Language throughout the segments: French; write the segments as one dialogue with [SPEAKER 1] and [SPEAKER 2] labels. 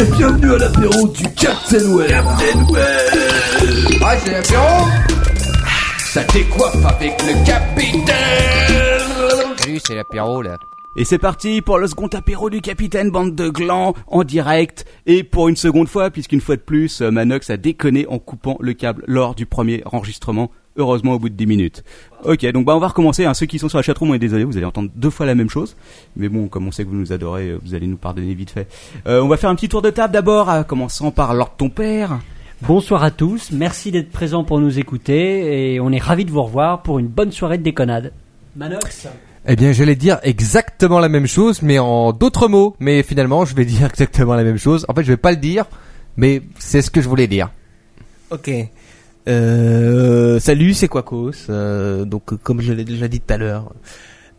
[SPEAKER 1] et bienvenue à l'apéro du Captain Web. Captain Web.
[SPEAKER 2] Ah, c'est l'apéro Ça décoiffe avec le capitaine
[SPEAKER 3] Salut, c'est l'apéro là.
[SPEAKER 4] Et c'est parti pour le second apéro du capitaine bande de glands en direct et pour une seconde fois puisqu'une fois de plus euh, Manox a déconné en coupant le câble lors du premier enregistrement heureusement au bout de 10 minutes. Ok, donc bah on va recommencer. Hein. Ceux qui sont sur la chatroom, on est désolé, vous allez entendre deux fois la même chose. Mais bon, comme on sait que vous nous adorez, euh, vous allez nous pardonner vite fait. Euh, on va faire un petit tour de table d'abord, euh, commençant par Lord ton père.
[SPEAKER 5] Bonsoir à tous, merci d'être présents pour nous écouter et on est ravis de vous revoir pour une bonne soirée de déconnade. Manox
[SPEAKER 6] Eh bien, j'allais dire exactement la même chose, mais en d'autres mots. Mais finalement, je vais dire exactement la même chose. En fait, je vais pas le dire, mais c'est ce que je voulais dire.
[SPEAKER 7] Ok. Euh, salut, c'est Quacos. Euh, donc, euh, comme je l'ai déjà dit tout à l'heure,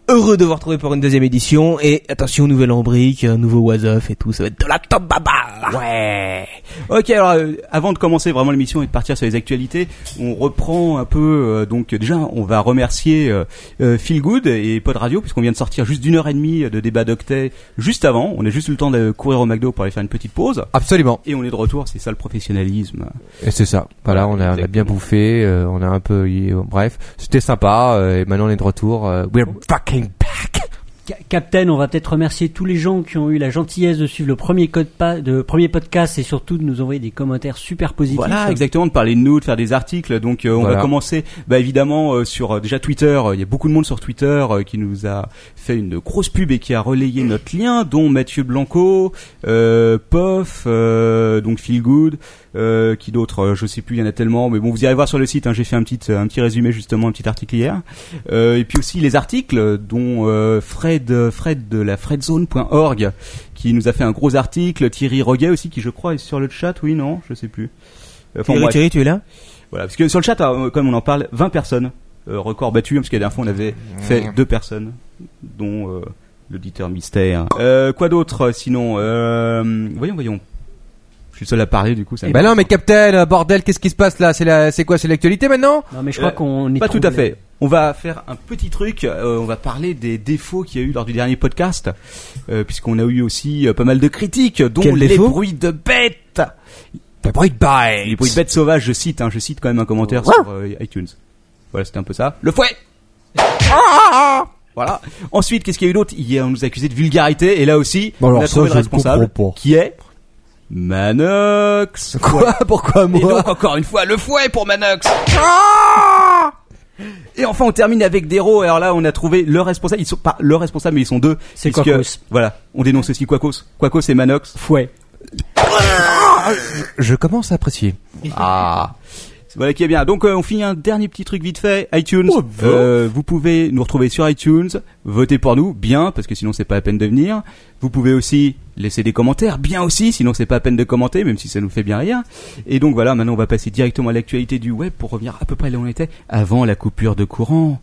[SPEAKER 7] heureux de vous retrouver pour une deuxième édition. Et attention, nouvelle rubrique, euh, nouveau was-off et tout. Ça va être de la top baba.
[SPEAKER 4] Ouais. Ok, alors euh, avant de commencer vraiment l'émission et de partir sur les actualités, on reprend un peu. euh, donc euh, déjà, on va remercier euh, euh, Feel Good et Pod Radio puisqu'on vient de sortir juste d'une heure et demie de débat d'octet juste avant. On a juste eu le temps de courir au McDo pour aller faire une petite pause
[SPEAKER 6] Absolument.
[SPEAKER 4] et on est de retour. C'est ça le professionnalisme.
[SPEAKER 6] Et c'est ça. Voilà, on a, on a bien bouffé, euh, on a un peu, euh, bref, c'était sympa. euh, et maintenant, on est de retour. euh, we're fucking back.
[SPEAKER 5] Ca- Captain, on va peut-être remercier tous les gens qui ont eu la gentillesse de suivre le premier, code pa- de premier podcast et surtout de nous envoyer des commentaires super positifs.
[SPEAKER 4] Voilà, exactement, de parler de nous, de faire des articles. Donc, euh, on
[SPEAKER 6] Voilà.
[SPEAKER 4] va commencer, bah, évidemment, euh, sur euh, déjà Twitter. Il y a beaucoup de monde sur Twitter euh, qui nous a fait une grosse pub et qui a relayé notre lien, dont Mathieu Blanco, euh, Poff, euh, donc Feel Good, euh, qui d'autres, euh, je sais plus, il y en a tellement. Mais bon, vous irez voir sur le site. hein, J'ai fait un petit, un petit résumé justement, un petit article hier. Euh, et puis aussi les articles, dont euh, Fred, Fred de la fredzone.org qui nous a fait un gros article, Thierry Roguet aussi, qui je crois est sur le chat, oui, non, je sais plus. Euh, Enfin,
[SPEAKER 7] Thierry,
[SPEAKER 4] bref.
[SPEAKER 7] Thierry, tu es là
[SPEAKER 4] Voilà, parce que sur le chat, euh, comme on en parle, 20 personnes, euh, record battu, hein, parce qu'à la dernière fois on avait fait deux personnes, dont euh, l'auditeur mystère. Euh, quoi d'autre, euh, sinon euh, Voyons, voyons. Je suis le seul à parler, du coup,
[SPEAKER 7] Eh
[SPEAKER 4] ça.
[SPEAKER 6] Bah
[SPEAKER 7] ben
[SPEAKER 6] non, mais Captain, euh, bordel, qu'est-ce qui se passe là C'est la, c'est quoi C'est l'actualité maintenant
[SPEAKER 5] Non mais je crois
[SPEAKER 4] Euh,
[SPEAKER 5] qu'on est
[SPEAKER 4] Pas tout à
[SPEAKER 5] troublé.
[SPEAKER 4] fait. On va faire un petit truc. euh, on va parler des défauts qu'il y a eu lors du dernier podcast, euh, puisqu'on a eu aussi euh, pas mal de critiques, dont
[SPEAKER 7] Quels
[SPEAKER 4] les
[SPEAKER 7] défauts
[SPEAKER 4] bruits de bêtes.
[SPEAKER 6] The Bright
[SPEAKER 4] Et les bruits de bêtes sauvages, je cite, hein, je cite quand même un commentaire sur euh, iTunes. Voilà, c'était un peu ça. Le fouet Voilà. Ensuite, qu'est-ce qu'il y a eu d'autre Hier, On nous a accusé de vulgarité, et là aussi,
[SPEAKER 6] Bon, alors
[SPEAKER 4] on a
[SPEAKER 6] ça,
[SPEAKER 4] trouvé
[SPEAKER 6] je
[SPEAKER 4] le responsable,
[SPEAKER 6] comprends pas.
[SPEAKER 4] qui est Manox.
[SPEAKER 6] Quoi Pourquoi
[SPEAKER 4] Et
[SPEAKER 6] moi
[SPEAKER 4] donc, encore une fois, le fouet pour Manox Et enfin, on termine avec Dero. Alors là, on a trouvé le responsable. Ils sont pas le responsable, mais ils sont deux.
[SPEAKER 5] C'est
[SPEAKER 4] puisque-
[SPEAKER 5] Quacos.
[SPEAKER 4] Voilà, on dénonce aussi Quacos. Quacos et Manox.
[SPEAKER 5] Fouet.
[SPEAKER 6] Je commence à apprécier.
[SPEAKER 4] Ah voilà qui est bien. Donc euh, on finit un dernier petit truc vite fait. iTunes.
[SPEAKER 6] Oh, bah.
[SPEAKER 4] Euh, vous pouvez nous retrouver sur iTunes. Votez pour nous, bien, parce que sinon c'est pas la peine de venir. Vous pouvez aussi laisser des commentaires, bien aussi, sinon c'est pas la peine de commenter, même si ça nous fait bien rire. Et donc voilà, maintenant on va passer directement à l'actualité du web pour revenir à peu près là où on était avant la coupure de courant.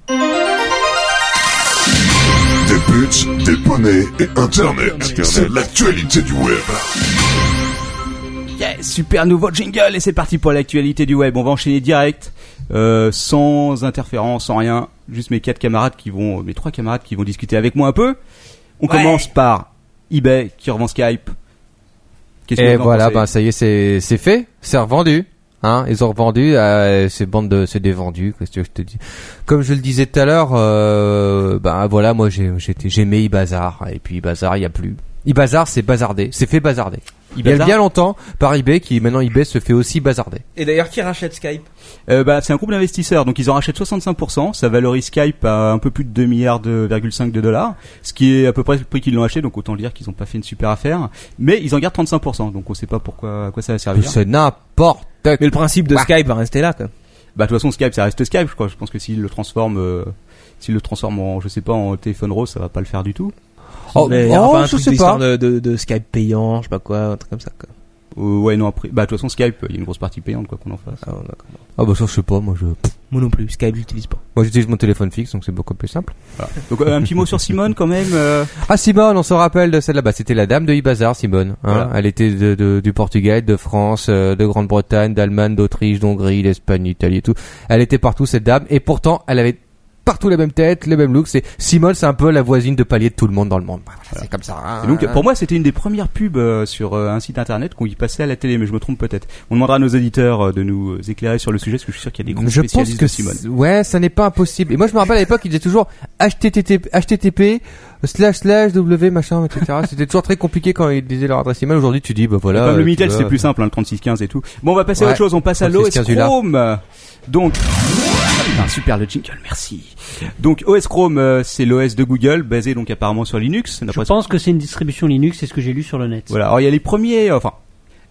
[SPEAKER 8] Des buts, des poneys et Internet. C'est l'actualité du web.
[SPEAKER 4] Yes, super nouveau jingle et c'est parti pour l'actualité du web. On va enchaîner direct, euh, sans interférence, sans rien. Juste mes quatre camarades qui vont, mes trois camarades qui vont discuter avec moi un peu. On commence par eBay qui revend Skype. Qu'est-ce que
[SPEAKER 6] Et
[SPEAKER 4] vous en
[SPEAKER 6] voilà,
[SPEAKER 4] pensez
[SPEAKER 6] bah ça y est, c'est c'est fait, c'est revendu. Hein, ils ont revendu euh, ces bandes de c'est des vendus, qu'est-ce que je te dis. Comme je le disais tout à l'heure, euh, bah voilà, moi j'ai j'étais j'aimais Ibazar et puis Ibazar, il y a plus. Ibazar, c'est bazardé, c'est fait bazarder. Il y a
[SPEAKER 4] Ibazar
[SPEAKER 6] bah, bien longtemps par eBay qui maintenant eBay se fait aussi bazarder.
[SPEAKER 7] Et d'ailleurs, qui rachète Skype
[SPEAKER 4] Euh, bah, c'est un groupe d'investisseurs, donc ils en rachètent 65%. Ça valorise Skype à un peu plus de 2 milliards de, 5 de dollars, ce qui est à peu près le prix qu'ils l'ont acheté. Donc autant dire qu'ils n'ont pas fait une super affaire. Mais ils en gardent 35%, donc on sait pas pourquoi à quoi ça va servir.
[SPEAKER 6] C'est n'importe.
[SPEAKER 7] Mais le principe de
[SPEAKER 6] Bah.
[SPEAKER 7] Skype va rester là, quoi.
[SPEAKER 4] Bah de toute façon Skype ça reste Skype je crois. Je pense que s'il le transforme euh, s'il le transforme en je sais pas en téléphone rose ça va pas le faire du tout.
[SPEAKER 6] Oh,
[SPEAKER 7] Mais il y aura
[SPEAKER 6] oh,
[SPEAKER 7] pas un
[SPEAKER 6] je
[SPEAKER 7] truc
[SPEAKER 6] sais
[SPEAKER 7] d'histoire
[SPEAKER 6] pas.
[SPEAKER 7] de, de, de Skype payant, je sais pas quoi, un truc comme ça, quoi.
[SPEAKER 4] Euh, ouais non après bah de toute façon Skype il y a une grosse partie payante quoi qu'on en fasse.
[SPEAKER 7] Ah, bon, d'accord.
[SPEAKER 6] Ah bah ça je sais pas, moi je
[SPEAKER 7] Moi non plus, Skype, j'utilise pas.
[SPEAKER 6] moi j'utilise mon téléphone fixe donc c'est beaucoup plus simple.
[SPEAKER 4] Voilà. Donc euh, un petit mot sur Simone quand même. euh,
[SPEAKER 6] Ah Simone, on se rappelle de celle-là. Bah, c'était la dame de Ibazar, Simone. hein.
[SPEAKER 4] Voilà.
[SPEAKER 6] Elle était de, de- du Portugal, de France, euh, de Grande-Bretagne, d'Allemagne, d'Autriche, d'Hongrie, d'Espagne, d'Italie et tout. Elle était partout cette dame. Et pourtant, elle avait partout la même tête, les mêmes looks. C'est Simone, c'est un peu la voisine de palier de tout le monde dans le monde. Voilà, C'est comme ça. hein.
[SPEAKER 4] Et donc pour moi c'était une des premières pubs euh, sur euh, un site internet qu'on y passait à la télé, mais je me trompe peut-être. On demandera à nos éditeurs euh, de nous euh, éclairer sur le sujet parce que je suis sûr qu'il y a des gros
[SPEAKER 6] je pense
[SPEAKER 4] spécialistes
[SPEAKER 6] que
[SPEAKER 4] de Simone.
[SPEAKER 6] c'est- ouais, ça n'est pas impossible. Et moi, je me rappelle à l'époque, il disait toujours http, http slash slash w machin etc. C'était toujours très compliqué quand ils disaient leur adresse email. Aujourd'hui, tu dis bah voilà.
[SPEAKER 4] Comme
[SPEAKER 6] euh,
[SPEAKER 4] le
[SPEAKER 6] tu
[SPEAKER 4] Minitel
[SPEAKER 6] vois,
[SPEAKER 4] c'est plus simple, hein, le 3615 et tout. Bon on va passer à
[SPEAKER 6] Ouais,
[SPEAKER 4] autre chose, on passe à l'OS
[SPEAKER 6] 3615 du là.
[SPEAKER 4] Chrome. Donc Ah, putain, super le jingle, merci. Donc OS Chrome euh, c'est l'OS de Google basé donc apparemment sur Linux.
[SPEAKER 5] Je
[SPEAKER 4] d'après ce
[SPEAKER 5] pense que c'est une distribution Linux, c'est ce que j'ai lu sur le net.
[SPEAKER 4] Voilà. Alors il y a les premiers, euh, enfin,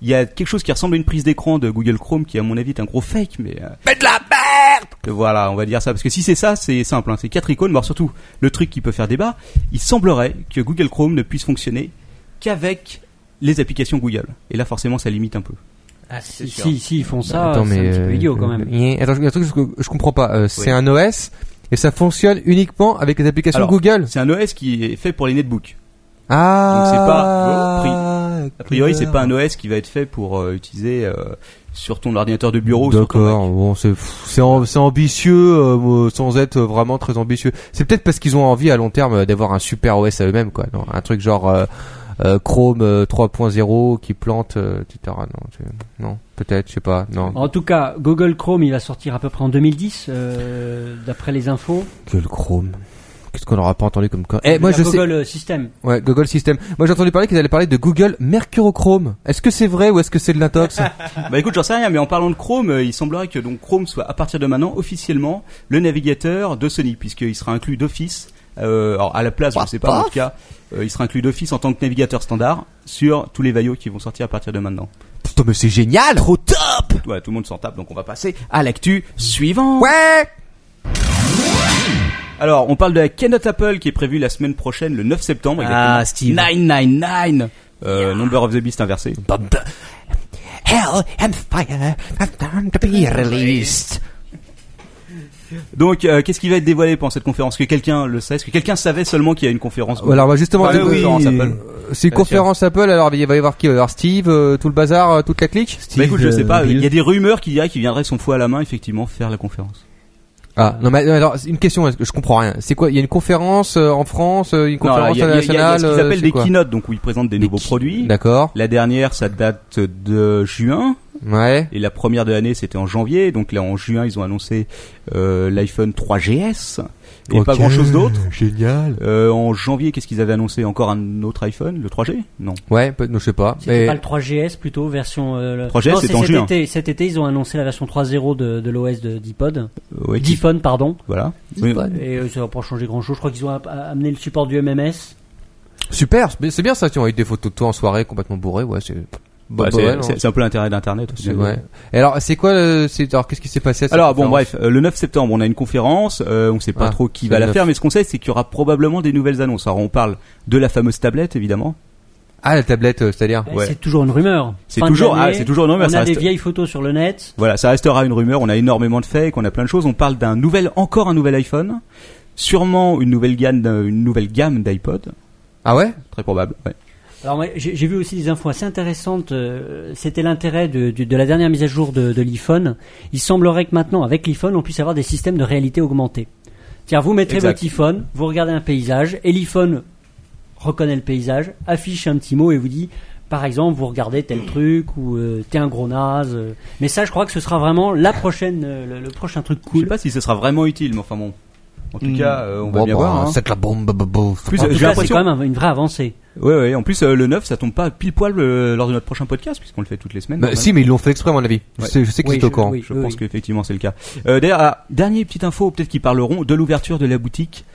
[SPEAKER 4] il y a quelque chose qui ressemble à une prise d'écran de Google Chrome qui à mon avis est un gros fake, mais. Euh, mais de la merde. Que Voilà, on va dire ça parce que si c'est ça, c'est simple. hein, c'est quatre icônes, mais alors surtout le truc qui peut faire débat. Il semblerait que Google Chrome ne puisse fonctionner qu'avec les applications Google. Et là, forcément, ça limite un peu.
[SPEAKER 5] Ah, si,
[SPEAKER 7] sûr.
[SPEAKER 5] si, si, ils font
[SPEAKER 4] Ah,
[SPEAKER 5] ça,
[SPEAKER 6] Attends,
[SPEAKER 5] c'est un
[SPEAKER 6] mais,
[SPEAKER 5] petit peu
[SPEAKER 6] euh,
[SPEAKER 5] idiot quand même.
[SPEAKER 6] euh, Attends, il y a un truc que je comprends pas. Euh,
[SPEAKER 4] Oui.
[SPEAKER 6] C'est un OS et ça fonctionne uniquement avec les applications
[SPEAKER 4] Alors,
[SPEAKER 6] Google.
[SPEAKER 4] C'est un OS qui est fait pour les netbooks.
[SPEAKER 6] Ah.
[SPEAKER 4] c'est pas- A priori, c'est pas un OS qui va être fait pour euh, utiliser euh, sur ton ordinateur de bureau. ou sur ton Mac.
[SPEAKER 6] D'accord. Bon, c'est pff, c'est am- c'est ambitieux euh, sans être vraiment très ambitieux. C'est peut-être parce qu'ils ont envie à long terme euh, d'avoir un super OS à eux-mêmes, quoi. Non, un truc genre euh, euh, Chrome euh, 3.0 qui plante, euh, etc. Non, c'est- non, peut-être, je sais pas.
[SPEAKER 4] Oh.
[SPEAKER 6] Non.
[SPEAKER 5] En tout cas, Google Chrome, il va sortir à peu près en 2010, euh, d'après les infos.
[SPEAKER 6] Que le Chrome. Qu'est-ce qu'on aura pas entendu comme quoi Eh,
[SPEAKER 5] Il
[SPEAKER 6] moi
[SPEAKER 5] y a
[SPEAKER 6] je sais.
[SPEAKER 5] Google euh, System.
[SPEAKER 6] Ouais, Google System. Moi j'ai entendu parler qu'ils allaient parler de Google Mercurochrome. Est-ce que c'est vrai ou est-ce que c'est de l'intox
[SPEAKER 4] Bah écoute, j'en sais rien, mais en parlant de Chrome, euh, il semblerait que donc Chrome soit à partir de maintenant officiellement le navigateur de Sony, puisqu'il sera inclus d'office. euh, alors à la place, je sais pas, mais en tout cas, euh, il sera inclus d'office en tant que navigateur standard sur tous les vaillots qui vont sortir à partir de maintenant.
[SPEAKER 6] Putain, mais c'est génial Trop top
[SPEAKER 4] Ouais, tout le monde s'en tape, donc on va passer à l'actu suivante.
[SPEAKER 6] Ouais
[SPEAKER 4] Alors, on parle de la Keynote Apple qui est prévue la semaine prochaine, le 9 septembre.
[SPEAKER 7] Ah, Steve.
[SPEAKER 4] 999 euh, Number of the Beast inversé.
[SPEAKER 6] Hell and fire have to be released.
[SPEAKER 4] Donc, euh, qu'est-ce qui va être dévoilé pendant cette conférence Que quelqu'un le sait Est-ce que quelqu'un savait seulement qu'il y a une conférence
[SPEAKER 6] Alors bah, justement,
[SPEAKER 4] Enfin,
[SPEAKER 6] c'est-
[SPEAKER 4] oui. conférence Apple.
[SPEAKER 6] c'est une
[SPEAKER 4] Bien
[SPEAKER 6] conférence Apple. Alors il va y avoir qui Il va y avoir Steve, euh, tout le bazar, euh, toute la clique.
[SPEAKER 4] Bah écoute, je
[SPEAKER 6] euh,
[SPEAKER 4] sais pas, il y
[SPEAKER 7] Bill.
[SPEAKER 4] a des rumeurs qui diraient qu'il viendrait son foie à la main, effectivement, faire la conférence.
[SPEAKER 6] Ah non mais non, alors c'est une question, est-ce que je comprends rien. C'est quoi Il y a une conférence euh, en France, euh, une
[SPEAKER 4] Non, alors,
[SPEAKER 6] conférence
[SPEAKER 4] il y a- il y a- il y a- il y a
[SPEAKER 6] internationale.
[SPEAKER 4] ce qu'ils
[SPEAKER 6] euh,
[SPEAKER 4] appellent
[SPEAKER 6] c'est
[SPEAKER 4] des
[SPEAKER 6] quoi
[SPEAKER 4] keynotes, donc où ils présentent des,
[SPEAKER 6] Des
[SPEAKER 4] nouveaux
[SPEAKER 6] ki-
[SPEAKER 4] produits.
[SPEAKER 6] D'accord.
[SPEAKER 4] La dernière, ça date de juin,
[SPEAKER 6] Ouais.
[SPEAKER 4] et la première de l'année, c'était en janvier. Donc là, en juin, ils ont annoncé euh, l'iPhone 3GS, et pas
[SPEAKER 6] Ok,
[SPEAKER 4] grand-chose d'autre.
[SPEAKER 6] Génial.
[SPEAKER 4] Euh, en janvier, qu'est-ce qu'ils avaient annoncé Encore un autre iPhone, le 3G Non.
[SPEAKER 6] Ouais, peut- non, je sais pas.
[SPEAKER 5] C'était
[SPEAKER 6] Mais
[SPEAKER 5] pas le 3GS plutôt, version. euh, le-
[SPEAKER 4] 3GS,
[SPEAKER 5] Non,
[SPEAKER 4] c'est
[SPEAKER 5] c'est
[SPEAKER 4] en hein.
[SPEAKER 5] cet
[SPEAKER 4] juin.
[SPEAKER 5] été. Cet été, ils ont annoncé la version 3.0 de, de l'OS de d'iPod,
[SPEAKER 4] Euh, ouais, qui-
[SPEAKER 5] d'iPhone pardon.
[SPEAKER 4] Voilà. Oui. Bah,
[SPEAKER 5] Et euh, ça va pas changer grand chose. Je crois qu'ils ont a- a- amené le support du MMS.
[SPEAKER 6] super. c'est- C'est bien ça. Tu as eu des photos de toi en soirée complètement bourré. Ouais, c'est.
[SPEAKER 4] Bah,
[SPEAKER 6] bah,
[SPEAKER 4] c'est-
[SPEAKER 6] ouais, non.
[SPEAKER 4] c'est c'est un peu l'intérêt d'Internet.
[SPEAKER 6] C'est- ouais. Et alors c'est quoi le- c'est- Alors qu'est-ce qui s'est passé à cette
[SPEAKER 4] Alors bon
[SPEAKER 6] conférence
[SPEAKER 4] bref, euh, le 9 septembre, on a une conférence, euh, on sait pas
[SPEAKER 6] Ah,
[SPEAKER 4] trop qui
[SPEAKER 6] c'est
[SPEAKER 4] va
[SPEAKER 6] le
[SPEAKER 4] la
[SPEAKER 6] 9.
[SPEAKER 4] faire, mais ce qu'on sait c'est qu'il y aura probablement des nouvelles annonces. Alors on parle de la fameuse tablette évidemment.
[SPEAKER 6] Ah la tablette, euh, c'est-à-dire.
[SPEAKER 4] Ouais.
[SPEAKER 5] C'est toujours une rumeur.
[SPEAKER 4] C'est
[SPEAKER 5] Fin de
[SPEAKER 4] toujours- ah,
[SPEAKER 5] l'année,
[SPEAKER 4] c'est toujours une rumeur,
[SPEAKER 5] On
[SPEAKER 4] ça
[SPEAKER 5] a
[SPEAKER 4] reste-
[SPEAKER 5] des vieilles photos sur le net.
[SPEAKER 4] Voilà, ça restera une rumeur, on a énormément de fakes, on a plein de choses, on parle d'un nouvel encore un nouvel iPhone, sûrement une nouvelle gamme d'un- une nouvelle gamme d'iPod,
[SPEAKER 6] Ah ouais.
[SPEAKER 4] très probable. ouais.
[SPEAKER 5] Alors moi, j'ai j'ai vu aussi des infos assez intéressantes. euh, C'était l'intérêt de, de- de la dernière mise à jour de, de l'iPhone. Il semblerait que maintenant, avec l'iPhone, on puisse avoir des systèmes de réalité augmentée. C'est-à-dire, vous mettez
[SPEAKER 4] Exact.
[SPEAKER 5] votre iPhone, vous regardez un paysage, et l'iPhone reconnaît le paysage, affiche un petit mot et vous dit, par exemple, vous regardez tel truc ou euh, t'es un gros naze. euh. Mais ça, je crois que ce sera vraiment la prochaine, euh, le, le prochain truc
[SPEAKER 4] Je sais
[SPEAKER 5] cool. Hmm.
[SPEAKER 4] pas si ce sera vraiment utile, mais enfin bon. En tout
[SPEAKER 7] Mm.
[SPEAKER 4] cas, euh, on va
[SPEAKER 6] Bon,
[SPEAKER 4] bien
[SPEAKER 6] bah,
[SPEAKER 4] voir. hein.
[SPEAKER 6] C'est de la bombe. bah, bah, bah.
[SPEAKER 4] Plus,
[SPEAKER 5] En
[SPEAKER 4] j'ai
[SPEAKER 5] tout cas, c'est
[SPEAKER 4] l'impression-
[SPEAKER 5] quand même un- une vraie avancée.
[SPEAKER 4] Ouais, ouais, en plus euh, le 9 ça tombe pas pile poil euh, lors de notre prochain podcast puisqu'on le fait toutes les semaines.
[SPEAKER 6] Bah,
[SPEAKER 4] quand même.
[SPEAKER 6] si, mais ils l'ont fait exprès, à mon avis. Je
[SPEAKER 4] Ouais.
[SPEAKER 6] sais, je sais que
[SPEAKER 5] Oui,
[SPEAKER 6] c'est au
[SPEAKER 5] je-
[SPEAKER 6] courant.
[SPEAKER 5] oui.
[SPEAKER 4] Je pense qu'effectivement c'est le cas. Euh, D'ailleurs, ah, dernière petite info, peut-être qu'ils parleront de l'ouverture de la boutique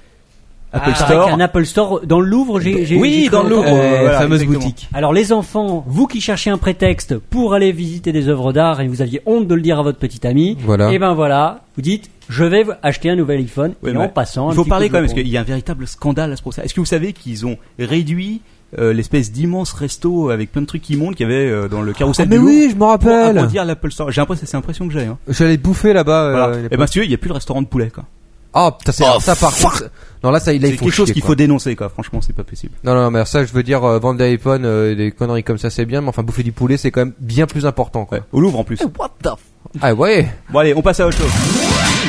[SPEAKER 4] Apple
[SPEAKER 5] Ah,
[SPEAKER 4] Store.
[SPEAKER 5] avec un Apple Store dans le Louvre, j'ai j'ai-
[SPEAKER 4] Oui,
[SPEAKER 5] j'ai cru
[SPEAKER 4] dans le
[SPEAKER 5] entendre.
[SPEAKER 4] Louvre.
[SPEAKER 7] Euh,
[SPEAKER 4] Voilà,
[SPEAKER 7] fameuse
[SPEAKER 4] exactement.
[SPEAKER 7] boutique.
[SPEAKER 5] Alors les enfants, vous qui cherchez un prétexte pour aller visiter des œuvres d'art et vous aviez honte de le dire à votre petit ami,
[SPEAKER 6] Voilà.
[SPEAKER 5] et ben voilà, vous dites je vais acheter un nouvel iPhone
[SPEAKER 4] Ouais,
[SPEAKER 5] et
[SPEAKER 4] mais
[SPEAKER 5] en passant. un
[SPEAKER 4] il faut
[SPEAKER 5] petit
[SPEAKER 4] parler
[SPEAKER 5] coup
[SPEAKER 4] quand
[SPEAKER 5] de
[SPEAKER 4] même parce
[SPEAKER 5] coupon.
[SPEAKER 4] qu'il y a un véritable scandale à ce procès. Est-ce que vous savez qu'ils ont réduit euh, l'espèce d'immense resto avec plein de trucs immondes qu'il y avait euh, dans le
[SPEAKER 6] Ah,
[SPEAKER 4] carrousel
[SPEAKER 6] mais
[SPEAKER 4] du Louvre
[SPEAKER 6] oui, je me
[SPEAKER 4] Ah, pour
[SPEAKER 6] rappelle.
[SPEAKER 4] agrandir l'Apple Store J'ai l'impression, c'est l'impression que j'ai. Hein.
[SPEAKER 6] J'allais bouffer là-bas.
[SPEAKER 4] Voilà.
[SPEAKER 6] euh,
[SPEAKER 4] Et ben si tu veux, il y a plus le restaurant de poulet. quoi.
[SPEAKER 6] Ah, putain, c'est ça par contre. Non, là, ça, il a
[SPEAKER 4] C'est quelque chose qu'il faut dénoncer. quoi. Franchement, c'est pas possible.
[SPEAKER 6] Non, non, mais alors ça, je veux dire, euh, vendre des iPhones, euh, des conneries comme ça, c'est bien, mais enfin, bouffer du poulet, c'est quand même bien plus important, quoi.
[SPEAKER 4] Ouais. Au Louvre en plus.
[SPEAKER 6] Ah ouais.
[SPEAKER 4] Bon allez, on passe à autre chose.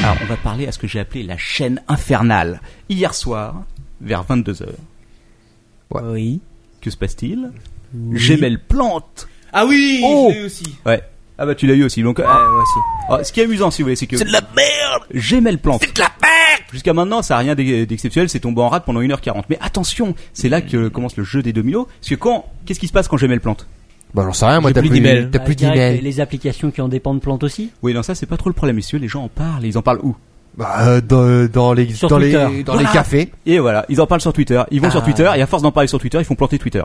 [SPEAKER 4] Alors, on va parler à ce que j'ai appelé la chaîne infernale. Hier soir, vers 22h,
[SPEAKER 7] Oui.
[SPEAKER 4] que se passe-t-il Gmail plante
[SPEAKER 7] Ah oui,
[SPEAKER 4] Oh.
[SPEAKER 7] je l'ai aussi.
[SPEAKER 4] Ouais. Ah bah tu l'as eu aussi, donc...
[SPEAKER 7] Ouais, moi aussi.
[SPEAKER 4] Ah, ce qui est amusant, si vous voulez, c'est que...
[SPEAKER 7] C'est de la merde
[SPEAKER 4] Gmail plante.
[SPEAKER 7] C'est de la merde
[SPEAKER 4] Jusqu'à maintenant, ça n'a rien d'ex- d'exceptionnel, c'est tombé en rade pendant 1h40. Mais attention, c'est là que commence le jeu des dominos, parce que quand... Qu'est-ce qui se passe quand Gmail plante
[SPEAKER 6] Bah, j'en sais rien, moi,
[SPEAKER 7] J'ai
[SPEAKER 6] t'as
[SPEAKER 7] plus
[SPEAKER 6] plus
[SPEAKER 7] d'emails.
[SPEAKER 6] T'as
[SPEAKER 5] Ah,
[SPEAKER 6] plus
[SPEAKER 5] direct,
[SPEAKER 6] d'emails.
[SPEAKER 5] Les applications qui en dépendent plantent aussi.
[SPEAKER 4] Oui, non, ça, c'est pas trop le problème, messieurs, les gens en parlent, et ils en parlent où
[SPEAKER 6] Bah, euh, dans, dans les,
[SPEAKER 5] Sur
[SPEAKER 6] dans les, dans
[SPEAKER 5] Twitter.
[SPEAKER 6] les
[SPEAKER 4] Voilà.
[SPEAKER 6] cafés.
[SPEAKER 4] Et voilà, ils en parlent sur Twitter, ils
[SPEAKER 7] Ah.
[SPEAKER 4] vont sur Twitter, et à force d'en parler sur Twitter, ils font planter Twitter.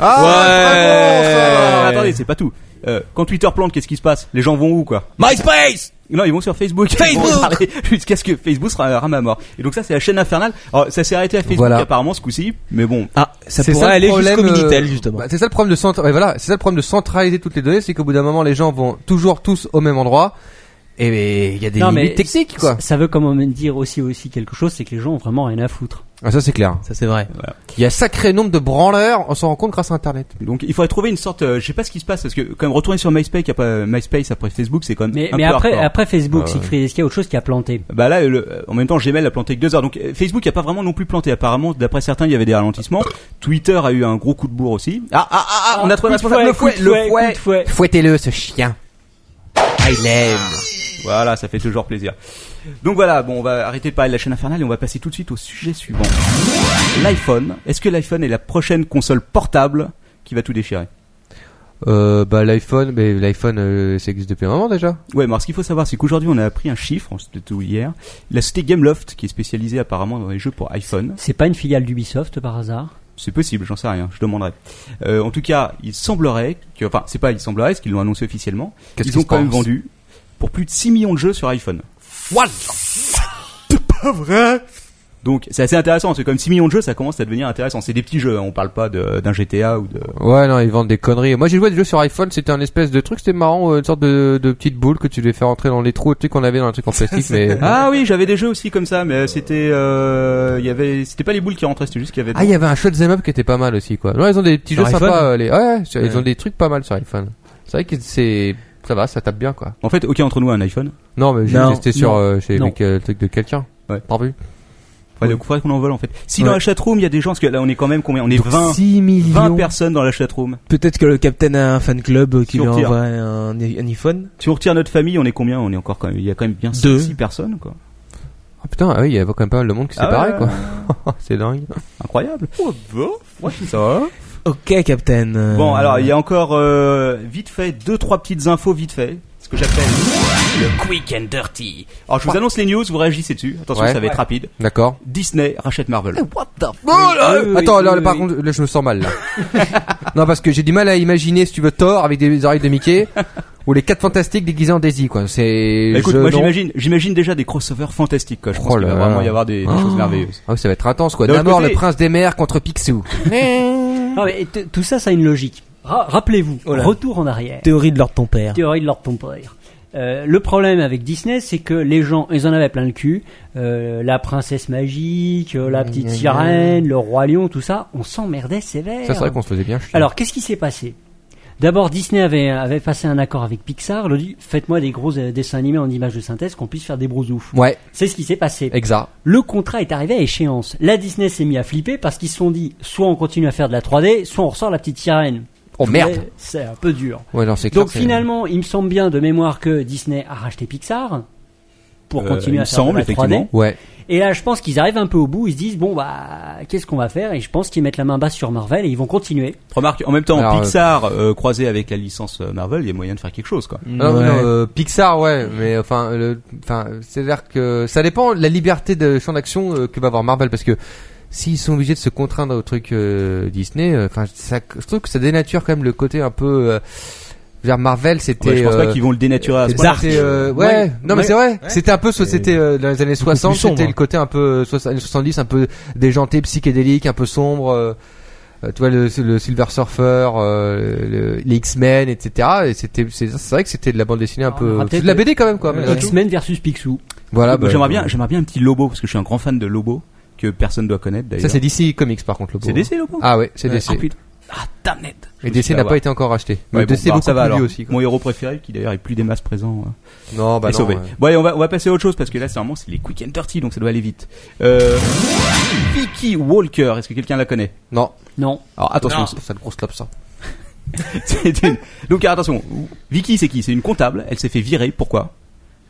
[SPEAKER 4] Ah, attendez, c'est pas tout. Euh, quand Twitter plante, qu'est-ce qui se passe Les gens vont où, quoi
[SPEAKER 7] MySpace
[SPEAKER 4] Non, ils vont sur Facebook. Ils
[SPEAKER 7] Facebook
[SPEAKER 4] vont parler Jusqu'à ce que Facebook sera rame à mort. Et donc ça, c'est la chaîne infernale. Alors, ça s'est arrêté à Facebook
[SPEAKER 6] Voilà.
[SPEAKER 4] apparemment ce coup-ci, mais bon.
[SPEAKER 7] Ah, ça
[SPEAKER 6] C'est
[SPEAKER 7] pourrait
[SPEAKER 6] ça le
[SPEAKER 7] aller
[SPEAKER 6] problème,
[SPEAKER 7] jusqu'au
[SPEAKER 6] euh,
[SPEAKER 7] Minitel, justement.
[SPEAKER 6] bah, c'est ça le problème de centra- ouais, voilà, c'est ça le problème de centraliser toutes les données, c'est qu'au bout d'un moment, les gens vont toujours tous au même endroit. Et ben, il y a des
[SPEAKER 5] Non, mais
[SPEAKER 6] limites techniques, quoi.
[SPEAKER 5] Ça, ça veut quand même dire aussi aussi quelque chose, c'est que les gens ont vraiment rien à foutre.
[SPEAKER 6] Ah, ça c'est clair.
[SPEAKER 7] ça, c'est vrai.
[SPEAKER 6] Il y a sacré nombre de branleurs, on s'en rend compte grâce à Internet.
[SPEAKER 4] Donc il faudrait trouver une sorte, euh, je sais pas ce qui se passe parce que quand même retourner sur MySpace après MySpace après Facebook, c'est quand même
[SPEAKER 5] Mais,
[SPEAKER 4] un
[SPEAKER 5] mais
[SPEAKER 4] peu
[SPEAKER 5] après,
[SPEAKER 4] hardcore.
[SPEAKER 5] après Facebook,
[SPEAKER 6] Ah
[SPEAKER 5] Siegfried, est-ce qu'il y a autre chose qui a planté
[SPEAKER 4] Bah là, le- euh, en même temps, Gmail a planté que deux heures. Donc euh, Facebook a pas vraiment non plus planté. Apparemment, d'après certains, il y avait des ralentissements. Twitter a eu un gros coup de bourre aussi. Ah ah ah, ah, on a trouvé un
[SPEAKER 5] Coup de
[SPEAKER 4] responsable. Le
[SPEAKER 5] fouet,
[SPEAKER 4] fouet,
[SPEAKER 5] coup de
[SPEAKER 4] le
[SPEAKER 5] fouet,
[SPEAKER 4] fouet.
[SPEAKER 5] coup de fouet.
[SPEAKER 6] Fouettez-le, ce chien. Ah, il aime.
[SPEAKER 4] Voilà, ça fait toujours plaisir. Donc voilà, bon, on va arrêter de parler de la chaîne infernale et on va passer tout de suite au sujet suivant. L'iPhone. Est-ce que l'iPhone est la prochaine console portable qui va tout déchirer
[SPEAKER 6] Euh, bah, l'iPhone, mais l'iPhone, euh, ça existe depuis un moment déjà.
[SPEAKER 4] Ouais, mais alors ce qu'il faut savoir, c'est qu'aujourd'hui, on a appris un chiffre, c'était tout hier. La société Gameloft, qui est spécialisée apparemment dans les jeux pour iPhone,
[SPEAKER 5] C'est pas une filiale d'Ubisoft par hasard
[SPEAKER 4] c'est possible, j'en sais rien, je demanderai. Euh, en tout cas, il semblerait que, enfin, c'est pas il semblerait, parce qu'ils l'ont annoncé officiellement,
[SPEAKER 6] Qu'est-ce
[SPEAKER 4] ils
[SPEAKER 6] qui
[SPEAKER 4] ont
[SPEAKER 6] se
[SPEAKER 4] quand même
[SPEAKER 6] passe
[SPEAKER 4] vendu pour plus de 6 millions de jeux sur iPhone. Donc c'est assez intéressant, parce que comme 6 millions de jeux, ça commence à devenir intéressant. C'est des petits jeux, hein, on parle pas de- d'un GTA ou de...
[SPEAKER 6] Ouais, non, ils vendent des conneries. Moi, j'ai joué à des jeux sur iPhone, c'était un espèce de truc, c'était marrant, euh, une sorte de, de petite boule que tu devais faire entrer dans les trous, tu sais, qu'on avait dans un truc en plastique, mais...
[SPEAKER 4] Ah oui, j'avais des jeux aussi comme ça, mais c'était... euh, Il y avait... C'était pas les boules qui rentraient, c'était juste qu'il y avait...
[SPEAKER 6] Ah, il y avait un shoot'em up qui était pas mal aussi, quoi. Non, ils ont des petits
[SPEAKER 7] Sur
[SPEAKER 6] jeux
[SPEAKER 7] iPhone
[SPEAKER 6] sympas. euh, les- Ouais, ouais, sur- ils
[SPEAKER 7] Ouais.
[SPEAKER 6] ont des trucs pas mal sur iPhone. C'est vrai que c'est, ça va, ça tape bien, quoi.
[SPEAKER 4] En fait, aucun d'entre nous a un iPhone.
[SPEAKER 6] Non, mais j'ai
[SPEAKER 7] Non,
[SPEAKER 6] testé sur
[SPEAKER 5] non,
[SPEAKER 6] euh, chez
[SPEAKER 5] non.
[SPEAKER 6] avec, euh, le truc de quelqu'un.
[SPEAKER 4] Ouais.
[SPEAKER 6] T'as vu
[SPEAKER 4] Enfin, donc, faudrait qu'on en vole en fait. Si dans
[SPEAKER 7] Ouais.
[SPEAKER 4] la chatroom, il y a des gens, parce que là on est quand même combien On est 20,
[SPEAKER 7] 6
[SPEAKER 4] 20
[SPEAKER 7] millions.
[SPEAKER 4] personnes dans la chatroom.
[SPEAKER 7] Peut-être que le capitaine a un fan club euh, qui
[SPEAKER 4] Sur
[SPEAKER 7] lui
[SPEAKER 4] Tier.
[SPEAKER 7] envoie un, un iPhone.
[SPEAKER 4] Si on retire notre famille, on est combien On est encore quand même... Il y a quand même bien
[SPEAKER 7] Deux.
[SPEAKER 4] 6 personnes, quoi.
[SPEAKER 6] Ah putain, ah oui, il y avait quand même pas mal de monde qui s'est
[SPEAKER 4] Ah
[SPEAKER 6] barré,
[SPEAKER 4] ouais.
[SPEAKER 6] quoi. c'est dingue.
[SPEAKER 4] Incroyable. Ouais, ça hein.
[SPEAKER 7] Ok, capitaine. euh,
[SPEAKER 4] Bon, alors il y a encore euh, vite fait deux trois petites infos vite fait, ce que j'appelle le quick and dirty. Alors je vous annonce les news, vous réagissez dessus. Attention,
[SPEAKER 6] Ouais.
[SPEAKER 4] ça va être rapide.
[SPEAKER 6] D'accord. Euh,
[SPEAKER 4] Disney rachète Marvel. Oh
[SPEAKER 6] Attends, là, par contre, là, je me sens mal, là. non, parce que j'ai du mal à imaginer, si tu veux, Thor avec des oreilles de Mickey, ou les quatre fantastiques déguisés en Daisy, quoi. C'est...
[SPEAKER 4] Bah, écoute,
[SPEAKER 6] je-
[SPEAKER 4] moi
[SPEAKER 6] non.
[SPEAKER 4] j'imagine, j'imagine déjà des crossovers fantastiques. Quoi. Je pense
[SPEAKER 6] Oh
[SPEAKER 4] qu'il va
[SPEAKER 6] là
[SPEAKER 4] vraiment
[SPEAKER 6] là.
[SPEAKER 4] y avoir des, des
[SPEAKER 6] Oh.
[SPEAKER 4] choses merveilleuses.
[SPEAKER 6] Ah oui, ça va être intense, quoi.
[SPEAKER 4] D'un
[SPEAKER 6] D'abord,
[SPEAKER 4] côté-
[SPEAKER 6] le prince des mers contre Picsou.
[SPEAKER 4] Ah.
[SPEAKER 5] Non, mais t- tout ça, ça a une logique. Ra- Rappelez-vous,
[SPEAKER 7] Oh là.
[SPEAKER 5] retour en arrière.
[SPEAKER 7] Théorie de l'ordre de ton
[SPEAKER 4] Ah,
[SPEAKER 7] père.
[SPEAKER 5] Théorie de Lord Pompoir. Euh, le problème avec Disney, c'est que les gens, ils en avaient plein le cul. Euh, la princesse magique, euh, la
[SPEAKER 6] Mmh,
[SPEAKER 5] petite sirène, le roi lion, tout ça, on s'emmerdait sévère.
[SPEAKER 6] Ça, c'est vrai qu'on se faisait bien chier.
[SPEAKER 5] Alors, qu'est-ce qui s'est passé D'abord, Disney avait, avait passé un accord avec Pixar. Le dit, faites-moi des gros euh, dessins animés en images de synthèse qu'on puisse faire des gros oufs.
[SPEAKER 6] Ouais,
[SPEAKER 5] C'est ce qui s'est passé.
[SPEAKER 6] exact.
[SPEAKER 5] Le contrat est arrivé à échéance. La Disney s'est mis à flipper parce qu'ils se sont dit, soit on continue à faire de la 3D, soit on ressort la petite sirène.
[SPEAKER 6] Oh merde.
[SPEAKER 5] Mais C'est un peu dur.
[SPEAKER 6] Ouais, non, c'est clair,
[SPEAKER 5] Donc
[SPEAKER 6] c'est-
[SPEAKER 5] finalement, il me semble bien de mémoire que Disney a racheté Pixar pour
[SPEAKER 4] Euh, il
[SPEAKER 5] continuer à
[SPEAKER 4] me
[SPEAKER 5] faire de
[SPEAKER 4] semble,
[SPEAKER 5] la 3D.
[SPEAKER 4] effectivement.
[SPEAKER 6] Ouais.
[SPEAKER 5] Et là, je pense qu'ils arrivent un peu au bout. Ils se disent bon bah qu'est-ce qu'on va faire Et je pense qu'ils mettent la main basse sur Marvel et ils vont continuer.
[SPEAKER 4] Remarque, en même temps,
[SPEAKER 6] Alors,
[SPEAKER 4] Pixar euh, croisé avec la licence euh, Marvel, il y a moyen de faire quelque chose. Quoi.
[SPEAKER 6] Ah,
[SPEAKER 7] Ouais.
[SPEAKER 6] non, euh, Pixar, ouais, mais enfin, le- enfin, c'est-à-dire que ça dépend de la liberté de champ d'action euh, que va avoir Marvel, parce que s'ils sont obligés de se contraindre au truc euh, Disney, euh, enfin, ça, je trouve que ça dénature quand même le côté un peu. Euh, je veux dire, Marvel, c'était.
[SPEAKER 4] Ouais, je pense pas
[SPEAKER 6] euh,
[SPEAKER 4] qu'ils vont le dénaturer à ce
[SPEAKER 6] c'était-
[SPEAKER 4] point.
[SPEAKER 6] euh, ouais,
[SPEAKER 7] Ouais.
[SPEAKER 6] non mais
[SPEAKER 7] Ouais.
[SPEAKER 6] c'est vrai. C'était un peu, so- c'était euh, dans les années 60,
[SPEAKER 7] sombre.
[SPEAKER 6] c'était le côté un peu euh, 60, 70, un peu déjanté, psychédélique, un peu sombre. euh, euh, tu vois le, le Silver Surfer, euh, le- les X-Men, etc. Et c'était, c'est c'est vrai que c'était de la bande dessinée un
[SPEAKER 5] Alors, on
[SPEAKER 6] peu,
[SPEAKER 5] aura
[SPEAKER 6] c'est
[SPEAKER 5] peut-être
[SPEAKER 6] de la BD quand même quoi. malgré tout.
[SPEAKER 5] Euh, X-Men versus Picsou.
[SPEAKER 6] Voilà.
[SPEAKER 4] Moi,
[SPEAKER 6] bah,
[SPEAKER 4] j'aimerais
[SPEAKER 6] euh,
[SPEAKER 4] bien, j'aimerais bien un petit Lobo parce que je suis un grand fan de Lobo que personne doit connaître d'ailleurs.
[SPEAKER 6] Ça c'est DC Comics par contre. le
[SPEAKER 4] C'est
[SPEAKER 6] beau.
[SPEAKER 4] DC Lobo.
[SPEAKER 6] Ah ouais, c'est
[SPEAKER 4] Ouais.
[SPEAKER 6] DC.
[SPEAKER 4] Ah, putain.
[SPEAKER 7] Ah, damn it.
[SPEAKER 6] Et DC n'a pas été encore acheté. Mais
[SPEAKER 4] Ouais, bon,
[SPEAKER 6] DC
[SPEAKER 4] bah,
[SPEAKER 6] beaucoup
[SPEAKER 4] ça va
[SPEAKER 6] plus
[SPEAKER 4] alors.
[SPEAKER 6] aussi. quoi.
[SPEAKER 4] Mon héros préféré, qui d'ailleurs est plus des masses présents, euh,
[SPEAKER 6] Non, bah
[SPEAKER 4] est
[SPEAKER 6] non,
[SPEAKER 4] sauvé.
[SPEAKER 6] ouais.
[SPEAKER 4] Bon, allez, on va, on va passer à autre chose parce que là, c'est vraiment c'est les quick and dirty, donc ça doit aller vite. Euh, Vicky Walker, est-ce que quelqu'un la connaît
[SPEAKER 6] Non.
[SPEAKER 5] Non.
[SPEAKER 4] Alors attention,
[SPEAKER 6] Non, ça le grosse clope ça.
[SPEAKER 4] C'est une- Donc attention, Vicky c'est qui C'est une comptable, elle s'est fait virer, pourquoi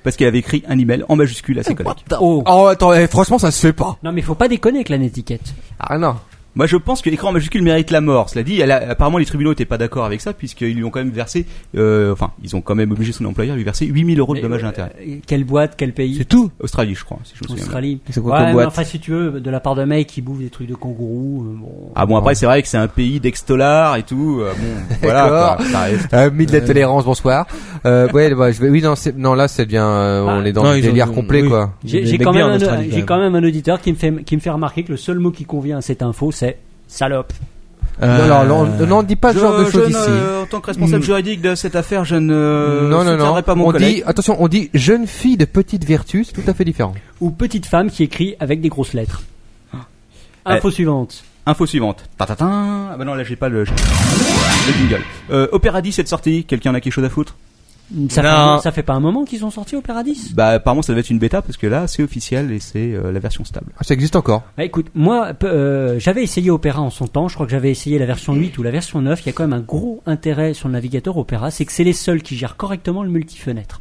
[SPEAKER 4] Parce qu'elle avait écrit un email en majuscule à ses collègues.
[SPEAKER 5] Oh.
[SPEAKER 6] Oh attends, eh, franchement ça se fait pas.
[SPEAKER 5] Non mais faut pas déconner avec la netiquette.
[SPEAKER 6] Ah non.
[SPEAKER 4] Moi je pense que écrit en majuscule mérite la mort, cela dit, elle a- apparemment les tribunaux n'étaient pas d'accord avec ça puisqu'ils lui ont quand même versé, euh, enfin ils ont quand même obligé son employeur à lui verser 8000 euros de
[SPEAKER 5] Mais,
[SPEAKER 4] dommages
[SPEAKER 5] euh,
[SPEAKER 4] et intérêts.
[SPEAKER 5] euh, Quelle boîte, quel pays
[SPEAKER 7] tout.
[SPEAKER 4] Australie je crois, si je me souviens bien.
[SPEAKER 5] Australie.
[SPEAKER 7] C'est quoi
[SPEAKER 5] Ouais,
[SPEAKER 7] comme
[SPEAKER 5] mais
[SPEAKER 7] boîte
[SPEAKER 5] enfin si tu veux, de la part de mecs qui bouffent des trucs de kangourou, euh, bon.
[SPEAKER 4] Ah bon après c'est vrai que c'est un pays d'ex-dollars et tout, euh, bon voilà
[SPEAKER 6] D'accord.
[SPEAKER 4] quoi, ça reste.
[SPEAKER 6] Euh, mis de la tolérance, bonsoir. Euh, ouais, bah, je vais, oui, non, c'est, non, là, c'est bien, euh, on
[SPEAKER 5] Ah.
[SPEAKER 6] est dans
[SPEAKER 7] Non,
[SPEAKER 6] le
[SPEAKER 7] ils ont-
[SPEAKER 6] délire
[SPEAKER 7] ils ont-
[SPEAKER 6] complet,
[SPEAKER 7] oui.
[SPEAKER 6] quoi.
[SPEAKER 7] Il y a
[SPEAKER 5] J'ai
[SPEAKER 7] des
[SPEAKER 5] j'ai
[SPEAKER 7] mecs
[SPEAKER 5] quand,
[SPEAKER 7] bien
[SPEAKER 5] même
[SPEAKER 7] en
[SPEAKER 5] un-
[SPEAKER 7] Australie,
[SPEAKER 5] j'ai quand même un auditeur qui me, fait, qui me fait remarquer que le seul mot qui convient à cette info c'est salope.
[SPEAKER 7] Euh,
[SPEAKER 6] Non, non, non, non, on dit pas ce genre de choses ici. Hmm.
[SPEAKER 4] en tant que responsable juridique de cette affaire, je ne
[SPEAKER 6] non, non, non. on dit, attention, on dit jeune fille de petite vertu, c'est tout à fait différent.
[SPEAKER 5] Ou petite femme qui écrit avec des grosses lettres.
[SPEAKER 4] Ah.
[SPEAKER 5] Info suivante.
[SPEAKER 4] Info suivante. Tatatin. Ah bah non, là j'ai pas le, le jingle. Euh, Opéra 10 cette sortie, quelqu'un a quelque chose à foutre
[SPEAKER 5] Ça fait,
[SPEAKER 7] Non.
[SPEAKER 5] un- ça fait pas un moment qu'ils sont sortis au Paradis
[SPEAKER 4] Bah apparemment ça devait être une bêta parce que là c'est officiel et c'est euh, la version stable.
[SPEAKER 6] Ah, Ça existe encore.
[SPEAKER 5] Bah, écoute, moi, peu- euh, j'avais essayé Opéra en son temps. Je crois que j'avais essayé la version 8 ou la version 9. Il y a quand même un gros intérêt sur le navigateur Opéra, c'est que c'est les seuls qui gèrent correctement le multifenêtre.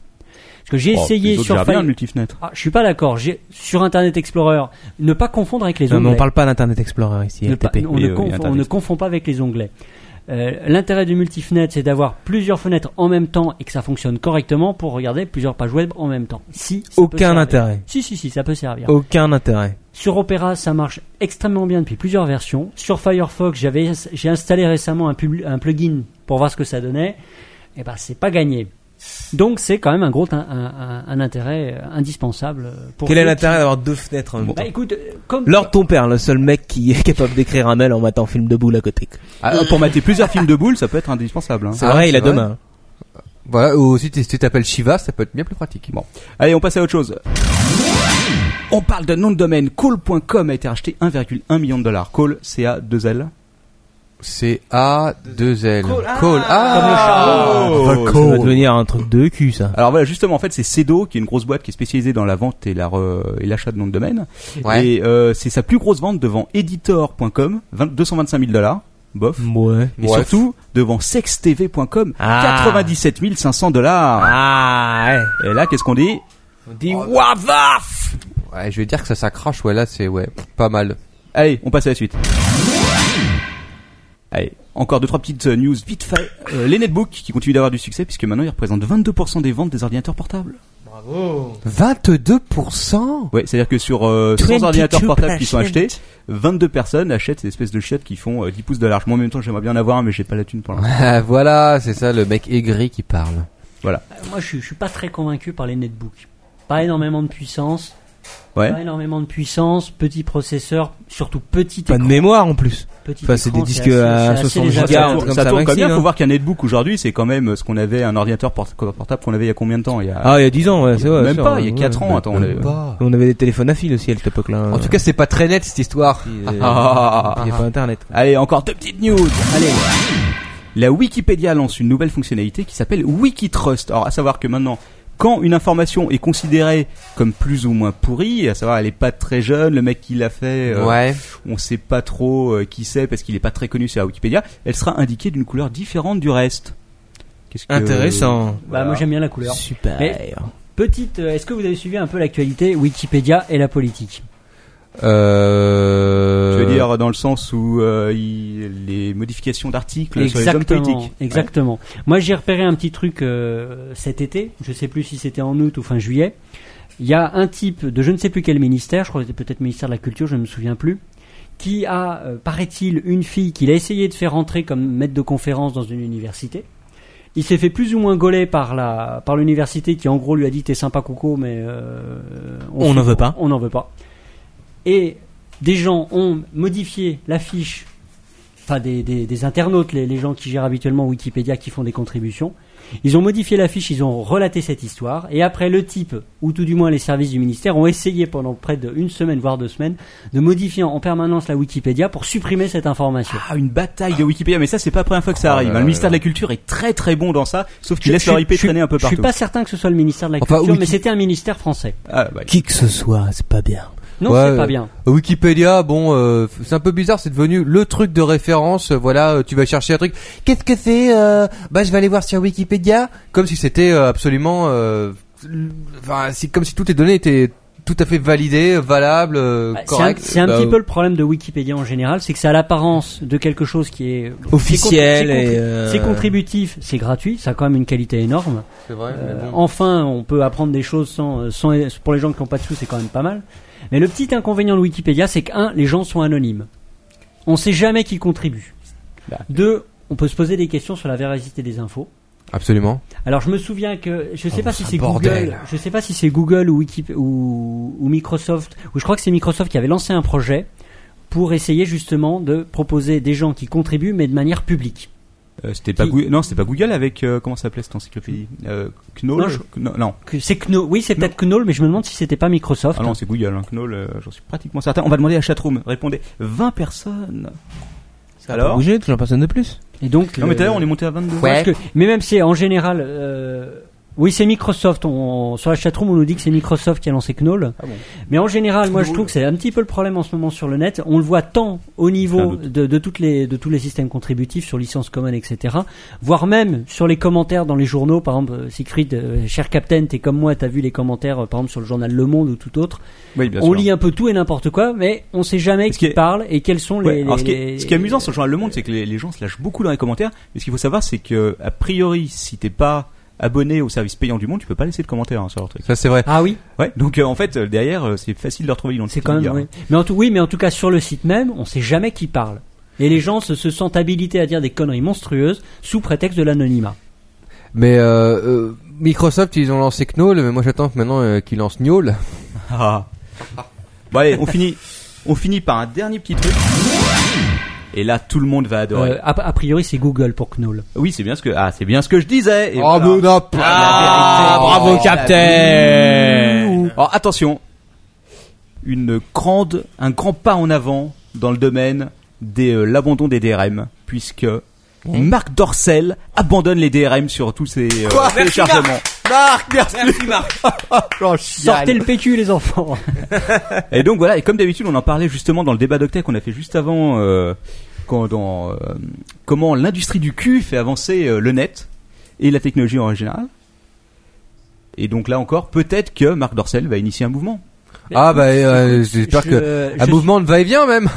[SPEAKER 5] Parce que j'ai
[SPEAKER 4] Oh, les
[SPEAKER 5] essayé
[SPEAKER 4] autres
[SPEAKER 5] sur
[SPEAKER 4] gèrent
[SPEAKER 5] Fire-
[SPEAKER 4] bien le multifenêtre.
[SPEAKER 5] Ah, je suis pas d'accord. J'ai sur Internet Explorer, ne pas confondre avec les
[SPEAKER 7] Non, mais on
[SPEAKER 5] onglets.
[SPEAKER 7] parle pas d'Internet Explorer ici,
[SPEAKER 5] Ne pas-
[SPEAKER 7] LTP.
[SPEAKER 5] on,
[SPEAKER 4] oui,
[SPEAKER 5] ne
[SPEAKER 4] oui,
[SPEAKER 5] confond-
[SPEAKER 4] Internet
[SPEAKER 5] on ne
[SPEAKER 4] Explorer.
[SPEAKER 5] confond pas avec les onglets. Euh, L'intérêt du multifenêtre, c'est d'avoir plusieurs fenêtres en même temps et que ça fonctionne correctement pour regarder plusieurs pages web en même temps. Si ça peut
[SPEAKER 7] Aucun
[SPEAKER 5] servir.
[SPEAKER 7] intérêt.
[SPEAKER 5] Si si si, ça peut servir.
[SPEAKER 7] Aucun intérêt.
[SPEAKER 5] Sur Opera, ça marche extrêmement bien depuis plusieurs versions. Sur Firefox, j'avais, j'ai installé récemment un, pub- un plugin pour voir ce que ça donnait. Et ben, c'est pas gagné. Donc, c'est quand même un gros, un, un- un intérêt euh, indispensable euh, pour.
[SPEAKER 7] Quel
[SPEAKER 5] ceux
[SPEAKER 7] est
[SPEAKER 5] qui-
[SPEAKER 7] l'intérêt d'avoir deux fenêtres en même
[SPEAKER 5] Bah,
[SPEAKER 7] temps
[SPEAKER 5] écoute, euh, comme.
[SPEAKER 7] Lord ton père, le seul mec qui est capable d'écrire un mail en mettant un film de boule à côté. Ah
[SPEAKER 4] Ah, pour mater plusieurs films de boules, ça peut être indispensable. Hein.
[SPEAKER 6] C'est vrai,
[SPEAKER 7] il a
[SPEAKER 6] c'est
[SPEAKER 7] deux
[SPEAKER 6] vrai.
[SPEAKER 7] mains.
[SPEAKER 6] Voilà, ou si tu si tu t'appelles Shiva, ça peut être bien plus pratique.
[SPEAKER 4] Bon, allez, on passe à autre chose. On parle d'un nom de domaine. Call.com a été racheté 1,1 million de dollars. Call, CA, 2L.
[SPEAKER 6] C'est A2L. Call. Ah!
[SPEAKER 4] Oh,
[SPEAKER 7] Ça va devenir un truc de cul, ça.
[SPEAKER 4] Alors voilà, justement, en fait, c'est Cedo, qui est une grosse boîte qui est spécialisée dans la vente et la re- et l'achat de noms de domaine.
[SPEAKER 6] Ouais.
[SPEAKER 4] Et euh, c'est sa plus grosse vente devant editor.com, 20 225 000 dollars, bof.
[SPEAKER 7] Ouais.
[SPEAKER 4] Et
[SPEAKER 6] Ouais.
[SPEAKER 4] surtout devant sextv.com,
[SPEAKER 7] Ah.
[SPEAKER 4] 97 500 dollars.
[SPEAKER 7] Ah, ouais.
[SPEAKER 4] Et là, qu'est-ce qu'on dit Oh.
[SPEAKER 7] On dit what the
[SPEAKER 6] Ouais, je vais dire que ça, ça crache, ouais, là, c'est, ouais, pas mal.
[SPEAKER 4] Allez, on passe à la suite. Allez, encore deux trois petites euh, news vite fait. Euh, les netbooks qui continuent d'avoir du succès puisque maintenant ils représentent 22% des ventes des ordinateurs portables.
[SPEAKER 6] 22%?
[SPEAKER 4] Ouais, c'est-à-dire que sur euh, 100 ordinateurs
[SPEAKER 7] 22%.
[SPEAKER 4] portables qui sont achetés, 22 personnes achètent ces espèces de chiottes qui font euh, 10 pouces de large. Moi en même temps, j'aimerais bien en avoir un mais j'ai pas la thune pour l'instant.
[SPEAKER 6] Ah, voilà, c'est ça, le mec aigri qui parle.
[SPEAKER 5] Moi, je, suis- je suis pas très convaincu par les netbooks. Pas énormément de puissance.
[SPEAKER 4] Ouais.
[SPEAKER 5] Pas énormément de puissance. Petit processeur, surtout petit
[SPEAKER 7] Pas de
[SPEAKER 5] écran.
[SPEAKER 7] mémoire en plus.
[SPEAKER 5] Petit
[SPEAKER 7] Enfin, c'est
[SPEAKER 5] écran,
[SPEAKER 7] des disques
[SPEAKER 5] assez-
[SPEAKER 7] à
[SPEAKER 5] c'est assez
[SPEAKER 7] 60
[SPEAKER 5] léger.
[SPEAKER 4] Ça,
[SPEAKER 7] gigas, un
[SPEAKER 4] tourne-
[SPEAKER 7] truc comme
[SPEAKER 4] ça
[SPEAKER 7] ça,
[SPEAKER 4] tourne comme
[SPEAKER 7] Maxime,
[SPEAKER 4] bien.
[SPEAKER 7] hein.
[SPEAKER 4] Faut voir qu'un netbook aujourd'hui, c'est quand même euh, ce qu'on avait un ordinateur port- portable qu'on avait il y a combien de temps Il y a
[SPEAKER 7] Ah, il y a 10 ans, ouais, c'est vrai.
[SPEAKER 4] même
[SPEAKER 7] sûr,
[SPEAKER 4] pas, il y a
[SPEAKER 7] ouais.
[SPEAKER 4] 4 ans. Attends, on est-
[SPEAKER 7] On avait des téléphones à fil aussi à cette époque-là.
[SPEAKER 6] En tout cas, c'est pas très net, cette histoire.
[SPEAKER 7] il
[SPEAKER 6] Ah,
[SPEAKER 7] n'y
[SPEAKER 6] ah,
[SPEAKER 4] Ah.
[SPEAKER 7] a pas internet.
[SPEAKER 4] Allez, encore deux petites news. Allez. La Wikipédia lance une nouvelle fonctionnalité qui s'appelle Wikitrust. Alors, à savoir que maintenant, quand une information est considérée comme plus ou moins pourrie, à savoir elle est pas très jeune, le mec qui l'a fait, euh,
[SPEAKER 6] ouais.
[SPEAKER 4] on sait pas trop euh, qui c'est parce qu'il est pas très connu sur la Wikipédia, elle sera indiquée d'une couleur différente du reste. Qu'est-ce
[SPEAKER 6] Euh,
[SPEAKER 4] que-
[SPEAKER 7] Intéressant.
[SPEAKER 5] Bah, moi, j'aime bien la couleur.
[SPEAKER 7] Super.
[SPEAKER 5] Mais- Petite, euh, est-ce que vous avez suivi un peu l'actualité Wikipédia et la politique
[SPEAKER 4] Je
[SPEAKER 6] Euh...
[SPEAKER 4] veux dire dans le sens où euh, il- les modifications d'articles sur les hommes politiques.
[SPEAKER 5] Exactement. Moi, j'ai repéré un petit truc euh, cet été. Je sais plus si c'était en août ou fin juillet. Il y a un type de je ne sais plus quel ministère, je crois que c'était peut-être ministère de la Culture, je ne me souviens plus, qui a, euh, paraît-il, une fille qu'il a essayé de faire entrer comme maître de conférence dans une université. Il s'est fait plus ou moins gauler par la par l'université qui en gros lui a dit t'es sympa coco mais euh,
[SPEAKER 7] On n'en
[SPEAKER 5] se-
[SPEAKER 7] veut pas.
[SPEAKER 5] on n'en veut pas et des gens ont modifié la fiche enfin des, des, des internautes, les, les gens qui gèrent habituellement Wikipédia, qui font des contributions, Ils ont modifié l'affiche, ils ont relaté cette histoire, et après le type, ou tout du moins les services du ministère, ont essayé pendant près d'une semaine, voire deux semaines, de modifier en permanence la Wikipédia pour supprimer cette information.
[SPEAKER 4] Ah, une bataille de Wikipédia, mais ça, c'est pas la première fois que ça
[SPEAKER 5] Ah
[SPEAKER 6] Oh
[SPEAKER 4] arrive.
[SPEAKER 6] là
[SPEAKER 4] hein.
[SPEAKER 6] là
[SPEAKER 4] le ministère
[SPEAKER 6] là.
[SPEAKER 4] de la Culture est très très bon dans ça, sauf qu'il
[SPEAKER 5] Je-
[SPEAKER 4] laisse
[SPEAKER 5] je-
[SPEAKER 4] leur IP
[SPEAKER 5] je-
[SPEAKER 4] traîner un peu
[SPEAKER 5] Je suis
[SPEAKER 4] partout.
[SPEAKER 5] pas certain que ce soit le ministère de la
[SPEAKER 6] Enfin,
[SPEAKER 5] Culture,
[SPEAKER 6] Wiki-
[SPEAKER 5] mais c'était un ministère français.
[SPEAKER 4] Ah, bah,
[SPEAKER 7] Qui que ce soit, c'est pas bien.
[SPEAKER 5] Non,
[SPEAKER 6] Ouais,
[SPEAKER 5] c'est pas
[SPEAKER 6] euh,
[SPEAKER 5] bien.
[SPEAKER 6] Wikipédia, bon, euh, c'est un peu bizarre, c'est devenu le truc de référence. euh, Voilà, euh, tu vas chercher un truc. Qu'est-ce que c'est euh, Bah, je vais aller voir sur Wikipédia, comme si c'était euh, absolument, euh, l- enfin, si- comme si toutes les données étaient tout à fait validées, valables, euh,
[SPEAKER 5] Bah, c'est un-
[SPEAKER 6] correctes.
[SPEAKER 5] C'est un,
[SPEAKER 6] Bah,
[SPEAKER 5] petit peu le problème de Wikipédia en général, c'est que ça a l'apparence de quelque chose qui est c'est
[SPEAKER 7] Officiel
[SPEAKER 5] con-
[SPEAKER 7] et.
[SPEAKER 5] c'est
[SPEAKER 7] euh,
[SPEAKER 5] C'est contributif, c'est gratuit, ça a quand même une qualité énorme.
[SPEAKER 6] c'est vrai, mais
[SPEAKER 5] Euh,
[SPEAKER 6] bon.
[SPEAKER 5] Enfin, on peut apprendre des choses sans, sans pour les gens qui n'ont pas de sous, c'est quand même pas mal. Mais le petit inconvénient de Wikipédia, c'est que un, les gens sont anonymes. On sait jamais qui contribue.
[SPEAKER 4] Bah.
[SPEAKER 5] Deux, on peut se poser des questions sur la véracité des infos.
[SPEAKER 6] Absolument.
[SPEAKER 5] Alors je me souviens que je sais
[SPEAKER 6] Oh,
[SPEAKER 5] pas si
[SPEAKER 6] c'est un
[SPEAKER 5] c'est
[SPEAKER 6] bordel.
[SPEAKER 5] Google, je sais pas si c'est Google ou, Wikip- ou, ou Microsoft ou je crois que c'est Microsoft qui avait lancé un projet pour essayer justement de proposer des gens qui contribuent mais de manière publique.
[SPEAKER 4] euh, c'était pas
[SPEAKER 5] Qui-
[SPEAKER 4] Google, non, c'était pas Google avec euh, comment s'appelait cette encyclopédie euh, Knoll.
[SPEAKER 5] Non, je-
[SPEAKER 4] Non, non.
[SPEAKER 5] Que c'est Knoll, oui c'est peut-être Knoll, mais je me demande si c'était pas Microsoft.
[SPEAKER 4] Ah non, c'est Google. Hein. Knoll, euh, j'en suis pratiquement certain. On va demander à chatroom. Répondez. 20 personnes.
[SPEAKER 7] Ça va
[SPEAKER 4] Alors.
[SPEAKER 7] bouger, toujours personne de plus.
[SPEAKER 5] Et donc euh,
[SPEAKER 4] Non, mais tout à l'heure, on est monté à 22.
[SPEAKER 5] parce que- mais même c'est en général euh, oui, c'est Microsoft. On, sur la chatroom, on nous dit que c'est Microsoft qui a lancé Knoll.
[SPEAKER 4] Ah bon.
[SPEAKER 5] Mais en général, moi, je trouve que c'est un petit peu le problème en ce moment sur le net. On le voit tant au
[SPEAKER 4] Aucun
[SPEAKER 5] niveau
[SPEAKER 4] doute.
[SPEAKER 5] de, de toutes les, de tous les systèmes contributifs, sur licence commune, etc. Voire même sur les commentaires dans les journaux. Par exemple, euh, Siegfried, euh, cher Captain, t'es comme moi, t'as vu les commentaires, euh, par exemple, sur le journal Le Monde ou tout autre.
[SPEAKER 4] Oui, bien
[SPEAKER 5] on
[SPEAKER 4] sûr.
[SPEAKER 5] lit un peu tout et n'importe quoi, mais on sait jamais
[SPEAKER 4] Ce
[SPEAKER 5] qui
[SPEAKER 4] qui est-
[SPEAKER 5] parle et quels sont les...
[SPEAKER 4] Ouais, alors ce, qui
[SPEAKER 5] les-
[SPEAKER 4] est, ce qui est amusant sur le journal Le Monde, c'est que les, les gens se lâchent beaucoup dans les commentaires. Mais ce qu'il faut savoir, c'est que a priori, si t'es pas abonné au service payant du Monde, tu peux pas laisser de commentaires hein, sur leur truc.
[SPEAKER 6] Ça c'est vrai.
[SPEAKER 5] Ah oui,
[SPEAKER 4] Ouais. Donc euh, en fait, euh, derrière, euh, c'est facile de le retrouver dans le
[SPEAKER 5] c'est
[SPEAKER 4] site
[SPEAKER 5] quand même...
[SPEAKER 4] Wikipédia.
[SPEAKER 5] oui. Mais en tout, oui, mais en tout cas, sur le site même, on sait jamais qui parle. Et les gens se, se sentent habilités à dire des conneries monstrueuses sous prétexte de l'anonymat.
[SPEAKER 6] Mais euh, euh, Microsoft, ils ont lancé Knoll, mais moi j'attends que maintenant euh, qu'ils lancent Knoll.
[SPEAKER 4] Ah. Bon allez, on finit, on finit par un dernier petit truc. Et là, tout le monde va adorer.
[SPEAKER 5] Euh, a, a priori, c'est Google pour Knoll.
[SPEAKER 4] Oui, c'est bien ce que, ah, c'est bien ce que je disais. Et
[SPEAKER 6] bah,
[SPEAKER 4] voilà.
[SPEAKER 7] Ah,
[SPEAKER 4] Oh,
[SPEAKER 7] bravo, Captain!
[SPEAKER 4] Alors Oh, attention, une grande, un grand pas en avant dans le domaine de l'abandon des DRM, puisque
[SPEAKER 7] Hein
[SPEAKER 4] Marc Dorcel abandonne les DRM sur tous ses euh, téléchargements.
[SPEAKER 7] Marc! Merci, Marc!
[SPEAKER 5] Sortez le PQ, les enfants.
[SPEAKER 4] Et donc voilà, et comme d'habitude, on en parlait justement dans le débat d'Octet qu'on a fait juste avant, euh, quand, dans, euh, comment l'industrie du cul fait avancer euh, le net et la technologie en général. Et donc là encore, peut-être que Marc Dorcel va initier un mouvement.
[SPEAKER 6] Ah bah euh, j'espère
[SPEAKER 5] Je-
[SPEAKER 6] que un
[SPEAKER 5] je-
[SPEAKER 6] mouvement de va-et-vient même.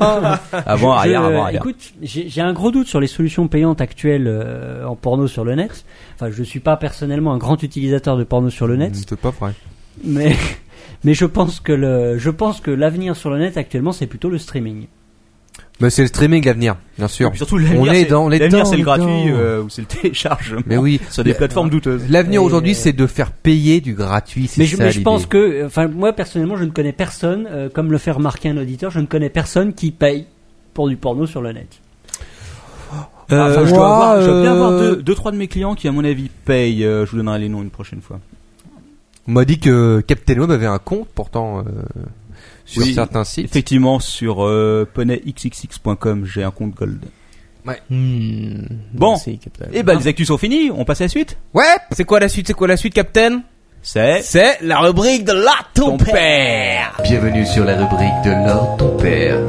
[SPEAKER 4] Avant,
[SPEAKER 5] Ah, je-
[SPEAKER 4] arrière,
[SPEAKER 5] je-
[SPEAKER 4] avant, arrière.
[SPEAKER 5] Écoute, j'ai j'ai un gros doute sur les solutions payantes actuelles euh, en porno sur le net. Enfin, je suis pas personnellement un grand utilisateur de porno sur le net,
[SPEAKER 6] C'est pas vrai.
[SPEAKER 5] mais mais je pense que le je pense que l'avenir sur le net actuellement c'est plutôt le streaming.
[SPEAKER 6] Mais c'est le streaming l'avenir, bien sûr.
[SPEAKER 4] Et puis surtout, l'avenir,
[SPEAKER 6] On est
[SPEAKER 4] c'est-
[SPEAKER 6] dans les
[SPEAKER 4] l'avenir,
[SPEAKER 6] temps,
[SPEAKER 4] c'est le
[SPEAKER 6] les
[SPEAKER 4] gratuit
[SPEAKER 6] temps.
[SPEAKER 4] euh, ou c'est le téléchargement
[SPEAKER 6] Mais oui.
[SPEAKER 4] sur des
[SPEAKER 6] Mais- euh,
[SPEAKER 4] plateformes douteuses.
[SPEAKER 6] L'avenir
[SPEAKER 5] Et-
[SPEAKER 6] aujourd'hui, c'est de faire payer du gratuit. c'est
[SPEAKER 5] Mais je,
[SPEAKER 6] ça,
[SPEAKER 5] mais je
[SPEAKER 6] l'idée.
[SPEAKER 5] pense que, enfin, moi personnellement, je ne connais personne, euh, comme le fait remarquer un auditeur, je ne connais personne qui paye pour du porno sur le net.
[SPEAKER 4] Ah, enfin,
[SPEAKER 6] Euh,
[SPEAKER 4] je, dois
[SPEAKER 6] moi,
[SPEAKER 4] avoir, je dois bien
[SPEAKER 6] euh,
[SPEAKER 4] avoir deux, deux, trois de mes clients qui, à mon avis, payent. Euh, je vous donnerai les noms une prochaine fois.
[SPEAKER 6] On m'a dit que Captain Web avait un compte, pourtant euh, sur
[SPEAKER 4] Oui.
[SPEAKER 6] certains sites.
[SPEAKER 4] Effectivement, sur euh, poneyxxx.com, j'ai un compte gold.
[SPEAKER 7] Euh, hmm.
[SPEAKER 4] Bon.
[SPEAKER 7] Merci, Captain. Ah.
[SPEAKER 4] Et ben, les actus sont finis. On passe à la suite.
[SPEAKER 7] Ouais! Eh C'est quoi la suite? C'est quoi la suite, Captain?
[SPEAKER 4] C'est
[SPEAKER 7] C'est la rubrique de la ton père!
[SPEAKER 2] Bienvenue sur la rubrique de l'ordre ton père.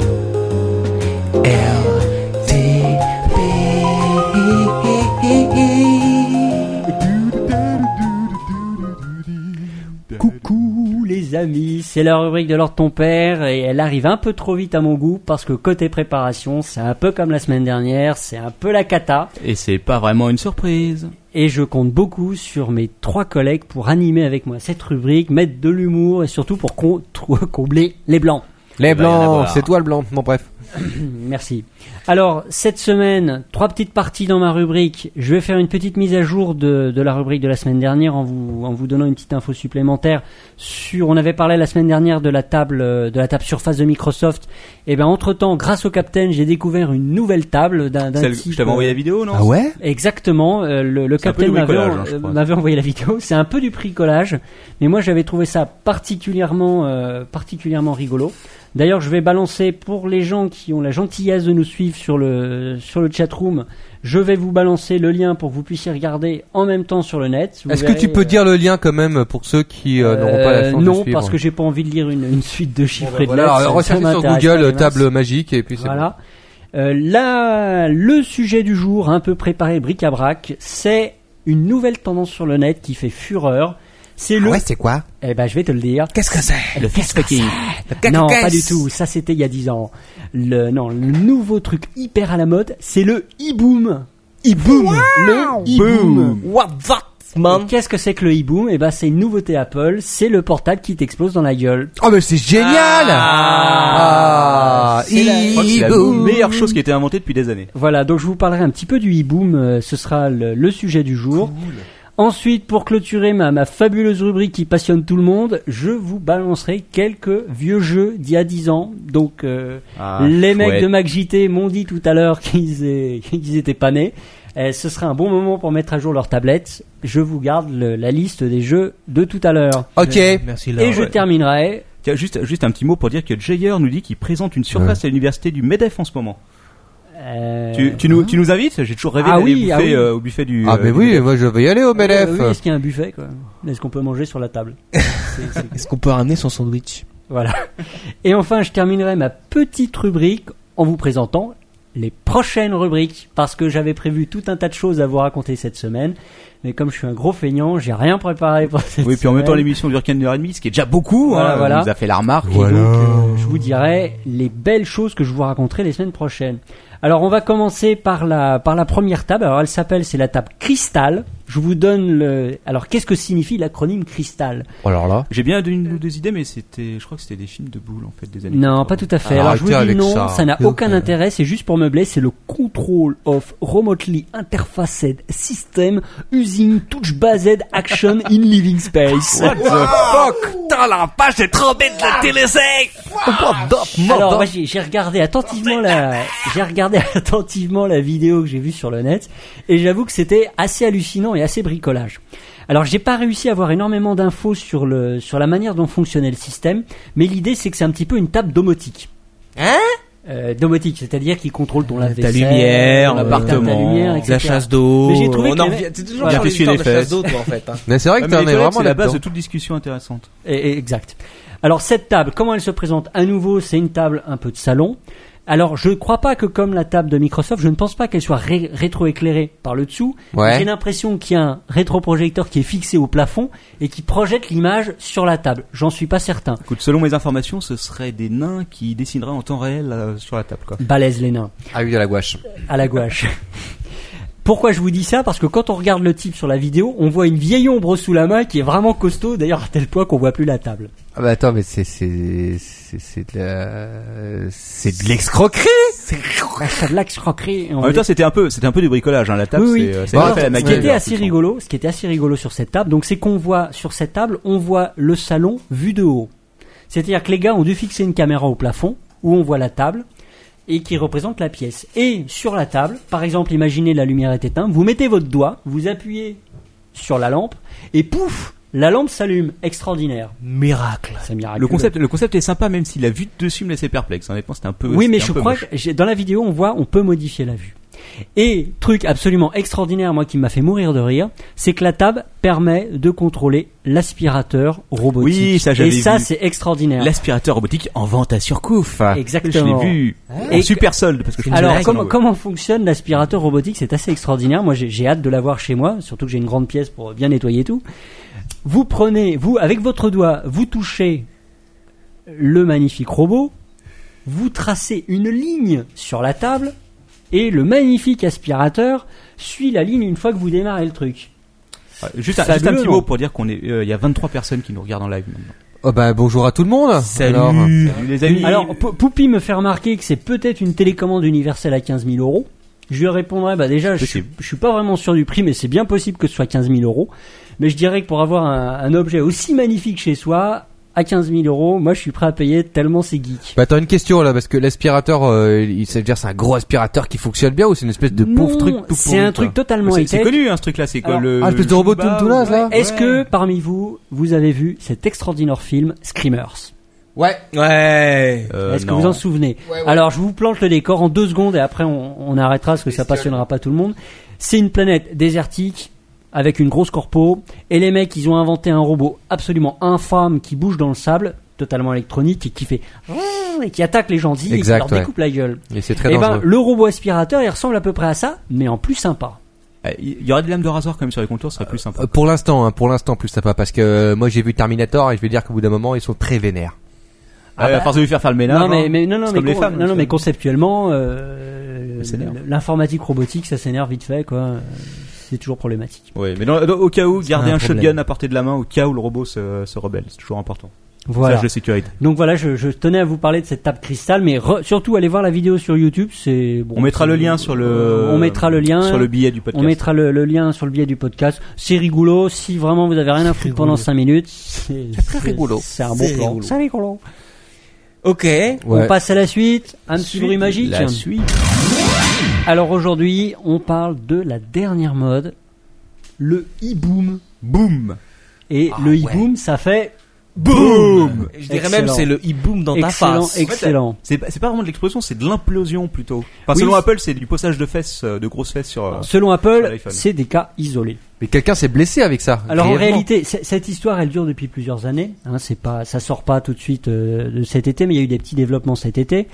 [SPEAKER 5] Coucou les amis, c'est la rubrique de l'ordre de ton père et elle arrive un peu trop vite à mon goût parce que côté préparation, c'est un peu comme la semaine dernière, c'est un peu la cata
[SPEAKER 4] et c'est pas vraiment une surprise.
[SPEAKER 5] et je compte beaucoup sur mes trois collègues pour animer avec moi cette rubrique, mettre de l'humour et surtout pour con- trou- combler les blancs.
[SPEAKER 6] Les
[SPEAKER 4] va y en
[SPEAKER 5] Eh ben,
[SPEAKER 6] blancs,
[SPEAKER 4] avoir.
[SPEAKER 6] c'est toi le blanc. Bon bref.
[SPEAKER 5] Merci. Alors, cette semaine, trois petites parties dans ma rubrique. Je vais faire une petite mise à jour de, de la rubrique de la semaine dernière en vous, en vous donnant une petite info supplémentaire sur, on avait parlé la semaine dernière de la table, euh, de la table surface de Microsoft. Et ben, entre temps, grâce au Captain, j'ai découvert une nouvelle table d'un, d'un
[SPEAKER 4] Celle-
[SPEAKER 5] type,
[SPEAKER 4] Je t'avais envoyé la vidéo, non
[SPEAKER 6] Ah ouais
[SPEAKER 5] Exactement, euh, le, le
[SPEAKER 4] C'est un peu
[SPEAKER 5] capitaine
[SPEAKER 4] du
[SPEAKER 5] m'avait
[SPEAKER 4] bricolage, hein, je
[SPEAKER 5] euh,
[SPEAKER 4] crois.
[SPEAKER 5] m'avait envoyé la vidéo. C'est un peu du bricolage, mais moi j'avais trouvé ça particulièrement, euh, particulièrement rigolo. D'ailleurs, je vais balancer pour les gens qui ont la gentillesse de nous suivre sur le sur le chat room. Je vais vous balancer le lien pour que vous puissiez regarder en même temps sur le net. Vous
[SPEAKER 6] Est-ce que
[SPEAKER 5] verrez,
[SPEAKER 6] tu peux
[SPEAKER 5] euh,
[SPEAKER 6] dire le lien quand même pour ceux qui euh, n'auront pas la
[SPEAKER 5] euh,
[SPEAKER 6] chance de
[SPEAKER 5] Non,
[SPEAKER 6] suivre bah
[SPEAKER 5] parce que j'ai pas envie de lire une, une suite de chiffres et de
[SPEAKER 6] voilà,
[SPEAKER 5] lettres,
[SPEAKER 6] alors,
[SPEAKER 5] ça- ça
[SPEAKER 6] recherchez sur
[SPEAKER 5] m'intéresse pas,
[SPEAKER 6] Google euh,
[SPEAKER 5] les
[SPEAKER 6] table magique et puis c'est
[SPEAKER 5] voilà. Euh, là, le sujet du jour, un peu préparé bric-à-brac, c'est une nouvelle tendance sur le net qui fait fureur. C'est le.
[SPEAKER 6] c'est quoi
[SPEAKER 5] Eh ben, je vais te le dire.
[SPEAKER 7] Ah Qu'est-ce que c'est
[SPEAKER 5] Le fist-fucking.
[SPEAKER 7] caca
[SPEAKER 5] Non,
[SPEAKER 7] caisse.
[SPEAKER 5] pas du tout. Ça, c'était il y a 10 ans. Le, non, le nouveau truc hyper à la mode, c'est le e-boom.
[SPEAKER 7] E-boom
[SPEAKER 5] Le e-boom.
[SPEAKER 7] What that,
[SPEAKER 5] Et
[SPEAKER 7] man
[SPEAKER 5] Qu'est-ce que c'est que le e-boom Eh ben, c'est une nouveauté Apple. C'est le portable qui t'explose dans la gueule.
[SPEAKER 6] Oh mais c'est génial Ah,
[SPEAKER 5] C'est la-
[SPEAKER 4] Je crois que c'est la
[SPEAKER 6] e-boom.
[SPEAKER 4] meilleure chose qui a été inventée depuis des années.
[SPEAKER 5] Voilà, donc je vous parlerai un petit peu du e-boom, euh, ce sera le, le sujet du jour. Ensuite, pour clôturer ma, ma fabuleuse rubrique qui passionne tout le monde, je vous balancerai quelques vieux jeux d'il y a 10 ans. Donc, euh,
[SPEAKER 4] Ah,
[SPEAKER 5] les mecs de MacJT m'ont dit tout à l'heure qu'ils é- qu'ils étaient pas nés. Euh, ce sera un bon moment pour mettre à jour leur tablette. Je vous garde le- la liste des jeux de tout à l'heure.
[SPEAKER 6] Ok.
[SPEAKER 7] Merci
[SPEAKER 5] Et je terminerai.
[SPEAKER 4] Tiens, juste, juste un petit mot pour dire que Jayer nous dit qu'il présente une surface à l'université du MEDEF en ce moment.
[SPEAKER 5] euh,
[SPEAKER 4] Tu, tu nous, tu nous invites J'ai toujours rêvé
[SPEAKER 5] Ah
[SPEAKER 4] d'aller
[SPEAKER 5] oui,
[SPEAKER 4] bouffer
[SPEAKER 5] ah oui.
[SPEAKER 4] euh, au buffet du.
[SPEAKER 6] Ah
[SPEAKER 4] euh,
[SPEAKER 6] mais
[SPEAKER 4] du
[SPEAKER 6] oui,
[SPEAKER 4] MEDEF.
[SPEAKER 6] moi je vais y aller au MEDEF.
[SPEAKER 5] euh, oui, Est-ce qu'il y a un buffet quoi Est-ce qu'on peut manger sur la table C'est- c'est-
[SPEAKER 7] Est-ce qu'on peut ramener son sandwich
[SPEAKER 5] Voilà. Et enfin, je terminerai ma petite rubrique en vous présentant les prochaines rubriques, parce que j'avais prévu tout un tas de choses à vous raconter cette semaine, mais comme je suis un gros feignant, j'ai rien préparé pour cette
[SPEAKER 4] Oui, puis en même temps
[SPEAKER 5] semaine.
[SPEAKER 4] l'émission dure qu'une heure et demie, ce qui est déjà beaucoup.
[SPEAKER 5] Voilà,
[SPEAKER 4] hein,
[SPEAKER 5] voilà.
[SPEAKER 4] On nous a fait la remarque.
[SPEAKER 5] Et donc, euh, je vous dirai les belles choses que je vous raconterai les semaines prochaines. Alors, on va commencer par la, par la première table. Alors, elle s'appelle, c'est la table cristal. Je vous donne le, alors, qu'est-ce que signifie l'acronyme cristal?
[SPEAKER 6] Alors là.
[SPEAKER 4] J'ai bien une ou deux idées, mais c'était, je crois que c'était des films de boules en fait des années. 80.
[SPEAKER 5] Non, pas tout à fait.
[SPEAKER 6] Ah,
[SPEAKER 5] Alors je
[SPEAKER 6] arrêtez
[SPEAKER 5] vous dis
[SPEAKER 6] avec
[SPEAKER 5] non,
[SPEAKER 6] ça.
[SPEAKER 5] ça n'a
[SPEAKER 6] Ok.
[SPEAKER 5] aucun intérêt, c'est juste pour meubler, c'est le Control of Remotely Interfaced System Using Touch Based Action in Living Space.
[SPEAKER 2] Putain, la page est trempée de la télé
[SPEAKER 5] Alors moi j'ai j'ai regardé attentivement la j'ai regardé attentivement la vidéo que j'ai vue sur le net et j'avoue que c'était assez hallucinant et assez bricolage. Alors j'ai pas réussi à avoir énormément d'infos sur le sur la manière dont fonctionnait le système, mais l'idée c'est que c'est un petit peu une table domotique.
[SPEAKER 7] Hein
[SPEAKER 5] euh, Domotique, c'est-à-dire qui contrôle ton
[SPEAKER 7] Euh, Ta
[SPEAKER 5] lave-vaisselle,
[SPEAKER 7] lumière,
[SPEAKER 5] ton
[SPEAKER 7] l'appartement,
[SPEAKER 5] ta lumière, etc.
[SPEAKER 7] la chasse d'eau.
[SPEAKER 5] Mais j'ai trouvé
[SPEAKER 7] On
[SPEAKER 5] que
[SPEAKER 7] en
[SPEAKER 5] les-
[SPEAKER 7] revient- C'est toujours
[SPEAKER 5] Voilà.
[SPEAKER 7] sur
[SPEAKER 4] Bien
[SPEAKER 7] les
[SPEAKER 4] fait
[SPEAKER 7] histoires de
[SPEAKER 4] les fesses.
[SPEAKER 7] chasse d'eau, toi, en fait. hein.
[SPEAKER 6] Mais c'est vrai
[SPEAKER 4] Ah,
[SPEAKER 6] que
[SPEAKER 4] mais
[SPEAKER 6] t'en
[SPEAKER 4] les
[SPEAKER 6] es
[SPEAKER 4] toilettes,
[SPEAKER 6] vraiment
[SPEAKER 4] c'est la
[SPEAKER 6] là-dedans.
[SPEAKER 4] base de toute discussion intéressante.
[SPEAKER 5] Et- et- exact. Alors cette table, comment elle se présente À nouveau, c'est une table un peu de salon. Alors je ne crois pas que comme la table de Microsoft, je ne pense pas qu'elle soit ré- rétroéclairée par le dessous.
[SPEAKER 6] Ouais.
[SPEAKER 5] J'ai l'impression qu'il y a un rétroprojecteur qui est fixé au plafond et qui projette l'image sur la table. J'en suis pas certain.
[SPEAKER 4] Écoute, selon mes informations, ce serait des nains qui dessineraient en temps réel euh, sur la table, quoi.
[SPEAKER 5] Balèze les nains.
[SPEAKER 6] Ah oui, de la gouache.
[SPEAKER 5] à la gouache. Pourquoi je vous dis ça Parce que quand on regarde le type sur la vidéo, on voit une vieille ombre sous la main qui est vraiment costaud, d'ailleurs à tel point qu'on voit plus la table.
[SPEAKER 6] Ah bah attends, mais c'est c'est c'est c'est de la c'est de l'escroquerie.
[SPEAKER 5] Ah, ça de l'axe croquerie. et on
[SPEAKER 4] En même
[SPEAKER 5] est-
[SPEAKER 4] temps, c'était un peu, c'était un peu du bricolage. Hein. La table,
[SPEAKER 5] Oui, oui. Bah,
[SPEAKER 4] c'est, euh, c'est
[SPEAKER 6] Voilà.
[SPEAKER 4] pas fait à la
[SPEAKER 5] ce
[SPEAKER 4] maquette,
[SPEAKER 5] qui était
[SPEAKER 4] alors,
[SPEAKER 5] assez
[SPEAKER 4] tout le temps.
[SPEAKER 5] rigolo, ce qui était assez rigolo sur cette table, donc c'est qu'on voit sur cette table, on voit le salon vu de haut. C'est-à-dire que les gars ont dû fixer une caméra au plafond où on voit la table et qui représente la pièce. Et sur la table, par exemple, imaginez la lumière est éteinte, vous mettez votre doigt, vous appuyez sur la lampe et pouf, la lampe s'allume. Extraordinaire.
[SPEAKER 7] Miracle.
[SPEAKER 5] C'est miraculeux.
[SPEAKER 4] Ah, Le concept, le concept est sympa, même si la vue de dessus me laissait perplexe. Honnêtement, c'était un peu.
[SPEAKER 5] Oui, mais
[SPEAKER 4] c'était un
[SPEAKER 5] je
[SPEAKER 4] peu
[SPEAKER 5] crois
[SPEAKER 4] moche.
[SPEAKER 5] que j'ai- dans la vidéo, on voit, on peut modifier la vue. Et truc absolument extraordinaire, moi qui m'a fait mourir de rire, c'est que la table permet de contrôler l'aspirateur robotique.
[SPEAKER 4] Oui, ça,
[SPEAKER 5] Et
[SPEAKER 4] j'avais
[SPEAKER 5] ça,
[SPEAKER 4] vu.
[SPEAKER 5] c'est extraordinaire.
[SPEAKER 4] L'aspirateur robotique en vente à surcouf.
[SPEAKER 5] Exactement.
[SPEAKER 4] Je l'ai vu.
[SPEAKER 5] Et
[SPEAKER 4] en
[SPEAKER 5] que-
[SPEAKER 4] super solde, parce que je me
[SPEAKER 5] Alors,
[SPEAKER 4] disais,
[SPEAKER 5] comment,
[SPEAKER 4] ouais.
[SPEAKER 5] comment fonctionne l'aspirateur robotique C'est assez extraordinaire. Moi, j'ai j'ai hâte de l'avoir chez moi, surtout que j'ai une grande pièce pour bien nettoyer tout. Vous prenez, vous, avec votre doigt, vous touchez le magnifique robot, vous tracez une ligne sur la table, et le magnifique aspirateur suit la ligne une fois que vous démarrez le truc.
[SPEAKER 4] Ouais, Juste, un,
[SPEAKER 5] Fabuleux,
[SPEAKER 4] juste un petit
[SPEAKER 5] non
[SPEAKER 4] mot pour dire qu'on est, euh, il y a 23 personnes qui nous regardent en live maintenant.
[SPEAKER 6] Oh bah, bonjour à tout le monde.
[SPEAKER 7] Salut.
[SPEAKER 6] Alors,
[SPEAKER 4] les amis.
[SPEAKER 5] euh, Alors, Pou- Poupie me fait remarquer que c'est peut-être une télécommande universelle à 15 000 euros. Je lui répondrai, bah déjà, je,
[SPEAKER 4] possible.
[SPEAKER 5] je suis pas vraiment sûr du prix, mais c'est bien possible que ce soit 15 000 euros. Mais je dirais que pour avoir un, un objet aussi magnifique chez soi, à 15 000 euros, moi je suis prêt à payer tellement c'est geek.
[SPEAKER 6] bah, t'as une question là parce que l'aspirateur, euh, il, ça veut dire c'est un gros aspirateur qui fonctionne bien ou c'est une espèce de pauvre
[SPEAKER 5] Non,
[SPEAKER 6] truc tout
[SPEAKER 5] C'est
[SPEAKER 6] pourri,
[SPEAKER 5] un
[SPEAKER 6] quoi
[SPEAKER 5] truc totalement
[SPEAKER 4] c'est, c'est
[SPEAKER 5] high-tech.
[SPEAKER 4] connu, hein, ce truc-là. C'est quoi
[SPEAKER 5] Alors,
[SPEAKER 4] le
[SPEAKER 6] ah, espèce de robot de
[SPEAKER 4] Shiba,
[SPEAKER 6] Toontoonaz,
[SPEAKER 4] ou-
[SPEAKER 6] là
[SPEAKER 5] Est-ce que parmi vous, vous avez vu cet extraordinaire film Screamers
[SPEAKER 6] Ouais.
[SPEAKER 7] Ouais.
[SPEAKER 4] Euh,
[SPEAKER 5] Est-ce que
[SPEAKER 4] non.
[SPEAKER 5] vous en souvenez Alors, je vous plante le décor en deux secondes et après on, on arrêtera parce que ça passionnera pas tout le monde. C'est une planète désertique avec une grosse corpo et les mecs, ils ont inventé un robot absolument infâme qui bouge dans le sable, totalement électronique et qui fait et qui attaque les gens dits et qui
[SPEAKER 6] Exact,
[SPEAKER 5] leur
[SPEAKER 6] ouais.
[SPEAKER 5] découpe la gueule.
[SPEAKER 6] Et c'est très
[SPEAKER 5] et
[SPEAKER 7] Eh
[SPEAKER 5] ben,
[SPEAKER 6] dangereux.
[SPEAKER 5] le robot aspirateur, il ressemble à peu près à ça, mais en plus sympa.
[SPEAKER 4] Ah, Il y aurait des lames de rasoir quand même sur les contours, ce serait plus sympa.
[SPEAKER 6] Euh, Pour l'instant, hein, pour l'instant plus sympa parce que euh, moi j'ai vu Terminator et je vais dire qu'au bout d'un moment ils sont très vénères.
[SPEAKER 4] Ah, À force de lui faire faire le ménage.
[SPEAKER 5] euh, Non mais,
[SPEAKER 4] hein.
[SPEAKER 5] mais non non
[SPEAKER 4] C'est
[SPEAKER 5] mais,
[SPEAKER 4] comme les
[SPEAKER 5] con-
[SPEAKER 4] femmes,
[SPEAKER 5] non, non,
[SPEAKER 4] c'est-
[SPEAKER 5] mais conceptuellement euh,
[SPEAKER 4] Ça s'énerve.
[SPEAKER 5] l'informatique robotique ça s'énerve vite fait quoi Euh, c'est toujours problématique
[SPEAKER 4] Oui, mais dans- dans- au cas où, garder
[SPEAKER 6] un
[SPEAKER 4] un,
[SPEAKER 6] problème.
[SPEAKER 4] shotgun à portée de la main au cas où le robot se, se rebelle, c'est toujours important.
[SPEAKER 5] voilà
[SPEAKER 4] Message de sécurité.
[SPEAKER 5] donc voilà je, je tenais à vous parler de cette table cristal mais re- surtout allez voir la vidéo sur YouTube c'est bon,
[SPEAKER 4] On mettra
[SPEAKER 5] c'est-
[SPEAKER 4] le lien sur le.
[SPEAKER 5] on mettra le lien
[SPEAKER 4] sur le billet du podcast.
[SPEAKER 5] on mettra le, le lien sur le billet du podcast. C'est rigolo. Si vraiment vous avez rien à foutre pendant 5 minutes, c'est c'est-
[SPEAKER 6] rigolo.
[SPEAKER 5] C'est un bon
[SPEAKER 7] C'est
[SPEAKER 5] plan.
[SPEAKER 7] rigolo.
[SPEAKER 5] C'est rigolo.
[SPEAKER 7] Ok.
[SPEAKER 5] On passe à la suite. Un petit bruit magique.
[SPEAKER 4] La suite.
[SPEAKER 5] Alors aujourd'hui, on parle de la dernière mode, le e-boom.
[SPEAKER 4] Boum.
[SPEAKER 5] Et le e-boom, ça fait
[SPEAKER 7] Boom. Je dirais même
[SPEAKER 5] Excellent.
[SPEAKER 7] c'est le e-boom dans ta
[SPEAKER 5] excellent,
[SPEAKER 7] face.
[SPEAKER 5] excellent.
[SPEAKER 4] C'est pas, c'est pas vraiment de l'explosion, c'est de l'implosion plutôt. Enfin,
[SPEAKER 5] Oui,
[SPEAKER 4] selon
[SPEAKER 5] c'est-
[SPEAKER 4] Apple, c'est du passage de fesses, euh, de grosses fesses sur. euh,
[SPEAKER 5] Selon
[SPEAKER 4] sur
[SPEAKER 5] Apple,
[SPEAKER 4] l'iPhone.
[SPEAKER 5] c'est des cas isolés.
[SPEAKER 6] Mais quelqu'un s'est blessé avec ça.
[SPEAKER 5] Alors en
[SPEAKER 6] grièvement.
[SPEAKER 5] réalité, c- cette histoire, elle dure depuis plusieurs années. Hein, c'est pas, ça sort pas tout de suite euh, de cet été, mais il y a eu des petits développements cet été.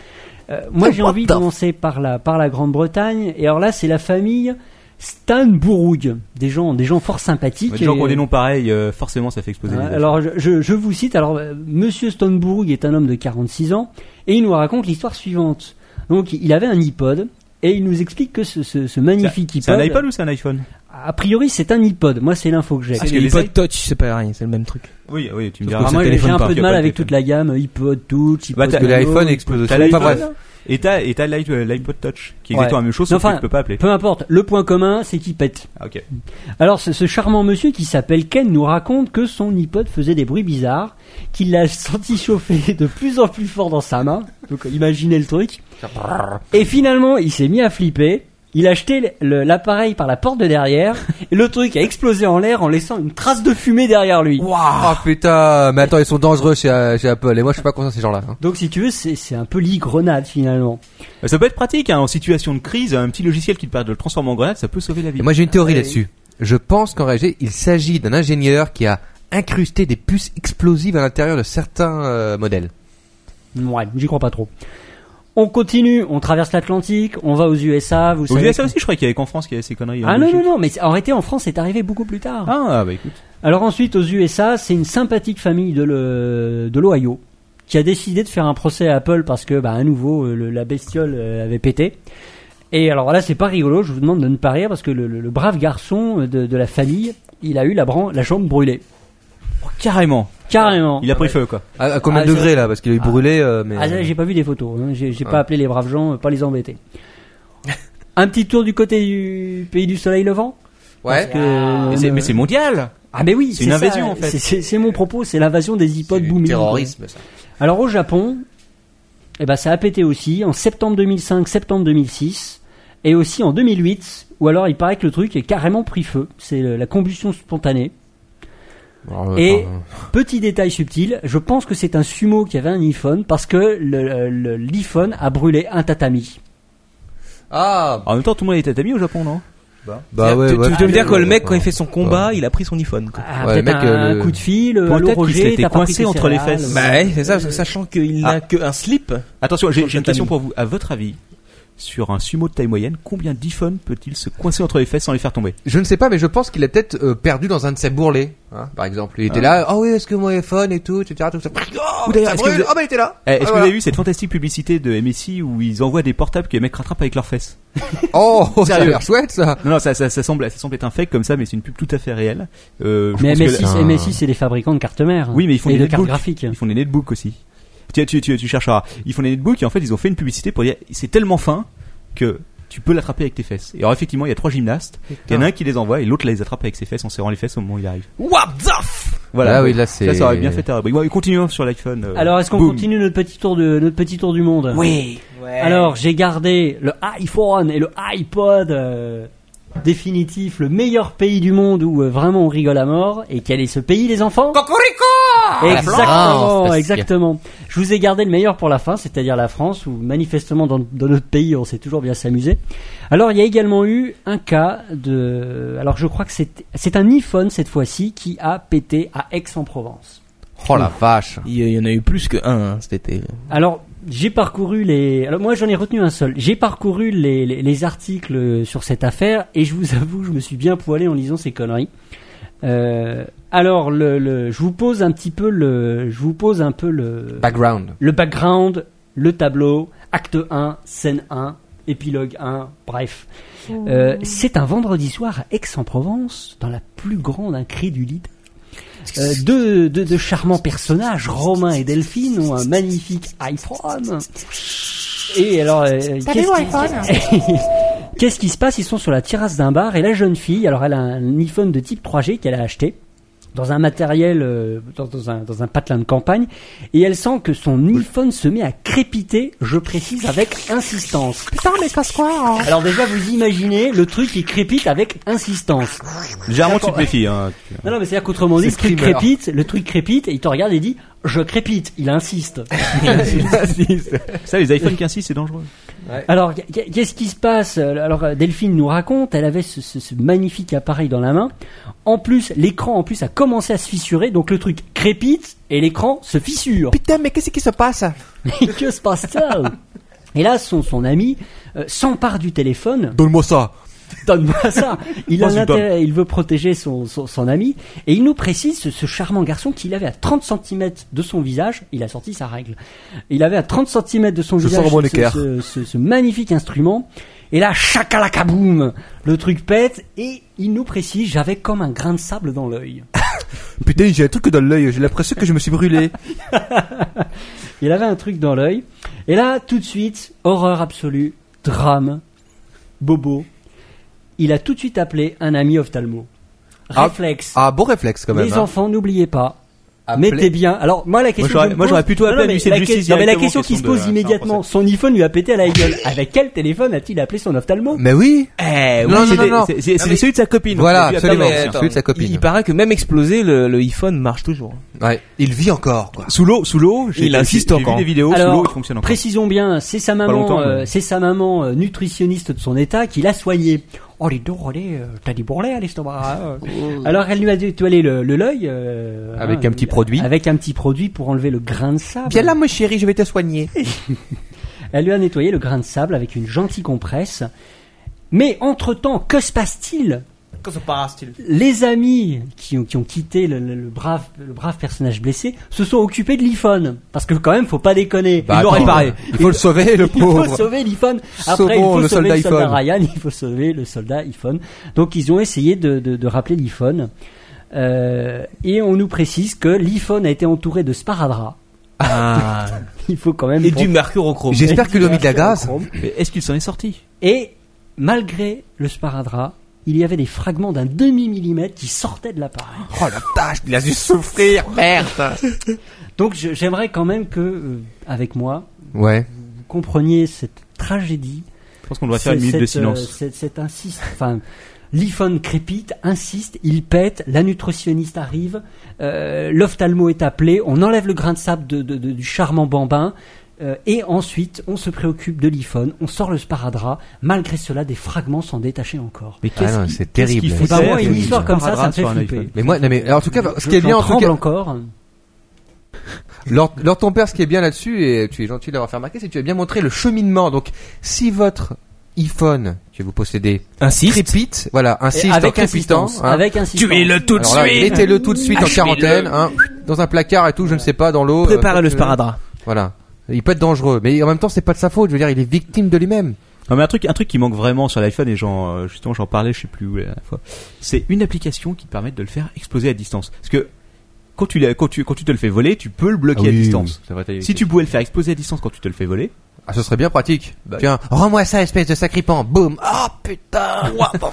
[SPEAKER 5] Euh, moi, j'ai envie de commencer par la, par la Grande-Bretagne. Et alors là, c'est la famille Stanborough, des gens, des gens fort sympathiques.
[SPEAKER 4] Des gens qui ont
[SPEAKER 5] et-
[SPEAKER 4] des noms pareils, euh, forcément, ça fait exploser.
[SPEAKER 5] Ouais,
[SPEAKER 4] les achats.
[SPEAKER 5] alors, je, je- je vous cite. Alors, euh, Monsieur Stoneborough est un homme de 46 ans et il nous raconte l'histoire suivante. Donc, il avait un iPod et il nous explique que ce, ce- ce magnifique
[SPEAKER 4] c'est un
[SPEAKER 5] iPod.
[SPEAKER 4] iPod ou c'est un iPhone
[SPEAKER 5] A priori, c'est un iPod. Moi, c'est l'info que j'ai.
[SPEAKER 4] Parce
[SPEAKER 7] C'est
[SPEAKER 4] que
[SPEAKER 7] le
[SPEAKER 4] les
[SPEAKER 7] iPod Touch, c'est pas rien, c'est le même truc.
[SPEAKER 4] Oui, oui, tu me
[SPEAKER 7] Sauf
[SPEAKER 4] diras.
[SPEAKER 7] que
[SPEAKER 5] Alors
[SPEAKER 7] Ah, c'est
[SPEAKER 5] Ah, moi,
[SPEAKER 7] le
[SPEAKER 5] j'ai
[SPEAKER 7] téléphone
[SPEAKER 5] un
[SPEAKER 7] par
[SPEAKER 5] peu de
[SPEAKER 4] cœur,
[SPEAKER 5] mal
[SPEAKER 4] pas le
[SPEAKER 5] avec toute la gamme iPod Touch, iPod
[SPEAKER 4] Bah, t'as-
[SPEAKER 6] Parce que
[SPEAKER 5] Nano.
[SPEAKER 6] l'iPhone explose aussi.
[SPEAKER 4] T'as
[SPEAKER 6] Enfin
[SPEAKER 4] l'iPhone
[SPEAKER 6] bref.
[SPEAKER 4] Et t'as, et t'as l'i- l'iPod Touch, qui est
[SPEAKER 5] Ouais.
[SPEAKER 4] exactement la même chose, sauf
[SPEAKER 5] Enfin,
[SPEAKER 4] que tu peux pas appeler.
[SPEAKER 5] Peu importe, le point commun, c'est qu'il pète.
[SPEAKER 4] Ah, ok.
[SPEAKER 5] Alors, ce, ce charmant monsieur qui s'appelle Ken nous raconte que son iPod faisait des bruits bizarres, qu'il l'a senti chauffer de plus en plus fort dans sa main. Donc, imaginez le truc. Et finalement, il s'est mis à flipper. Il a jeté le- l'appareil par la porte de derrière. Et le truc a explosé en l'air en laissant une trace de fumée derrière lui.
[SPEAKER 6] Ah putain, mais attends, ils sont dangereux chez, euh, chez Apple et moi je suis pas content de ces gens-là. hein.
[SPEAKER 5] Donc, si tu veux, c'est c'est un peu l'e-grenade finalement.
[SPEAKER 4] Bah, Ça peut être pratique, hein, en situation de crise, un petit logiciel qui te permet de le transformer en grenade, ça peut sauver la vie.
[SPEAKER 6] Et moi j'ai une théorie
[SPEAKER 5] Ah,
[SPEAKER 6] là-dessus. Je pense qu'en réalité, il s'agit d'un ingénieur qui a incrusté des puces explosives à l'intérieur de certains euh, modèles.
[SPEAKER 5] Ouais, j'y crois pas trop. On continue, on traverse l'Atlantique, on va aux USA, vous
[SPEAKER 4] Aux
[SPEAKER 5] savez.
[SPEAKER 4] USA aussi, je crois qu'il y avait qu'en France qu'il y avait ces conneries.
[SPEAKER 5] Ah
[SPEAKER 4] hein,
[SPEAKER 5] non,
[SPEAKER 4] je-
[SPEAKER 5] non, non, mais c'est- en réalité en France c'est arrivé beaucoup plus tard.
[SPEAKER 4] Ah, bah écoute.
[SPEAKER 5] Alors ensuite aux USA, c'est une sympathique famille de le- de l'Ohio qui a décidé de faire un procès à Apple parce que, bah, à nouveau, euh, le- la bestiole euh, avait pété. Et alors là, c'est pas rigolo, je vous demande de ne pas rire parce que le, le- le brave garçon de, de la famille, il a eu la, bran- la jambe brûlée.
[SPEAKER 4] Oh, carrément.
[SPEAKER 5] Carrément.
[SPEAKER 4] Il a pris feu, quoi.
[SPEAKER 6] À, à combien
[SPEAKER 5] Ah,
[SPEAKER 6] de
[SPEAKER 5] je-
[SPEAKER 6] degrés là Parce qu'il est brûlé. euh, mais...
[SPEAKER 5] Ah, ça, j'ai pas vu des photos. hein. J'ai j'ai
[SPEAKER 6] Ouais.
[SPEAKER 5] pas appelé les braves gens, euh, pas les embêter. Un petit tour du côté du pays du soleil levant Parce
[SPEAKER 6] ouais.
[SPEAKER 5] que-
[SPEAKER 4] Mais c'est- mais c'est mondial.
[SPEAKER 5] Ah mais oui,
[SPEAKER 4] C'est une
[SPEAKER 5] ça,
[SPEAKER 4] invasion, en fait.
[SPEAKER 5] c'est- C'est c'est mon propos, c'est l'invasion des iPods
[SPEAKER 6] du
[SPEAKER 5] booming.
[SPEAKER 6] terrorisme, ça.
[SPEAKER 5] Alors au Japon, eh ben ça a pété aussi en septembre 2005, septembre 2006 et aussi en 2008 ou alors il paraît que le truc est carrément pris feu, c'est le- la combustion spontanée.
[SPEAKER 3] Ah,
[SPEAKER 6] Alors, euh,
[SPEAKER 5] Et
[SPEAKER 6] pardon.
[SPEAKER 5] petit détail subtil, je pense que c'est un sumo qui avait un iPhone parce que le- le- l'iPhone a brûlé un tatami.
[SPEAKER 6] Ah
[SPEAKER 4] En même temps, tout le monde était tatami au Japon, non
[SPEAKER 6] bah ouais.
[SPEAKER 7] tu, tu-
[SPEAKER 6] ouais.
[SPEAKER 7] tu veux me dire que le mec, quand il
[SPEAKER 6] Ouais.
[SPEAKER 7] fait son combat, il a pris son iPhone, quoi.
[SPEAKER 5] Ah,
[SPEAKER 6] Ouais,
[SPEAKER 5] peut-être
[SPEAKER 6] le mec,
[SPEAKER 5] un,
[SPEAKER 6] euh, le-
[SPEAKER 5] coup de fil, euh,
[SPEAKER 4] Peut-être
[SPEAKER 5] allô
[SPEAKER 4] qu'il
[SPEAKER 5] Roger,
[SPEAKER 4] s'était
[SPEAKER 5] t'as pas pris
[SPEAKER 4] coincé
[SPEAKER 5] tes
[SPEAKER 4] entre les
[SPEAKER 5] céréales.
[SPEAKER 4] fesses.
[SPEAKER 7] Bah ouais, c'est ça, parce que sachant qu'il n'a qu'un slip.
[SPEAKER 4] Attention, j'ai j'ai une
[SPEAKER 7] Prochaine
[SPEAKER 4] question
[SPEAKER 7] tatami.
[SPEAKER 4] pour vous. À votre avis, sur un sumo de taille moyenne, combien d'iPhone peut-il se coincer entre les fesses sans les faire tomber
[SPEAKER 6] Je ne sais pas, mais je pense qu'il a peut-être euh, perdu dans un de ses bourrelets. hein, par exemple. Il était
[SPEAKER 3] Ah.
[SPEAKER 6] là, oh oui, est-ce que mon iPhone et tout, etc. Tout ça. Oh,
[SPEAKER 3] Ou d'ailleurs,
[SPEAKER 6] ça
[SPEAKER 3] est-ce que
[SPEAKER 6] brûle.
[SPEAKER 3] vous-
[SPEAKER 6] Ah, bah, il était là.
[SPEAKER 3] Eh, Est-ce que
[SPEAKER 6] Ah,
[SPEAKER 3] vous avez vu cette fantastique publicité de MSI où ils envoient des portables que les mecs rattrapent avec leurs fesses
[SPEAKER 6] voilà. Oh, ça a
[SPEAKER 3] Sérieux.
[SPEAKER 6] l'air chouette ça.
[SPEAKER 3] Non, non, ça, ça, ça semble, ça semble être un fake comme ça, mais c'est une pub tout à fait réelle. Euh, je
[SPEAKER 5] Mais
[SPEAKER 3] pense que
[SPEAKER 5] MSI,
[SPEAKER 3] la-
[SPEAKER 5] c'est- MSI, c'est les fabricants de cartes mères.
[SPEAKER 3] Oui, mais ils font
[SPEAKER 5] et
[SPEAKER 3] des
[SPEAKER 5] de cartes
[SPEAKER 3] netbooks.
[SPEAKER 5] graphiques.
[SPEAKER 3] Ils font des netbooks aussi. Tu, tu, tu, tu chercheras. Ils font des netbooks et en fait, ils ont fait une publicité pour dire c'est tellement fin que tu peux l'attraper avec tes fesses. Et alors, effectivement, il y a trois gymnastes. Il y en a un qui les envoie et l'autre les attrape avec ses fesses en serrant les fesses au moment où il arrive.
[SPEAKER 7] What the f
[SPEAKER 3] Voilà.
[SPEAKER 6] Ah oui,
[SPEAKER 3] Donc,
[SPEAKER 6] là,
[SPEAKER 3] Ça,
[SPEAKER 6] c'est-
[SPEAKER 3] ça aurait bien fait ta rubrique. Ouais, continuons sur l'iPhone. euh,
[SPEAKER 5] Alors, est-ce qu'on
[SPEAKER 3] boom.
[SPEAKER 5] continue notre petit tour de notre petit tour du monde
[SPEAKER 7] Oui.
[SPEAKER 5] Alors, j'ai gardé le iPhone et le iPod euh, définitif, le meilleur pays du monde où euh, vraiment on rigole à mort. Et quel est ce pays, les enfants
[SPEAKER 6] France,
[SPEAKER 5] Exactement,
[SPEAKER 6] parce que-
[SPEAKER 5] exactement. Je vous ai gardé le meilleur pour la fin, c'est-à-dire la France, où manifestement dans, dans notre pays on sait toujours bien s'amuser. Alors il y a également eu un cas de... Alors je crois que c'est c'est un iPhone cette fois-ci qui a pété à Aix-en-Provence.
[SPEAKER 6] Oh la vache.
[SPEAKER 7] Il y- il y en a eu plus que un hein, cet été.
[SPEAKER 5] Alors, j'ai parcouru les. Alors, moi, j'en ai retenu un seul. J'ai parcouru les, les, les articles sur cette affaire et je vous avoue, je me suis bien poilé en lisant ces conneries. Euh, alors, le, le- je vous pose un petit peu le. Je vous pose un peu le.
[SPEAKER 6] Background.
[SPEAKER 5] Le background, le tableau, acte 1, scène 1, épilogue 1, bref. Euh, c'est un vendredi soir à Aix-en-Provence, dans la plus grande incrédulité. Euh, deux, deux, deux charmants personnages, Romain et Delphine, ont un magnifique iPhone. Et alors, euh, qu'est-ce qui- qu'est-ce qui se passe Ils sont sur la terrasse d'un bar et la jeune fille, alors elle a un iPhone de type 3G qu'elle a acheté dans un matériel, euh, dans, dans un, dans un patelin de campagne, et elle sent que son iPhone se met à crépiter, je précise, avec insistance. Putain, mais passe quoi Alors déjà, vous imaginez le truc qui crépite avec insistance.
[SPEAKER 3] Généralement, tu te méfies. Hein.
[SPEAKER 5] Non, non, mais c'est-à-dire qu'autrement dit, le
[SPEAKER 6] C'est
[SPEAKER 5] truc
[SPEAKER 6] screamer.
[SPEAKER 5] crépite, le truc crépite, et il te regarde et dit, je crépite, il insiste.
[SPEAKER 3] Ça, les iPhones 15 c'est dangereux.
[SPEAKER 5] Alors, y- y- qu'est-ce qui se passe Alors, euh, Delphine nous raconte, elle avait ce, ce- ce magnifique appareil dans la main. En plus, l'écran, en plus, a commencé à se fissurer, donc le truc crépite et l'écran se fissure.
[SPEAKER 7] Putain, mais qu'est-ce qui se passe
[SPEAKER 5] Mais que se passe-t-il Et là, son, son ami euh, s'empare du téléphone.
[SPEAKER 6] Donne-moi ça.
[SPEAKER 5] Donne-moi ça. Il a
[SPEAKER 3] Vas-y,
[SPEAKER 5] un intérêt, il veut protéger son, son, son ami. Et il nous précise, ce, ce charmant garçon, qu'il avait à 30 cm de son visage, il a sorti sa règle. Il avait à 30 cm de son
[SPEAKER 6] Je
[SPEAKER 5] visage
[SPEAKER 6] sors mon
[SPEAKER 5] ce-
[SPEAKER 6] équerre.
[SPEAKER 5] ce, ce- ce magnifique instrument. Et là, chacalacaboum Le truc pète et il nous précise, j'avais comme un grain de sable dans l'œil.
[SPEAKER 6] Putain, j'ai un truc dans l'œil. J'ai l'impression que je me suis brûlé.
[SPEAKER 5] Il avait un truc dans l'œil. Et là, tout de suite, horreur absolue, drame, bobo. Il a tout de suite appelé un ami ophtalmo.
[SPEAKER 6] Ah.
[SPEAKER 5] Réflexe.
[SPEAKER 6] Ah, bon réflexe quand même.
[SPEAKER 5] Les
[SPEAKER 6] hein.
[SPEAKER 5] enfants, n'oubliez pas.
[SPEAKER 6] Appeler-
[SPEAKER 5] Mettez bien. Alors moi la question.
[SPEAKER 3] j'aurais-
[SPEAKER 5] que je me
[SPEAKER 3] moi,
[SPEAKER 5] pose-
[SPEAKER 3] j'aurais plutôt
[SPEAKER 5] Non,
[SPEAKER 3] appelé
[SPEAKER 5] non,
[SPEAKER 3] à
[SPEAKER 5] mais
[SPEAKER 3] l'huissier
[SPEAKER 5] la
[SPEAKER 3] de
[SPEAKER 5] que-
[SPEAKER 3] justice
[SPEAKER 5] non, mais la
[SPEAKER 3] directement,
[SPEAKER 5] question qui se
[SPEAKER 3] question
[SPEAKER 5] pose
[SPEAKER 3] de-
[SPEAKER 5] immédiatement, son iPhone lui a pété à la gueule. Avec quel téléphone a-t-il appelé son ophtalmo
[SPEAKER 6] Mais oui.
[SPEAKER 7] Eh,
[SPEAKER 6] Non, non,
[SPEAKER 3] C'est
[SPEAKER 6] non,
[SPEAKER 3] des-
[SPEAKER 6] non.
[SPEAKER 3] C'est c'est- c'est celui de sa copine.
[SPEAKER 6] Voilà,
[SPEAKER 3] Donc, il a
[SPEAKER 6] absolument.
[SPEAKER 3] pas l'ancien.
[SPEAKER 6] celui de sa copine.
[SPEAKER 7] Il, il paraît que même explosé, le, le iPhone marche toujours.
[SPEAKER 6] Ouais. Il vit encore, quoi.
[SPEAKER 3] Sous l'eau, sous l'eau, j'ai
[SPEAKER 7] Il insiste
[SPEAKER 3] j'ai
[SPEAKER 7] encore.
[SPEAKER 4] hein.
[SPEAKER 3] vu des vidéos, sous l'eau,
[SPEAKER 5] Alors
[SPEAKER 3] il fonctionne encore.
[SPEAKER 5] précisons bien, c'est sa
[SPEAKER 3] longtemps,
[SPEAKER 5] maman, euh,
[SPEAKER 3] mais-
[SPEAKER 5] c'est sa maman euh, nutritionniste de son état qui l'a soigné. Oh les dents, allez, euh, t'as des bourrelets à l'estomac. hein. Alors elle lui a détoilé le le- l'œil euh,
[SPEAKER 6] Avec
[SPEAKER 5] hein,
[SPEAKER 6] un petit produit.
[SPEAKER 5] Avec un petit produit pour enlever le grain de sable.
[SPEAKER 6] mon chéri, je vais te soigner.
[SPEAKER 5] Elle lui a nettoyé le grain de sable avec une gentille compresse. Mais entre-temps, que se passe-t-il
[SPEAKER 7] Quand ça passe, tu
[SPEAKER 5] Les amis qui ont, qui ont quitté le, le- le brave, le brave personnage blessé se sont occupés de l'iPhone. Parce que quand même, faut pas déconner.
[SPEAKER 6] Bah,
[SPEAKER 5] il l'aurait
[SPEAKER 6] attends,
[SPEAKER 5] réparé.
[SPEAKER 6] Il faut le sauver, le
[SPEAKER 5] Il faut
[SPEAKER 6] pauvre.
[SPEAKER 5] sauver l'iPhone. Après, il
[SPEAKER 6] Sauvons
[SPEAKER 5] faut sauver le
[SPEAKER 6] le soldat
[SPEAKER 5] soldat
[SPEAKER 6] iPhone.
[SPEAKER 5] Ryan, il faut sauver le soldat iPhone. Donc, ils ont essayé de, de- de rappeler l'iPhone. Euh, et on nous précise que l'iPhone a été entouré de sparadrap.
[SPEAKER 7] Ah.
[SPEAKER 5] Il faut quand même.
[SPEAKER 7] Et
[SPEAKER 5] penser-
[SPEAKER 7] du mercure au chrome.
[SPEAKER 6] J'espère qu'ils lui ont mis de la gaz.
[SPEAKER 3] Mais Est-ce qu'il s'en est sorti
[SPEAKER 5] Et malgré le sparadrap, il y avait des fragments d'un demi-millimètre qui sortaient de l'appareil.
[SPEAKER 6] Oh la tâche, il a dû souffrir, merde.
[SPEAKER 5] Donc je- j'aimerais quand même que, euh, avec moi,
[SPEAKER 6] Ouais.
[SPEAKER 5] vous compreniez cette tragédie.
[SPEAKER 3] Je pense qu'on doit faire une
[SPEAKER 5] ce-
[SPEAKER 3] minute de
[SPEAKER 5] cette, euh,
[SPEAKER 3] silence.
[SPEAKER 5] cette- cette insiste. Enfin, l'iPhone crépite, insiste, il pète, la nutritionniste arrive, euh, l'ophtalmo est appelé, on enlève le grain de sable de- de- de- du charmant bambin. euh, et ensuite, on se préoccupe de l'iPhone, on sort le sparadrap. Malgré cela, des fragments sont détachés encore.
[SPEAKER 3] Mais
[SPEAKER 6] Ah non,
[SPEAKER 3] qui-
[SPEAKER 6] c'est
[SPEAKER 3] qu'est-ce qu'il
[SPEAKER 6] terrible.
[SPEAKER 3] faut
[SPEAKER 6] C'est pas
[SPEAKER 3] faire
[SPEAKER 6] moi, une
[SPEAKER 3] avec
[SPEAKER 5] histoire
[SPEAKER 3] un
[SPEAKER 5] comme ça, ça me
[SPEAKER 3] sparadrap
[SPEAKER 5] fait
[SPEAKER 3] sur un
[SPEAKER 5] flipper.
[SPEAKER 3] iPhone
[SPEAKER 6] Mais moi, non mais, alors, en tout cas, ce qui est
[SPEAKER 5] J'en
[SPEAKER 6] bien, en tout
[SPEAKER 5] tremble
[SPEAKER 6] cas,
[SPEAKER 5] encore. hein.
[SPEAKER 6] Lord, Lord ton père, ce qui est bien là-dessus, et tu es gentil de l'avoir fait remarquer, c'est que tu as bien montré le cheminement. Donc, si votre iPhone que vous possédez
[SPEAKER 7] Insiste.
[SPEAKER 6] crépite, voilà,
[SPEAKER 5] Et
[SPEAKER 6] insiste en
[SPEAKER 5] avec
[SPEAKER 6] crépitant.
[SPEAKER 5] insistance.
[SPEAKER 6] hein.
[SPEAKER 5] Avec insistance.
[SPEAKER 7] Tuez-le tout de
[SPEAKER 6] Alors là,
[SPEAKER 7] suite.
[SPEAKER 6] mettez-le tout de suite en quarantaine, hein, dans un placard et tout, je ne sais pas, dans l'eau. euh,
[SPEAKER 7] Préparez
[SPEAKER 6] comme
[SPEAKER 7] le
[SPEAKER 6] tu veux.
[SPEAKER 7] sparadrap.
[SPEAKER 6] Voilà. Il peut être dangereux, mais en même temps, c'est pas de sa faute. Je veux dire, il est victime de lui-même.
[SPEAKER 4] Non mais un truc, un truc qui manque vraiment sur l'iPhone et j'en, euh, justement j'en parlais, je sais plus où la dernière fois. C'est une application qui te permet de le faire exploser à distance. Parce que quand tu, l'as- quand tu, quand tu te le fais voler, tu peux le bloquer à distance. Si tu pouvais le faire exploser à distance quand tu te le fais voler,
[SPEAKER 6] Ah, ce serait bien pratique. Tiens, rends-moi ça, espèce de sacripant. Boum. Oh putain. Ouah, bon.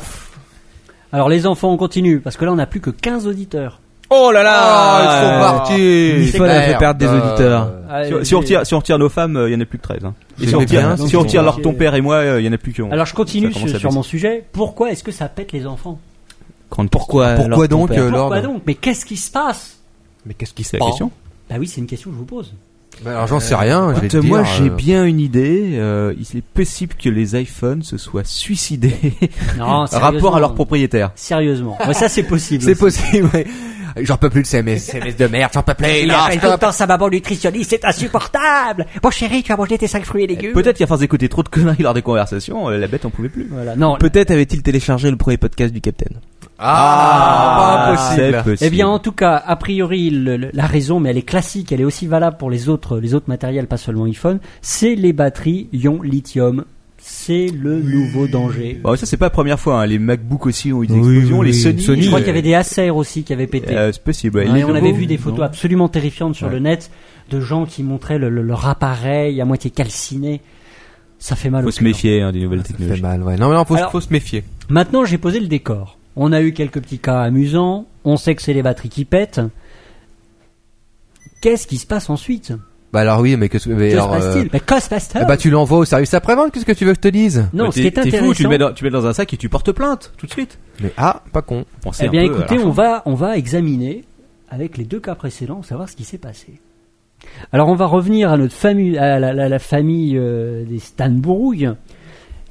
[SPEAKER 5] Alors les enfants, on continue, parce que là on n'a plus que 15 auditeurs.
[SPEAKER 7] Oh là
[SPEAKER 6] Ah, ils sont
[SPEAKER 7] là.
[SPEAKER 6] partis.
[SPEAKER 7] Il faut la
[SPEAKER 6] Merde.
[SPEAKER 7] faire perdre des
[SPEAKER 6] Euh,
[SPEAKER 7] auditeurs.
[SPEAKER 5] Allez,
[SPEAKER 4] si, on- si on
[SPEAKER 5] j'ai-
[SPEAKER 4] retire, si on retire nos femmes, euh, il y en a plus que 13. hein. Et
[SPEAKER 6] C'est
[SPEAKER 4] si on
[SPEAKER 6] bien,
[SPEAKER 4] retire,
[SPEAKER 6] c'est
[SPEAKER 4] si on
[SPEAKER 6] bien.
[SPEAKER 4] retire alors ton père et moi, euh, il y en a plus que 11.
[SPEAKER 5] Alors je continue
[SPEAKER 4] Ça commence
[SPEAKER 5] sur,
[SPEAKER 4] à
[SPEAKER 5] sur
[SPEAKER 4] baisser.
[SPEAKER 5] mon sujet. Pourquoi est-ce que ça pète les enfants
[SPEAKER 4] Grande
[SPEAKER 7] Pourquoi alors,
[SPEAKER 6] Pourquoi
[SPEAKER 7] ton
[SPEAKER 6] donc,
[SPEAKER 7] père
[SPEAKER 6] euh,
[SPEAKER 5] Pourquoi
[SPEAKER 6] Lord
[SPEAKER 5] donc Mais qu'est-ce qui se passe
[SPEAKER 4] Mais qu'est-ce qui c'est la question
[SPEAKER 5] Bah oui, c'est une question que je vous pose.
[SPEAKER 6] Bah, Alors j'en sais rien. je vais te
[SPEAKER 4] Écoute, moi
[SPEAKER 6] dire,
[SPEAKER 4] j'ai
[SPEAKER 6] euh,
[SPEAKER 4] bien une idée. euh, il est possible que les iPhones se soient suicidés
[SPEAKER 5] Non,
[SPEAKER 4] rapport à leur propriétaire.
[SPEAKER 5] Sérieusement. Ouais, ça c'est possible.
[SPEAKER 6] C'est
[SPEAKER 5] aussi.
[SPEAKER 6] possible. ouais. J'en peux plus de ces SMS de merde. J'en peux plus.
[SPEAKER 5] Il
[SPEAKER 6] Non,
[SPEAKER 5] appelle tout le
[SPEAKER 6] stop.
[SPEAKER 5] temps sa maman nutritionniste, c'est insupportable. Bon chéri, tu as mangé tes 5 fruits et légumes.
[SPEAKER 4] Peut-être qu'à force d'écouter trop de conneries lors des conversations, euh, la bête en pouvait plus.
[SPEAKER 5] Voilà. Non.
[SPEAKER 7] Peut-être avait-il téléchargé le premier podcast du Capitaine.
[SPEAKER 6] Ah, pas possible.
[SPEAKER 4] C'est possible.
[SPEAKER 5] Eh bien, en tout cas, a priori, le- le- la raison, mais elle est classique, elle est aussi valable pour les autres, les autres matériels, pas seulement iPhone, c'est les batteries ion lithium. C'est le nouveau danger.
[SPEAKER 4] Bon, ça c'est pas la première fois. hein. Les MacBook aussi ont eu des explosions.
[SPEAKER 7] oui,
[SPEAKER 4] les Sony,
[SPEAKER 7] Sony,
[SPEAKER 5] Je crois
[SPEAKER 4] euh,
[SPEAKER 5] qu'il y avait des Acer aussi qui avaient pété.
[SPEAKER 4] euh, c'est possible. ouais.
[SPEAKER 5] Ouais,
[SPEAKER 4] Les
[SPEAKER 5] on avait
[SPEAKER 4] nouveaux,
[SPEAKER 5] vu des photos
[SPEAKER 4] non.
[SPEAKER 5] absolument terrifiantes sur le net de gens qui montraient le- le- leur appareil à moitié calciné. Ça fait mal au
[SPEAKER 4] Faut se
[SPEAKER 5] cœur.
[SPEAKER 4] méfier hein, des nouvelles
[SPEAKER 6] Ça fait
[SPEAKER 4] technologies.
[SPEAKER 6] mal. Ouais. Non mais non, faut,
[SPEAKER 5] Alors-
[SPEAKER 6] faut se méfier.
[SPEAKER 5] Maintenant, j'ai posé le décor. On a eu quelques petits cas amusants. On sait que c'est les batteries qui pètent. Qu'est-ce qui se passe ensuite
[SPEAKER 6] Bah alors oui, mais qu'est-ce que mais
[SPEAKER 5] Que se
[SPEAKER 6] alors, euh,
[SPEAKER 5] passe-t-il Mais que se passe-t-il
[SPEAKER 6] eh bah tu l'envoies au service après-vente. Qu'est-ce que tu veux que je te dise
[SPEAKER 5] Non,
[SPEAKER 4] Bah,
[SPEAKER 5] ce qui
[SPEAKER 4] ben, t'es-
[SPEAKER 5] est
[SPEAKER 4] t'es fou, tu le
[SPEAKER 5] intéressant.
[SPEAKER 4] mets dans, tu le mets dans un sac et tu portes plainte tout de suite.
[SPEAKER 6] Mais ah, pas con.
[SPEAKER 4] Pensez
[SPEAKER 5] Eh
[SPEAKER 4] un
[SPEAKER 5] bien,
[SPEAKER 4] peu à
[SPEAKER 5] écoutez,
[SPEAKER 4] la
[SPEAKER 5] on va, on va examiner avec les deux cas précédents, savoir ce qui s'est passé. Alors, on va revenir à notre famille, à la, la- la famille euh, des Stanbrough.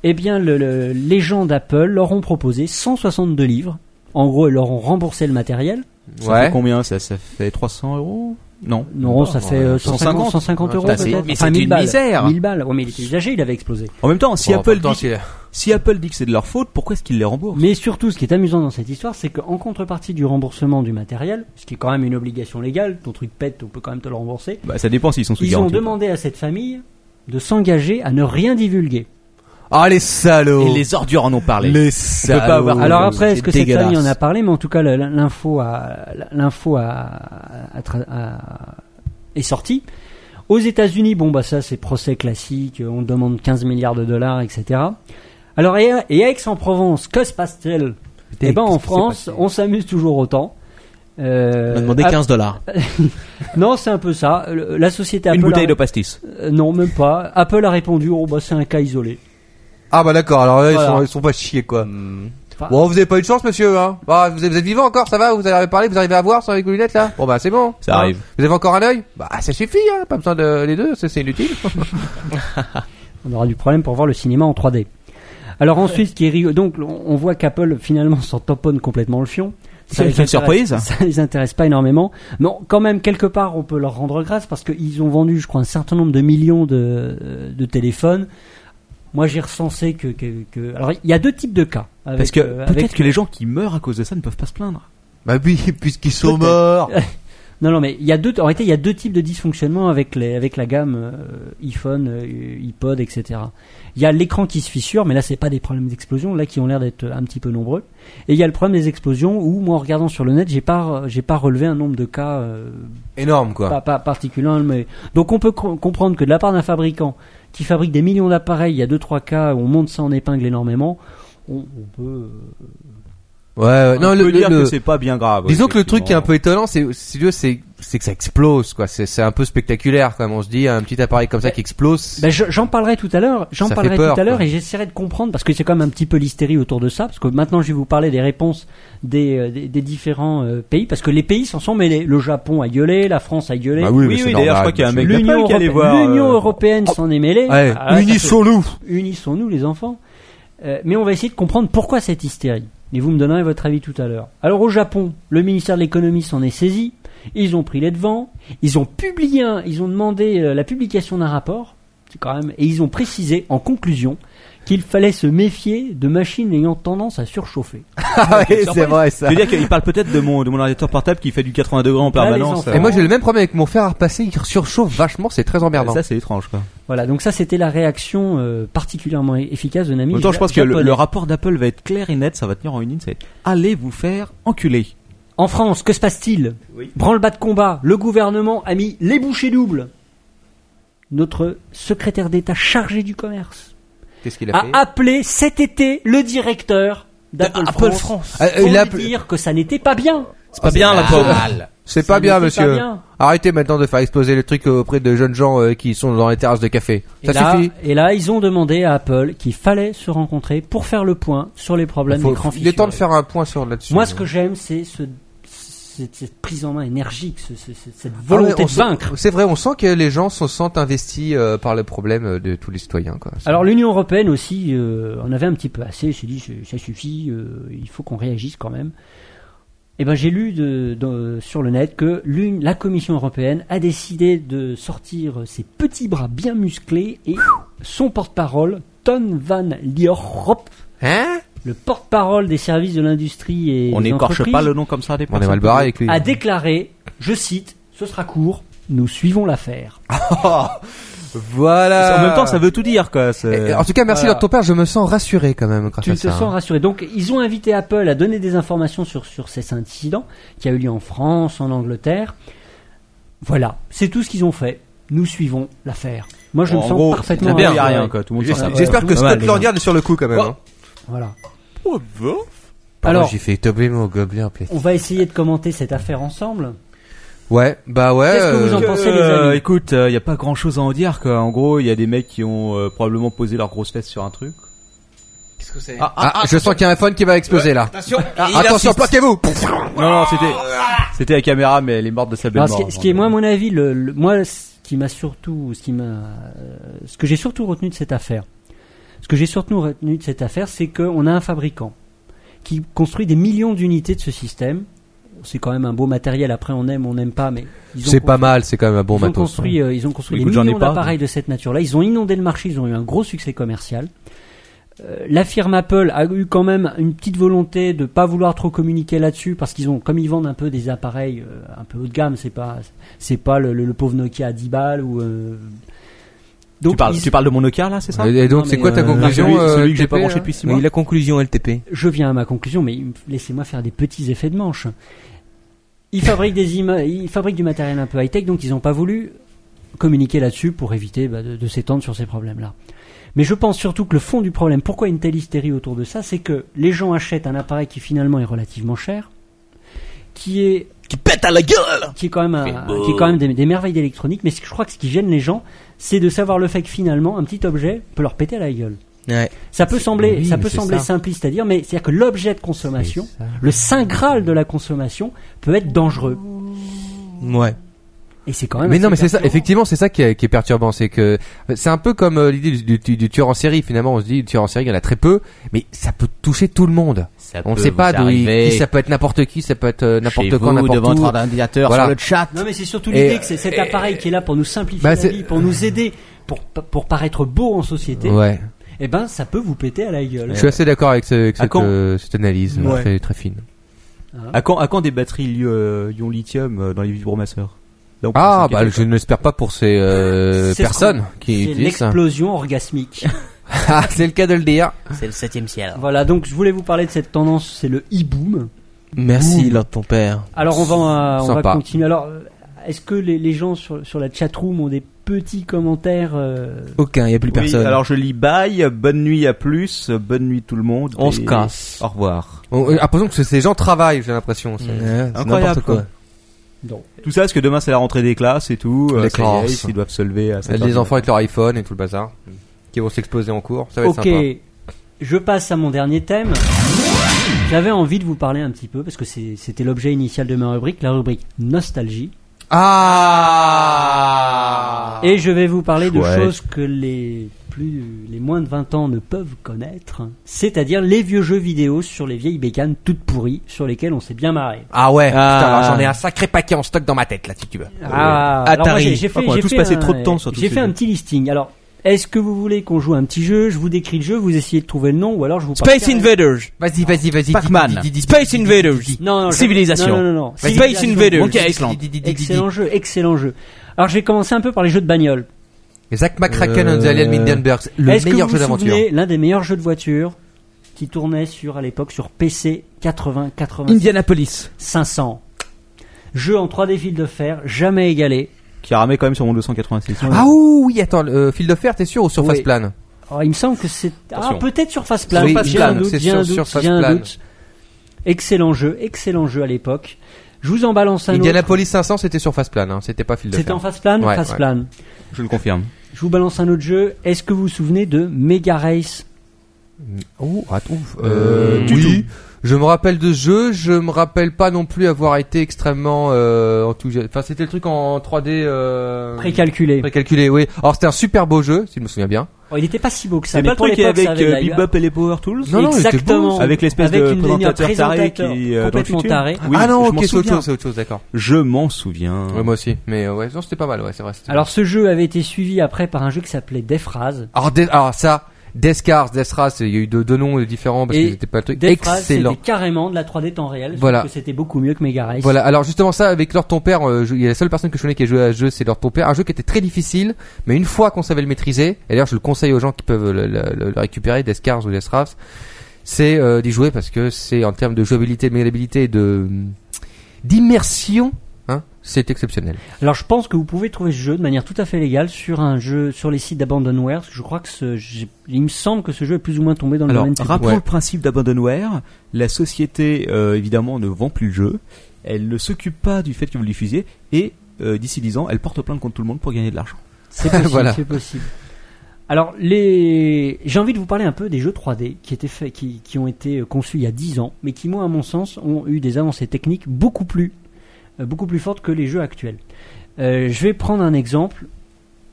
[SPEAKER 5] Eh bien, le- le- les gens d'Apple leur ont proposé 162 livres. En gros, ils leur ont remboursé le matériel.
[SPEAKER 4] Ça fait combien ça Ça fait 300 euros Non.
[SPEAKER 5] Non,
[SPEAKER 4] bah,
[SPEAKER 5] ça fait euh, 150,
[SPEAKER 4] 150,
[SPEAKER 5] 150 euros
[SPEAKER 4] putain, Ah, c'est-
[SPEAKER 5] peut-être.
[SPEAKER 6] mais
[SPEAKER 5] Enfin,
[SPEAKER 6] c'est
[SPEAKER 5] 1000
[SPEAKER 6] une
[SPEAKER 5] balles.
[SPEAKER 6] misère.
[SPEAKER 5] 1000 balles. Ouais, mais il était usagé, il avait explosé.
[SPEAKER 4] En même temps, si
[SPEAKER 6] Bon,
[SPEAKER 4] Apple
[SPEAKER 6] pourtant,
[SPEAKER 4] dit,
[SPEAKER 6] c'est-
[SPEAKER 4] si Apple dit que c'est de leur faute, pourquoi est-ce qu'ils les remboursent
[SPEAKER 5] Mais surtout, ce qui est amusant dans cette histoire, c'est qu'en contrepartie du remboursement du matériel, ce qui est quand même une obligation légale, ton truc pète, on peut quand même te le rembourser.
[SPEAKER 4] Bah, ça dépend s'ils sont sous
[SPEAKER 5] Ils ont
[SPEAKER 4] garantie.
[SPEAKER 5] demandé à cette famille de s'engager à ne rien divulguer.
[SPEAKER 6] Ah les salauds.
[SPEAKER 4] Et les ordures en ont parlé.
[SPEAKER 6] Les
[SPEAKER 4] peut pas
[SPEAKER 6] salauds.
[SPEAKER 4] avoir-
[SPEAKER 5] Alors après, est-ce que cette
[SPEAKER 7] dégueulasse.
[SPEAKER 5] famille en a parlé Mais en tout cas, la- la- l'info a- l'info a- a- tra- a- est sortie. Aux États-Unis, bon bah ça c'est procès classique, on demande 15 milliards de dollars, etc. Alors et à, et à Aix-en-Provence, que se passe-t-il Eh ben en France, on s'amuse toujours autant. Euh,
[SPEAKER 7] On a demandé
[SPEAKER 5] App-
[SPEAKER 7] 15 dollars.
[SPEAKER 5] Non, c'est un peu ça. Le- La société Apple.
[SPEAKER 4] Une bouteille
[SPEAKER 5] a-
[SPEAKER 4] de pastis.
[SPEAKER 5] Euh, Non, même pas. Apple a répondu, oh bah c'est un cas isolé.
[SPEAKER 6] Ah bah d'accord. Alors là,
[SPEAKER 5] Voilà.
[SPEAKER 6] ils sont ils sont pas chiés quoi.
[SPEAKER 4] Hmm.
[SPEAKER 5] Enfin,
[SPEAKER 6] Bon, vous avez pas eu de chance, monsieur. Hein bah, vous, êtes, vous êtes vivant encore, ça va Vous arrivez à parler Vous arrivez à voir sans avec vos lunettes là Bon bah c'est bon.
[SPEAKER 4] Ça
[SPEAKER 6] Hein
[SPEAKER 4] arrive.
[SPEAKER 6] Vous avez encore un œil Bah ça suffit. Hein pas besoin de les deux. ça, C'est inutile.
[SPEAKER 5] On aura du problème pour voir le cinéma en 3D. Alors ensuite, ce qui est rigolo- donc on on voit qu'Apple finalement s'en tamponne complètement le fion.
[SPEAKER 4] C'est
[SPEAKER 5] les
[SPEAKER 4] une
[SPEAKER 5] intéresse-
[SPEAKER 4] surprise.
[SPEAKER 5] Ça les intéresse pas énormément. Mais on- quand même, quelque part, on peut leur rendre grâce parce qu'ils ont vendu, je crois, un certain nombre de millions de, euh, de téléphones. Moi, j'ai recensé que, que- que- Alors, il y a deux types de cas. avec,
[SPEAKER 4] Parce que
[SPEAKER 5] euh,
[SPEAKER 4] peut-être
[SPEAKER 5] avec-
[SPEAKER 4] que les gens qui meurent à cause de ça ne peuvent pas se plaindre.
[SPEAKER 6] bah oui, puisqu'ils sont
[SPEAKER 5] Peut-être.
[SPEAKER 6] morts.
[SPEAKER 5] Non, non, mais il y a deux. En réalité, il y a deux types de dysfonctionnements avec les, avec la gamme euh, iPhone, euh, iPod, etc. Il y a l'écran qui se fissure, mais là, c'est pas des problèmes d'explosion, là, qui ont l'air d'être un petit peu nombreux. Et il y a le problème des explosions où, moi, en regardant sur le net, j'ai pas, j'ai pas relevé un nombre de cas euh,
[SPEAKER 6] Énorme quoi.
[SPEAKER 5] pas, pas particulier. Mais donc, on peut cro- comprendre que de la part d'un fabricant qui fabrique des millions d'appareils, il y a deux trois cas où on monte ça en épingle énormément. On, on peut. euh,
[SPEAKER 6] Ouais. ouais. Euh, non,
[SPEAKER 4] on
[SPEAKER 6] le,
[SPEAKER 4] peut
[SPEAKER 6] le-
[SPEAKER 4] dire
[SPEAKER 6] le-
[SPEAKER 4] que c'est pas bien grave.
[SPEAKER 6] Disons que le truc qui est un
[SPEAKER 4] effectivement.
[SPEAKER 6] peu étonnant, c'est si tu veux, c'est c'est que ça explose quoi. C'est c'est un peu spectaculaire quand même. On se dit un petit appareil comme ça qui explose.
[SPEAKER 5] Ben, je- j'en parlerai tout à l'heure, j'en
[SPEAKER 6] Ça
[SPEAKER 5] parlerai
[SPEAKER 6] fait peur,
[SPEAKER 5] tout à l'heure
[SPEAKER 6] quoi.
[SPEAKER 5] et j'essaierai de comprendre parce que c'est quand même un petit peu l'hystérie autour de ça parce que maintenant je vais vous parler des réponses des, euh, des, des différents euh, pays parce que les pays s'en sont mêlés. Le Japon a gueulé, la France a
[SPEAKER 6] Bah
[SPEAKER 5] gueulé.
[SPEAKER 4] Oui, oui, d'ailleurs, je crois qu'il y a un mec
[SPEAKER 5] L'Union
[SPEAKER 4] d'Apple qui allait
[SPEAKER 5] européenne,
[SPEAKER 4] voir. euh,
[SPEAKER 5] l'Union européenne s'en est mêlée.
[SPEAKER 6] Ouais,
[SPEAKER 5] Ah ouais, ça fait-
[SPEAKER 6] unissons-nous.
[SPEAKER 5] unissons-nous les enfants. Euh, mais on va essayer de comprendre pourquoi cette hystérie. Et vous me donnerez votre avis tout à l'heure. Alors au Japon, le ministère de l'économie s'en est saisi. Ils ont pris les devants. Ils ont publié, un, ils ont demandé euh, la publication d'un rapport. C'est quand même. Et ils ont précisé en conclusion qu'il fallait se méfier de machines ayant tendance à surchauffer.
[SPEAKER 6] Ah
[SPEAKER 4] Bah,
[SPEAKER 6] oui, c'est vrai
[SPEAKER 3] Je
[SPEAKER 6] ça.
[SPEAKER 3] veux dire qu'il parle peut-être de mon, de mon ordinateur portable qui fait du 80 degrés en
[SPEAKER 5] Là, les
[SPEAKER 3] permanence.
[SPEAKER 5] enfants.
[SPEAKER 6] Et moi j'ai le même problème avec mon fer à repasser, il surchauffe vachement, c'est très emmerdant.
[SPEAKER 3] Ça, c'est étrange, quoi.
[SPEAKER 5] Voilà, donc ça c'était la réaction euh, particulièrement e- efficace de Nami.
[SPEAKER 3] Autant je
[SPEAKER 5] ja-
[SPEAKER 3] pense que le,
[SPEAKER 5] japonais.
[SPEAKER 3] le rapport d'Apple va être clair et net, ça va tenir en une ligne, c'est allez vous faire enculer.
[SPEAKER 5] En France, que se passe-t-il Branle-bas de combat, le gouvernement a mis les bouchées doubles. Notre secrétaire d'État chargé du commerce
[SPEAKER 6] Qu'est-ce qu'il
[SPEAKER 7] Ah,
[SPEAKER 5] a appelé cet été le directeur d'Apple
[SPEAKER 7] Apple
[SPEAKER 5] France.
[SPEAKER 7] France.
[SPEAKER 6] Ah,
[SPEAKER 5] pour
[SPEAKER 6] il a
[SPEAKER 5] lui
[SPEAKER 6] appelé-
[SPEAKER 5] dire que ça n'était pas bien.
[SPEAKER 7] C'est pas bien la
[SPEAKER 4] Ah,
[SPEAKER 7] pauvre.
[SPEAKER 6] C'est
[SPEAKER 5] Ça
[SPEAKER 6] pas bien,
[SPEAKER 5] n'était pas
[SPEAKER 6] monsieur.
[SPEAKER 5] bien.
[SPEAKER 6] Arrêtez maintenant de faire exploser les trucs auprès de jeunes gens euh, qui sont dans les terrasses de café.
[SPEAKER 5] Et
[SPEAKER 6] Ça
[SPEAKER 5] là,
[SPEAKER 6] suffit.
[SPEAKER 5] et là, ils ont demandé à Apple qu'il fallait se rencontrer pour faire le point sur les problèmes
[SPEAKER 6] Faut-
[SPEAKER 5] d'écran
[SPEAKER 6] il est temps de
[SPEAKER 5] fissuré.
[SPEAKER 6] faire un point sur là-dessus.
[SPEAKER 5] Moi, ce que j'aime, c'est ce- cette, cette prise en main énergique, ce- ce- ce- cette
[SPEAKER 6] Ah ouais,
[SPEAKER 5] volonté
[SPEAKER 6] on
[SPEAKER 5] de
[SPEAKER 6] sent-
[SPEAKER 5] vaincre.
[SPEAKER 6] C'est vrai, on sent que les gens se sentent investis euh, par le problème euh, de tous les citoyens. Quoi. C'est-
[SPEAKER 5] Alors l'Union européenne aussi, euh, on avait un petit peu assez, s'est dit c'est- ça suffit, euh, il faut qu'on réagisse quand même. Eh ben j'ai lu de- de- sur le net que l'une- la Commission européenne a décidé de sortir ses petits bras bien musclés et son porte-parole, Ton van Lierop,
[SPEAKER 6] hein
[SPEAKER 5] le porte-parole des services de l'industrie et
[SPEAKER 3] On
[SPEAKER 5] des
[SPEAKER 3] n'écorche
[SPEAKER 5] entreprises,
[SPEAKER 3] pas le nom comme ça des
[SPEAKER 6] On est
[SPEAKER 3] personnes.
[SPEAKER 6] mal barré avec lui.
[SPEAKER 5] a déclaré, je cite, ce sera court, nous suivons l'affaire.
[SPEAKER 6] Voilà.
[SPEAKER 7] Euh,
[SPEAKER 3] En même temps, ça veut tout dire, quoi. c'est-
[SPEAKER 6] Eh, En tout cas, merci
[SPEAKER 5] euh, voilà.
[SPEAKER 6] Lord ton père. Je me sens rassuré quand même grâce
[SPEAKER 5] Tu
[SPEAKER 6] à
[SPEAKER 5] te
[SPEAKER 6] ça. hein.
[SPEAKER 5] sens rassuré. Donc, ils ont invité Apple à donner des informations sur, sur cet incident qui a eu lieu en France, en Angleterre. Voilà, c'est tout ce qu'ils ont fait. Nous suivons l'affaire. Moi, je
[SPEAKER 3] En
[SPEAKER 5] me sens
[SPEAKER 3] gros,
[SPEAKER 5] parfaitement euh,
[SPEAKER 3] il n'y a
[SPEAKER 5] rassuré.
[SPEAKER 3] rien, quoi. Tout le monde s'en
[SPEAKER 6] J'espère
[SPEAKER 3] rappelle.
[SPEAKER 6] j'espère que
[SPEAKER 3] Pas mal, hein. les
[SPEAKER 6] Scott
[SPEAKER 3] gens.
[SPEAKER 6] Lordiard est sur le coup quand même. hein.
[SPEAKER 5] Voilà.
[SPEAKER 6] Pardon,
[SPEAKER 5] Alors-
[SPEAKER 6] j'ai fait tomber mon gobelin en plastique.
[SPEAKER 5] On va essayer de commenter cette affaire ensemble.
[SPEAKER 6] Ouais, bah ouais.
[SPEAKER 5] Qu'est-ce que vous en
[SPEAKER 6] euh,
[SPEAKER 5] pensez, les amis
[SPEAKER 3] Écoute, il n'y a pas grand chose à en dire, quoi. En gros, il y a des mecs qui ont euh, probablement posé leurs grosses fesses sur un truc.
[SPEAKER 7] Qu'est-ce que c'est
[SPEAKER 6] Ah, je sens qu'il y a un phone qui va exploser là. Ah,
[SPEAKER 7] Attention,
[SPEAKER 6] Attention, plaquez-vous
[SPEAKER 3] Non, non, c'était, c'était la caméra, mais elle est morte de sa belle
[SPEAKER 5] Alors, ce,
[SPEAKER 3] mort.
[SPEAKER 5] qui, ce
[SPEAKER 6] hein,
[SPEAKER 5] qui est moi, à mon avis, le, le- moi, ce qui m'a surtout, ce qui m'a, euh, ce que j'ai surtout retenu de cette affaire, ce que j'ai surtout retenu de cette affaire, c'est qu'on a un fabricant qui construit des millions d'unités de ce système. C'est quand même un beau matériel. Après, on aime, on n'aime pas, mais ils ont
[SPEAKER 6] C'est pas
[SPEAKER 5] construit-
[SPEAKER 6] mal, c'est quand même un bon
[SPEAKER 5] ils ont
[SPEAKER 6] matos.
[SPEAKER 5] construit, euh, ils ont construit
[SPEAKER 3] hein. Écoute,
[SPEAKER 5] des
[SPEAKER 3] j'en ai
[SPEAKER 5] millions
[SPEAKER 3] pas,
[SPEAKER 5] d'appareils de cette nature-là. Ils ont inondé le marché. Ils ont eu un gros succès commercial. Euh, La firme Apple a eu quand même une petite volonté de pas vouloir trop communiquer là-dessus parce qu'ils ont, comme ils vendent un peu des appareils euh, un peu haut de gamme, c'est pas, c'est pas le, le- le pauvre Nokia à 10 balles ou. euh,
[SPEAKER 3] Tu parles,
[SPEAKER 5] ils-
[SPEAKER 3] tu parles de mon Nokia, là, c'est ça?
[SPEAKER 6] Et et donc,
[SPEAKER 5] Non,
[SPEAKER 6] c'est
[SPEAKER 5] mais,
[SPEAKER 6] quoi ta
[SPEAKER 5] euh,
[SPEAKER 6] conclusion
[SPEAKER 3] celui,
[SPEAKER 6] euh,
[SPEAKER 3] celui que j'ai pas
[SPEAKER 6] TP,
[SPEAKER 3] branché
[SPEAKER 6] là
[SPEAKER 3] depuis 6 mois.
[SPEAKER 7] Oui, la conclusion LTP.
[SPEAKER 5] je viens à ma conclusion, mais laissez-moi faire des petits effets de manche. Ils fabriquent des ima- ils fabriquent du matériel un peu high-tech, donc ils n'ont pas voulu communiquer là-dessus pour éviter bah, de, de s'étendre sur ces problèmes-là. Mais je pense surtout que le fond du problème, pourquoi une telle hystérie autour de ça, c'est que les gens achètent un appareil qui finalement est relativement cher, qui est
[SPEAKER 7] Qui pète à la gueule
[SPEAKER 5] qui est quand même, un- qui est quand même des, des merveilles d'électronique, mais ce que je crois que ce qui gêne les gens, c'est de savoir le fait que finalement un petit objet peut leur péter à la gueule.
[SPEAKER 7] Ouais.
[SPEAKER 5] Ça peut sembler,
[SPEAKER 6] oui,
[SPEAKER 5] ça
[SPEAKER 6] mais
[SPEAKER 5] peut
[SPEAKER 6] c'est
[SPEAKER 5] sembler
[SPEAKER 6] ça.
[SPEAKER 5] simpliste à dire, mais c'est-à-dire que l'objet de consommation,
[SPEAKER 6] C'est ça.
[SPEAKER 5] le saint graal de la consommation, peut être dangereux.
[SPEAKER 7] Ouais.
[SPEAKER 5] Et c'est quand même.
[SPEAKER 6] mais non,
[SPEAKER 5] assez
[SPEAKER 6] mais c'est ça.
[SPEAKER 5] perturbant.
[SPEAKER 6] Effectivement, c'est ça qui est, qui est perturbant, c'est que c'est un peu comme euh, l'idée du, du- du tueur en série. Finalement, on se dit, le tueur en série, il y en a très peu, mais ça peut toucher tout le monde. on ne sait pas d'où il- qui, ça peut être n'importe qui, ça peut être euh, n'importe quand, n'importe où.
[SPEAKER 4] ordinateur,
[SPEAKER 6] Voilà.
[SPEAKER 4] le chat.
[SPEAKER 5] Non, mais c'est surtout
[SPEAKER 6] Et-
[SPEAKER 5] l'idée que c'est cet appareil qui est là pour nous simplifier
[SPEAKER 6] Bah,
[SPEAKER 5] la
[SPEAKER 6] c'est-
[SPEAKER 5] vie, pour nous aider, pour pour paraître beau en société.
[SPEAKER 6] Ouais,
[SPEAKER 5] Et ben, ça peut vous péter à la gueule.
[SPEAKER 6] je suis assez d'accord avec, ce- avec
[SPEAKER 3] À
[SPEAKER 6] cette,
[SPEAKER 3] quand
[SPEAKER 6] euh, cette analyse
[SPEAKER 7] Ouais.
[SPEAKER 6] très, très fine.
[SPEAKER 3] À quand, à quand des batteries li- euh, ion lithium euh, dans les vibromasseurs? Là, on peut
[SPEAKER 6] Ah,
[SPEAKER 3] s'inquiéter, quoi.
[SPEAKER 6] bah je ne l'espère pas pour ces euh,
[SPEAKER 5] C'est ce
[SPEAKER 6] personnes
[SPEAKER 5] qu'on-
[SPEAKER 6] qui
[SPEAKER 5] c'est
[SPEAKER 6] utilisent. ça.
[SPEAKER 5] l'explosion orgasmique.
[SPEAKER 6] Ah, c'est le cas de le dire.
[SPEAKER 7] C'est le septième ciel.
[SPEAKER 5] voilà, donc je voulais vous parler de cette tendance, c'est le e-boom.
[SPEAKER 7] Merci, Lord ton père.
[SPEAKER 5] Alors on va, on va
[SPEAKER 6] Sympa.
[SPEAKER 5] continuer. Alors, euh, est-ce que les, les gens sur, sur la chatroom ont des petits commentaires euh,
[SPEAKER 7] Aucun, y a plus
[SPEAKER 3] Oui,
[SPEAKER 7] personne.
[SPEAKER 3] alors je lis bye, bonne nuit à plus, bonne nuit tout le monde.
[SPEAKER 7] On
[SPEAKER 3] et
[SPEAKER 7] se casse.
[SPEAKER 3] Au revoir.
[SPEAKER 6] On- euh, L'impression que ces gens travaillent, j'ai l'impression. c'est-
[SPEAKER 7] Ouais, c'est
[SPEAKER 3] Incroyable,
[SPEAKER 7] n'importe quoi.
[SPEAKER 5] Non.
[SPEAKER 3] Tout ça parce que demain c'est la rentrée des classes et tout.
[SPEAKER 6] Les
[SPEAKER 3] euh, ça y est,
[SPEAKER 6] classes.
[SPEAKER 3] Ils doivent se lever à cette
[SPEAKER 6] Les enfants avec leur iPhone et tout le bazar qui vont s'exploser en cours. Ça va être
[SPEAKER 5] Ok,
[SPEAKER 6] sympa.
[SPEAKER 5] je passe à mon dernier thème. J'avais envie de vous parler un petit peu parce que c'est- c'était l'objet initial de ma rubrique, la rubrique nostalgie.
[SPEAKER 6] Ah
[SPEAKER 5] Et je vais vous parler
[SPEAKER 3] Chouette.
[SPEAKER 5] de choses que les plus les moins de 20 ans ne peuvent connaître, c'est-à-dire les vieux jeux vidéo sur les vieilles bécanes toutes pourries sur lesquelles on s'est bien marré.
[SPEAKER 6] Ah ouais,
[SPEAKER 7] Ah.
[SPEAKER 6] putain, alors j'en ai un sacré paquet en stock dans ma tête là si tu veux.
[SPEAKER 5] Ah,
[SPEAKER 7] Atari.
[SPEAKER 5] alors moi, j'ai- j'ai
[SPEAKER 3] Ah,
[SPEAKER 5] fait,
[SPEAKER 3] qu'on a
[SPEAKER 5] j'ai
[SPEAKER 3] tous
[SPEAKER 5] fait
[SPEAKER 3] passé
[SPEAKER 5] un,
[SPEAKER 3] trop de temps sur tous
[SPEAKER 5] J'ai
[SPEAKER 3] ces
[SPEAKER 5] fait un
[SPEAKER 3] jeux.
[SPEAKER 5] petit listing. Alors, Est-ce que vous voulez qu'on joue à un petit jeu Je vous décris le jeu, vous essayez de trouver le nom, ou alors je vous parle
[SPEAKER 7] Space
[SPEAKER 5] carrément-
[SPEAKER 7] Invaders.
[SPEAKER 6] Vas-y, vas-y, vas-y.
[SPEAKER 9] Pac-Man.
[SPEAKER 6] dis- dis- dis-
[SPEAKER 7] Space Invaders.
[SPEAKER 5] Non, non, je-
[SPEAKER 7] Civilisation.
[SPEAKER 5] Non, non, non, non.
[SPEAKER 7] Space
[SPEAKER 5] Civilisation.
[SPEAKER 7] Invaders.
[SPEAKER 9] Monkey Island.
[SPEAKER 6] dis- dis- dis- dis-
[SPEAKER 5] Excellent jeu, excellent jeu. Alors j'ai commencé un peu par les jeux de bagnole.
[SPEAKER 6] Zach McCracken and the
[SPEAKER 7] Euh,
[SPEAKER 6] Alien Hindenburg, le
[SPEAKER 5] Est-ce que
[SPEAKER 6] meilleur
[SPEAKER 5] vous
[SPEAKER 6] jeu
[SPEAKER 5] vous
[SPEAKER 6] d'aventure.
[SPEAKER 5] souvenez l'un des meilleurs jeux de voiture qui tournait sur à l'époque sur PC 80 80
[SPEAKER 9] Indianapolis.
[SPEAKER 5] 500. Jeu en 3D fil de fer, jamais égalé.
[SPEAKER 4] Qui a ramé quand même sur mon 286.
[SPEAKER 6] Ah ouh, oui, attends, euh, fil de fer, t'es sûr ou surface
[SPEAKER 5] Oui.
[SPEAKER 6] plane
[SPEAKER 5] Alors, il me semble que c'est ah,
[SPEAKER 9] Attention.
[SPEAKER 5] peut-être surface plane.
[SPEAKER 6] Surface
[SPEAKER 5] J'ai un
[SPEAKER 6] plane,
[SPEAKER 5] doute,
[SPEAKER 6] c'est
[SPEAKER 5] j'ai un
[SPEAKER 6] sur-
[SPEAKER 5] doute,
[SPEAKER 6] surface
[SPEAKER 5] j'ai un
[SPEAKER 6] plane.
[SPEAKER 5] doute. Excellent jeu, excellent jeu à l'époque. Je vous en balance un autre.
[SPEAKER 6] Indianapolis 500, c'était surface plane, hein, c'était pas fil de
[SPEAKER 5] C'était
[SPEAKER 6] fer.
[SPEAKER 5] en face plane,
[SPEAKER 6] Ouais,
[SPEAKER 5] face
[SPEAKER 6] ouais.
[SPEAKER 5] plane.
[SPEAKER 4] Je le confirme.
[SPEAKER 5] Je vous balance un autre jeu. Est-ce que vous vous souvenez de Mega Race
[SPEAKER 6] Oh, attends. Euh,
[SPEAKER 9] du
[SPEAKER 6] oui. Je me rappelle de ce jeu, je me rappelle pas non plus avoir été extrêmement euh, enthousiaste. Enfin, c'était le truc en 3D euh,
[SPEAKER 5] précalculé
[SPEAKER 6] précalculé, oui. Alors c'était un super beau jeu, si je me souviens bien.
[SPEAKER 5] Oh, il était pas si beau que ça.
[SPEAKER 4] C'est
[SPEAKER 5] mais
[SPEAKER 4] pas le
[SPEAKER 5] pour
[SPEAKER 4] truc qui est
[SPEAKER 5] l'époque,
[SPEAKER 4] avec
[SPEAKER 5] ça avait de
[SPEAKER 4] euh,
[SPEAKER 5] la-
[SPEAKER 4] Bebop et les Power Tools
[SPEAKER 6] Non, non, il était beau,
[SPEAKER 5] Exactement.
[SPEAKER 6] ça.
[SPEAKER 4] Avec l'espèce de
[SPEAKER 5] une ligne
[SPEAKER 4] présentateur taré qui, euh, dans le
[SPEAKER 5] complètement
[SPEAKER 4] futur.
[SPEAKER 5] taré.
[SPEAKER 4] Oui,
[SPEAKER 6] ah non,
[SPEAKER 4] je
[SPEAKER 6] ok,
[SPEAKER 4] m'en
[SPEAKER 6] c'est autre
[SPEAKER 4] souviens.
[SPEAKER 6] chose, c'est autre chose, d'accord.
[SPEAKER 4] Je m'en souviens.
[SPEAKER 6] Ouais, moi aussi, mais euh, ouais, non, c'était pas mal, ouais, c'est vrai. c'était-
[SPEAKER 5] Alors ce jeu avait été suivi après par un jeu qui s'appelait Des Phrases.
[SPEAKER 6] alors, Death- alors ça, Death Cars, Death Race, il y a eu deux, deux noms différents parce
[SPEAKER 5] Et
[SPEAKER 6] que c'était pas le truc.
[SPEAKER 5] Des Phrases,
[SPEAKER 6] Excellent.
[SPEAKER 5] c'était carrément de la 3D temps réel. sauf
[SPEAKER 6] Voilà.
[SPEAKER 5] que C'était beaucoup mieux que Mega Race.
[SPEAKER 6] Voilà, alors justement ça, avec leur ton père, euh, je- il y a la seule personne que je connais qui a joué à ce jeu, c'est leur ton père. Un jeu qui était très difficile, mais une fois qu'on savait le maîtriser, et d'ailleurs je le conseille aux gens qui peuvent le, le- le- le récupérer, des Scars ou des Straps, c'est euh, d'y jouer parce que c'est en termes de jouabilité, de maniabilité et de d'immersion, hein, c'est exceptionnel.
[SPEAKER 5] Alors je pense que vous pouvez trouver ce jeu de manière tout à fait légale sur un jeu sur les sites d'abandonware. parce que Je crois que ce, j'ai- il me semble que ce jeu est plus ou moins tombé dans le
[SPEAKER 4] Alors,
[SPEAKER 5] domaine. public.
[SPEAKER 4] rappelons
[SPEAKER 6] Ouais.
[SPEAKER 4] le principe d'Abandonware. La société, euh, évidemment, ne vend plus le jeu. Elle ne s'occupe pas du fait que vous le diffusiez. Et euh, d'ici 10 ans, elle porte plainte contre tout le monde pour gagner de l'argent.
[SPEAKER 5] C'est possible,
[SPEAKER 6] Voilà.
[SPEAKER 5] c'est possible. Alors, les... j'ai envie de vous parler un peu des jeux 3D qui, étaient faits, qui, qui ont été euh, conçus il y a 10 ans, mais qui, moi, à mon sens, ont eu des avancées techniques beaucoup plus, euh, beaucoup plus fortes que les jeux actuels. Euh, je vais prendre un exemple.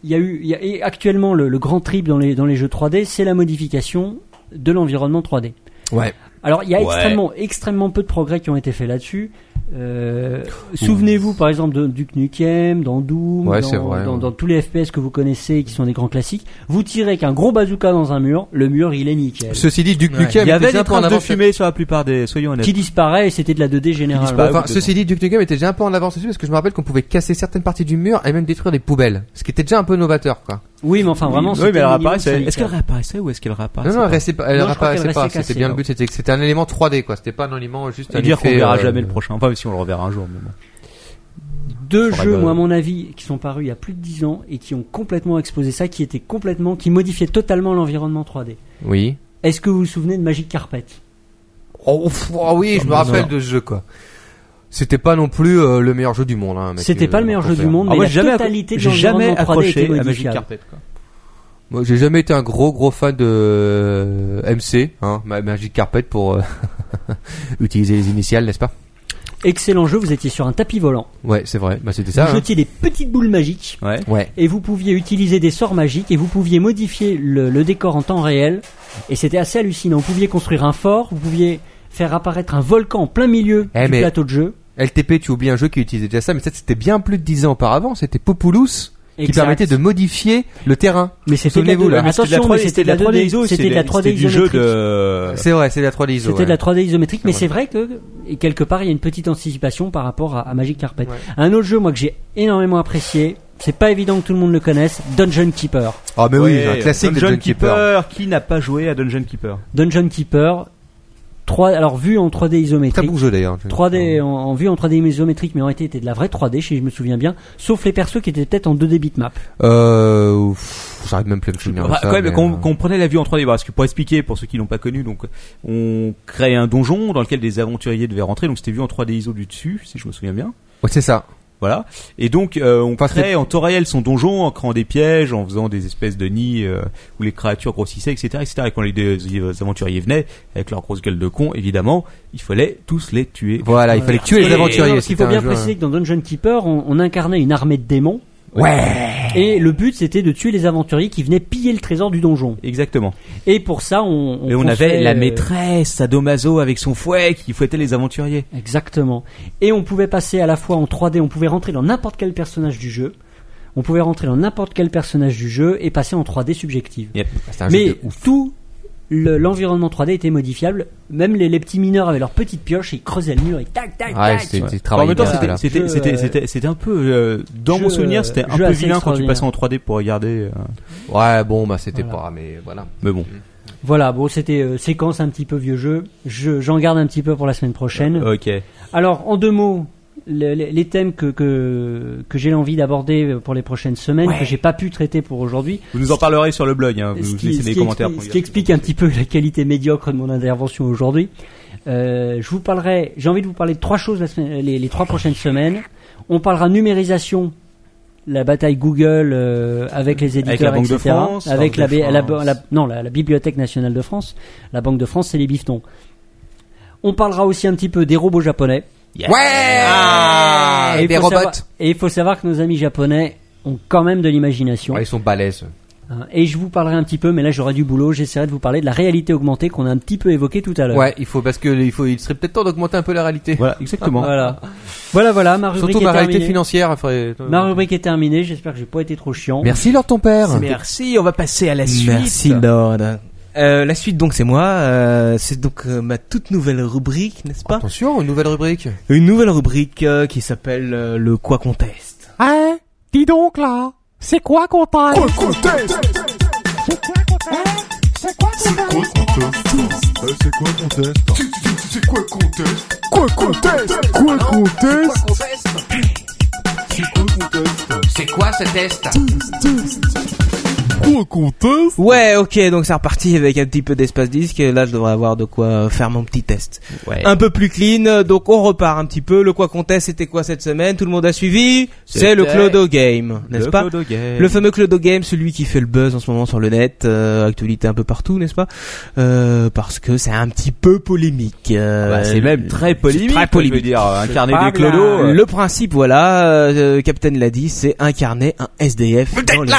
[SPEAKER 5] Il y a eu, il y a- et actuellement, le, le grand trip dans les, dans les jeux 3D, c'est la modification de l'environnement 3D.
[SPEAKER 6] Ouais.
[SPEAKER 5] Alors, il y a
[SPEAKER 10] Ouais.
[SPEAKER 5] extrêmement, extrêmement peu de progrès qui ont été faits là-dessus. Euh, Souvenez-vous, par exemple, de Duke Nukem, dans Doom,
[SPEAKER 6] Ouais, c'est
[SPEAKER 5] dans,
[SPEAKER 6] vrai,
[SPEAKER 5] dans-
[SPEAKER 6] ouais.
[SPEAKER 5] dans tous les FPS que vous connaissez, et qui sont des grands classiques. Vous tirez qu'un gros bazooka dans un mur, le mur, il est nickel.
[SPEAKER 6] Ceci dit, Duke
[SPEAKER 7] Ouais.
[SPEAKER 6] Nukem
[SPEAKER 4] Il y avait des
[SPEAKER 6] déjà un peu en
[SPEAKER 4] traces de
[SPEAKER 6] avance.
[SPEAKER 4] fumée sur la plupart des, soyons honnêtes.
[SPEAKER 5] Qui disparaît, et c'était de la 2D généralement.
[SPEAKER 4] disparaît.
[SPEAKER 6] Enfin,
[SPEAKER 4] Ah oui,
[SPEAKER 6] ceci dit, Duke Nukem était déjà un peu en avance dessus parce que je me rappelle qu'on pouvait casser certaines parties du mur et même détruire des poubelles, ce qui était déjà un peu novateur, quoi.
[SPEAKER 5] Oui, mais enfin, vraiment,
[SPEAKER 4] oui,
[SPEAKER 5] c'était
[SPEAKER 4] mais elle
[SPEAKER 5] minimum
[SPEAKER 4] réapparaissait. Est-ce qu'elle
[SPEAKER 5] sanitaire.
[SPEAKER 4] réapparaissait ou est-ce qu'elle réapparaissait
[SPEAKER 6] Non,
[SPEAKER 4] Ah,
[SPEAKER 6] non, elle,
[SPEAKER 4] pas
[SPEAKER 6] restait pas, elle
[SPEAKER 5] Non, je crois
[SPEAKER 6] réapparaissait
[SPEAKER 5] qu'elle
[SPEAKER 6] pas.
[SPEAKER 5] restait
[SPEAKER 6] C'était
[SPEAKER 5] cassée,
[SPEAKER 6] bien le
[SPEAKER 5] non.
[SPEAKER 6] but, c'était que c'était un élément 3D, quoi. C'était pas un élément juste un
[SPEAKER 4] hein. Et dire qu'on
[SPEAKER 6] effet,
[SPEAKER 4] verra
[SPEAKER 6] euh,
[SPEAKER 4] jamais le prochain. Enfin, si on le reverra un jour. mais bon.
[SPEAKER 5] deux
[SPEAKER 6] Faudrait
[SPEAKER 5] jeux,
[SPEAKER 6] que-
[SPEAKER 5] moi, à mon avis, qui sont parus il y a plus de 10 ans, et qui ont complètement exposé ça, qui étaient complètement, qui modifiaient totalement l'environnement 3D.
[SPEAKER 6] Oui.
[SPEAKER 5] Est-ce que vous vous souvenez de Magic Carpet?
[SPEAKER 6] Oh, pff, oh oui, je me
[SPEAKER 5] Non,
[SPEAKER 6] rappelle
[SPEAKER 5] non.
[SPEAKER 6] de ce jeu, quoi. C'était pas non plus euh, le meilleur jeu du monde. Hein, mec,
[SPEAKER 5] C'était
[SPEAKER 6] euh,
[SPEAKER 5] pas le meilleur
[SPEAKER 6] qu'on
[SPEAKER 5] jeu
[SPEAKER 6] fait,
[SPEAKER 5] du
[SPEAKER 6] hein.
[SPEAKER 5] monde,
[SPEAKER 4] Ah,
[SPEAKER 5] mais
[SPEAKER 4] moi,
[SPEAKER 5] la
[SPEAKER 4] j'ai jamais,
[SPEAKER 5] totalité
[SPEAKER 4] accro-
[SPEAKER 5] de
[SPEAKER 4] j'ai jamais
[SPEAKER 5] l'environnement 3D était
[SPEAKER 4] accroché à Magic
[SPEAKER 5] modifiable.
[SPEAKER 4] Carpet. quoi.
[SPEAKER 6] Moi, j'ai jamais été un gros gros fan de euh, MC, hein, ma- Magic Carpet pour euh, utiliser les initiales, n'est-ce pas
[SPEAKER 5] Excellent jeu, vous étiez sur un tapis volant.
[SPEAKER 6] Ouais, c'est vrai. Bah, c'était
[SPEAKER 5] Vous
[SPEAKER 6] ça. hein.
[SPEAKER 5] jetiez des petites boules magiques.
[SPEAKER 4] Ouais.
[SPEAKER 6] Ouais.
[SPEAKER 5] et vous pouviez utiliser des sorts magiques et vous pouviez modifier le, le décor en temps réel et c'était assez hallucinant. Vous pouviez construire un fort, vous pouviez faire apparaître un volcan en plein milieu
[SPEAKER 6] Eh,
[SPEAKER 5] du
[SPEAKER 6] mais-
[SPEAKER 5] plateau de jeu.
[SPEAKER 6] LTP, tu oublies un jeu qui utilisait déjà ça, mais ça c'était bien plus de 10 ans auparavant. C'était Populous qui
[SPEAKER 5] Exact.
[SPEAKER 6] permettait de modifier le terrain.
[SPEAKER 5] Mais c'était de la
[SPEAKER 6] Souvenez-vous, là,
[SPEAKER 5] 2D.
[SPEAKER 4] Mais c'était de la
[SPEAKER 5] Attention,
[SPEAKER 4] 3D,
[SPEAKER 5] mais c'était de la
[SPEAKER 4] 3D
[SPEAKER 5] 3D
[SPEAKER 4] iso,
[SPEAKER 5] C'était de la 3D
[SPEAKER 4] c'était du jeu
[SPEAKER 5] isométrique.
[SPEAKER 4] de.
[SPEAKER 6] C'est vrai, c'est de la 3D ISO.
[SPEAKER 5] C'était
[SPEAKER 6] ouais.
[SPEAKER 5] de la 3D isométrique, mais
[SPEAKER 6] Ouais.
[SPEAKER 5] c'est vrai que et quelque part il y a une petite anticipation par rapport à, à Magic Carpet. Un autre jeu moi que j'ai énormément apprécié, c'est pas évident que tout le monde le connaisse, Dungeon Keeper.
[SPEAKER 6] Ah mais oui,
[SPEAKER 4] Ouais,
[SPEAKER 6] un classique
[SPEAKER 4] Dungeon
[SPEAKER 6] de John Keeper.
[SPEAKER 4] Qui n'a pas joué à Dungeon Keeper
[SPEAKER 5] Dungeon Keeper, 3, alors vu en 3D
[SPEAKER 6] Très
[SPEAKER 5] isométrique,
[SPEAKER 6] bon jeu d'ailleurs.
[SPEAKER 5] 3D en, en vue en 3D isométrique mais en réalité était de la vraie 3D si je me souviens bien sauf les persos qui étaient peut-être en 2D bitmap
[SPEAKER 6] Euh, ouf, j'arrive même plus à me souvenir. de
[SPEAKER 4] Bah,
[SPEAKER 6] ça,
[SPEAKER 4] quand même,
[SPEAKER 6] mais,
[SPEAKER 4] quand,
[SPEAKER 6] euh,
[SPEAKER 4] quand on prenait la vue en 3D, parce que pour expliquer, pour ceux qui l'ont pas connu, donc on créait un donjon dans lequel des aventuriers devaient rentrer, donc c'était vu en 3D ISO du dessus, si je me souviens bien.
[SPEAKER 6] ouais, c'est ça.
[SPEAKER 4] Voilà. Et donc euh, on
[SPEAKER 6] Enfin,
[SPEAKER 4] créait en temps réel son donjon en créant des pièges, en faisant des espèces de nids euh, où les créatures grossissaient, etc., etc. Et quand les, les aventuriers venaient avec leur grosse gueule de con, évidemment, il fallait tous les tuer.
[SPEAKER 6] Voilà, il fallait tuer les aventuriers.
[SPEAKER 5] il
[SPEAKER 6] c'était
[SPEAKER 5] faut
[SPEAKER 6] un
[SPEAKER 5] bien
[SPEAKER 6] jeu-
[SPEAKER 5] préciser que dans Dungeon Keeper on, on incarnait une armée de démons
[SPEAKER 6] Ouais.
[SPEAKER 5] et le but c'était de tuer les aventuriers qui venaient piller le trésor du donjon
[SPEAKER 4] Exactement.
[SPEAKER 5] et pour ça on, on
[SPEAKER 4] Et on
[SPEAKER 5] construisait,
[SPEAKER 4] avait la
[SPEAKER 5] euh,
[SPEAKER 4] maîtresse Sadomaso avec son fouet qui fouettait les aventuriers.
[SPEAKER 5] euh, exactement et on pouvait passer à la fois en 3D on pouvait rentrer dans n'importe quel personnage du jeu on pouvait rentrer dans n'importe quel personnage du jeu et passer en 3D subjective.
[SPEAKER 6] Yep. Ah, C'est un jeu
[SPEAKER 5] Mais
[SPEAKER 6] de ouf.
[SPEAKER 5] tout le- l'environnement 3D était modifiable. Même les, les petits mineurs avaient leurs petites pioches, ils creusaient le mur et tac, tac,
[SPEAKER 6] Ouais,
[SPEAKER 5] tac.
[SPEAKER 6] c'était du
[SPEAKER 3] En
[SPEAKER 6] travail
[SPEAKER 3] même temps,
[SPEAKER 6] hyper,
[SPEAKER 3] c'était-
[SPEAKER 6] là.
[SPEAKER 3] c'était
[SPEAKER 5] Jeu,
[SPEAKER 3] c'était-
[SPEAKER 5] euh,
[SPEAKER 3] c'était- c'était un peu euh, dans
[SPEAKER 5] jeu,
[SPEAKER 3] mon souvenir, c'était un
[SPEAKER 5] jeu
[SPEAKER 3] peu
[SPEAKER 5] assez
[SPEAKER 3] vilain quand tu passais
[SPEAKER 5] extraordinaire.
[SPEAKER 3] en 3D pour regarder. euh,
[SPEAKER 6] Ouais, bon, bah c'était
[SPEAKER 5] Voilà.
[SPEAKER 6] pas, mais voilà.
[SPEAKER 3] Mais bon,
[SPEAKER 5] Voilà, bon, c'était euh, séquence un petit peu vieux jeu. Je- J'en garde un petit peu pour la semaine prochaine.
[SPEAKER 6] Euh,
[SPEAKER 3] ok.
[SPEAKER 5] Alors, en deux mots, le- le- les thèmes que, que, que j'ai envie d'aborder pour les prochaines semaines, que j'ai pas pu traiter pour aujourd'hui,
[SPEAKER 3] Vous nous en parlerez sur le blog. Hein. Vous
[SPEAKER 5] ce
[SPEAKER 3] nous
[SPEAKER 5] qui,
[SPEAKER 3] laissez
[SPEAKER 5] ce
[SPEAKER 3] des
[SPEAKER 5] qui
[SPEAKER 3] commentaires.
[SPEAKER 5] explique-
[SPEAKER 3] pour
[SPEAKER 5] ce
[SPEAKER 3] nous
[SPEAKER 5] qui
[SPEAKER 3] dire.
[SPEAKER 5] explique un petit peu la qualité médiocre de mon intervention aujourd'hui. Euh, je vous parlerai, j'ai envie de vous parler de trois choses la semaine- les, les trois prochaines semaines. On parlera numérisation, la bataille Google euh, avec les éditeurs,
[SPEAKER 3] Avec la Banque de
[SPEAKER 5] etc.,
[SPEAKER 3] France,
[SPEAKER 5] avec la,
[SPEAKER 3] Banque de
[SPEAKER 5] B- la-
[SPEAKER 3] France.
[SPEAKER 5] la- non, la, la Bibliothèque nationale de France, la Banque de France, c'est les bifetons. On parlera aussi un petit peu des robots japonais.
[SPEAKER 6] Ouais
[SPEAKER 5] Ah,
[SPEAKER 6] Des robots
[SPEAKER 5] et il faut savoir que nos amis japonais ont quand même de l'imagination.
[SPEAKER 6] Ouais, Ils sont balèzes.
[SPEAKER 5] Hein, Et je vous parlerai un petit peu, mais là j'aurai du boulot, j'essaierai de vous parler de la réalité augmentée qu'on a un petit peu évoquée tout à l'heure.
[SPEAKER 6] Ouais, il faut parce que il faut il serait peut-être temps d'augmenter un peu la réalité.
[SPEAKER 3] Voilà, exactement.
[SPEAKER 5] Voilà. Voilà, voilà, ma rubrique
[SPEAKER 6] Surtout
[SPEAKER 5] est
[SPEAKER 6] la réalité
[SPEAKER 5] terminée.
[SPEAKER 6] financière. il faudrait-
[SPEAKER 5] Ma rubrique est terminée, j'espère que j'ai pas été trop chiant.
[SPEAKER 6] Merci Lord ton père.
[SPEAKER 7] Merci, on va passer à la suite. Merci Lord. Euh, la suite donc c'est moi, euh, c'est donc euh, ma toute nouvelle rubrique, n'est-ce pas
[SPEAKER 6] Attention, une nouvelle rubrique.
[SPEAKER 7] Une nouvelle rubrique euh, qui s'appelle euh, le quoi qu'on teste.
[SPEAKER 11] Hein Dis donc là, c'est quoi qu'on t'a
[SPEAKER 8] Quoi qu'on teste
[SPEAKER 11] C'est quoi qu'on t'a C'est quoi qu'on t'a
[SPEAKER 8] Quoi qu'on teste Bah, C'est quoi qu'on teste C'est quoi qu'on teste Quoi qu'on teste Quoi qu'on teste C'est quoi qu'on teste
[SPEAKER 2] C'est quoi ce test
[SPEAKER 8] Quoi qu'on teste
[SPEAKER 7] Ouais, ok, donc c'est reparti avec un petit peu d'espace disque. Et là, je devrais avoir de quoi euh, faire mon petit test.
[SPEAKER 6] Ouais.
[SPEAKER 7] Un peu plus clean, euh, donc on repart un petit peu. Le quoi qu'on teste, c'était quoi cette semaine Tout le monde a suivi C'est le
[SPEAKER 6] C'était
[SPEAKER 7] Clodo Game, n'est-ce
[SPEAKER 3] Le
[SPEAKER 7] pas
[SPEAKER 3] Clodo Game.
[SPEAKER 7] Le fameux Clodo Game, celui qui fait le buzz en ce moment sur le net, euh, actualité un peu partout, n'est-ce pas Euh, Parce que c'est un petit peu polémique. euh,
[SPEAKER 3] Bah, c'est même très polémique.
[SPEAKER 7] très
[SPEAKER 3] Je veux
[SPEAKER 7] polémique.
[SPEAKER 3] dire, incarner
[SPEAKER 5] pas
[SPEAKER 3] des clodos. euh,
[SPEAKER 7] Le principe, voilà, euh, Captain l'a dit, c'est incarner un SDF. dans les-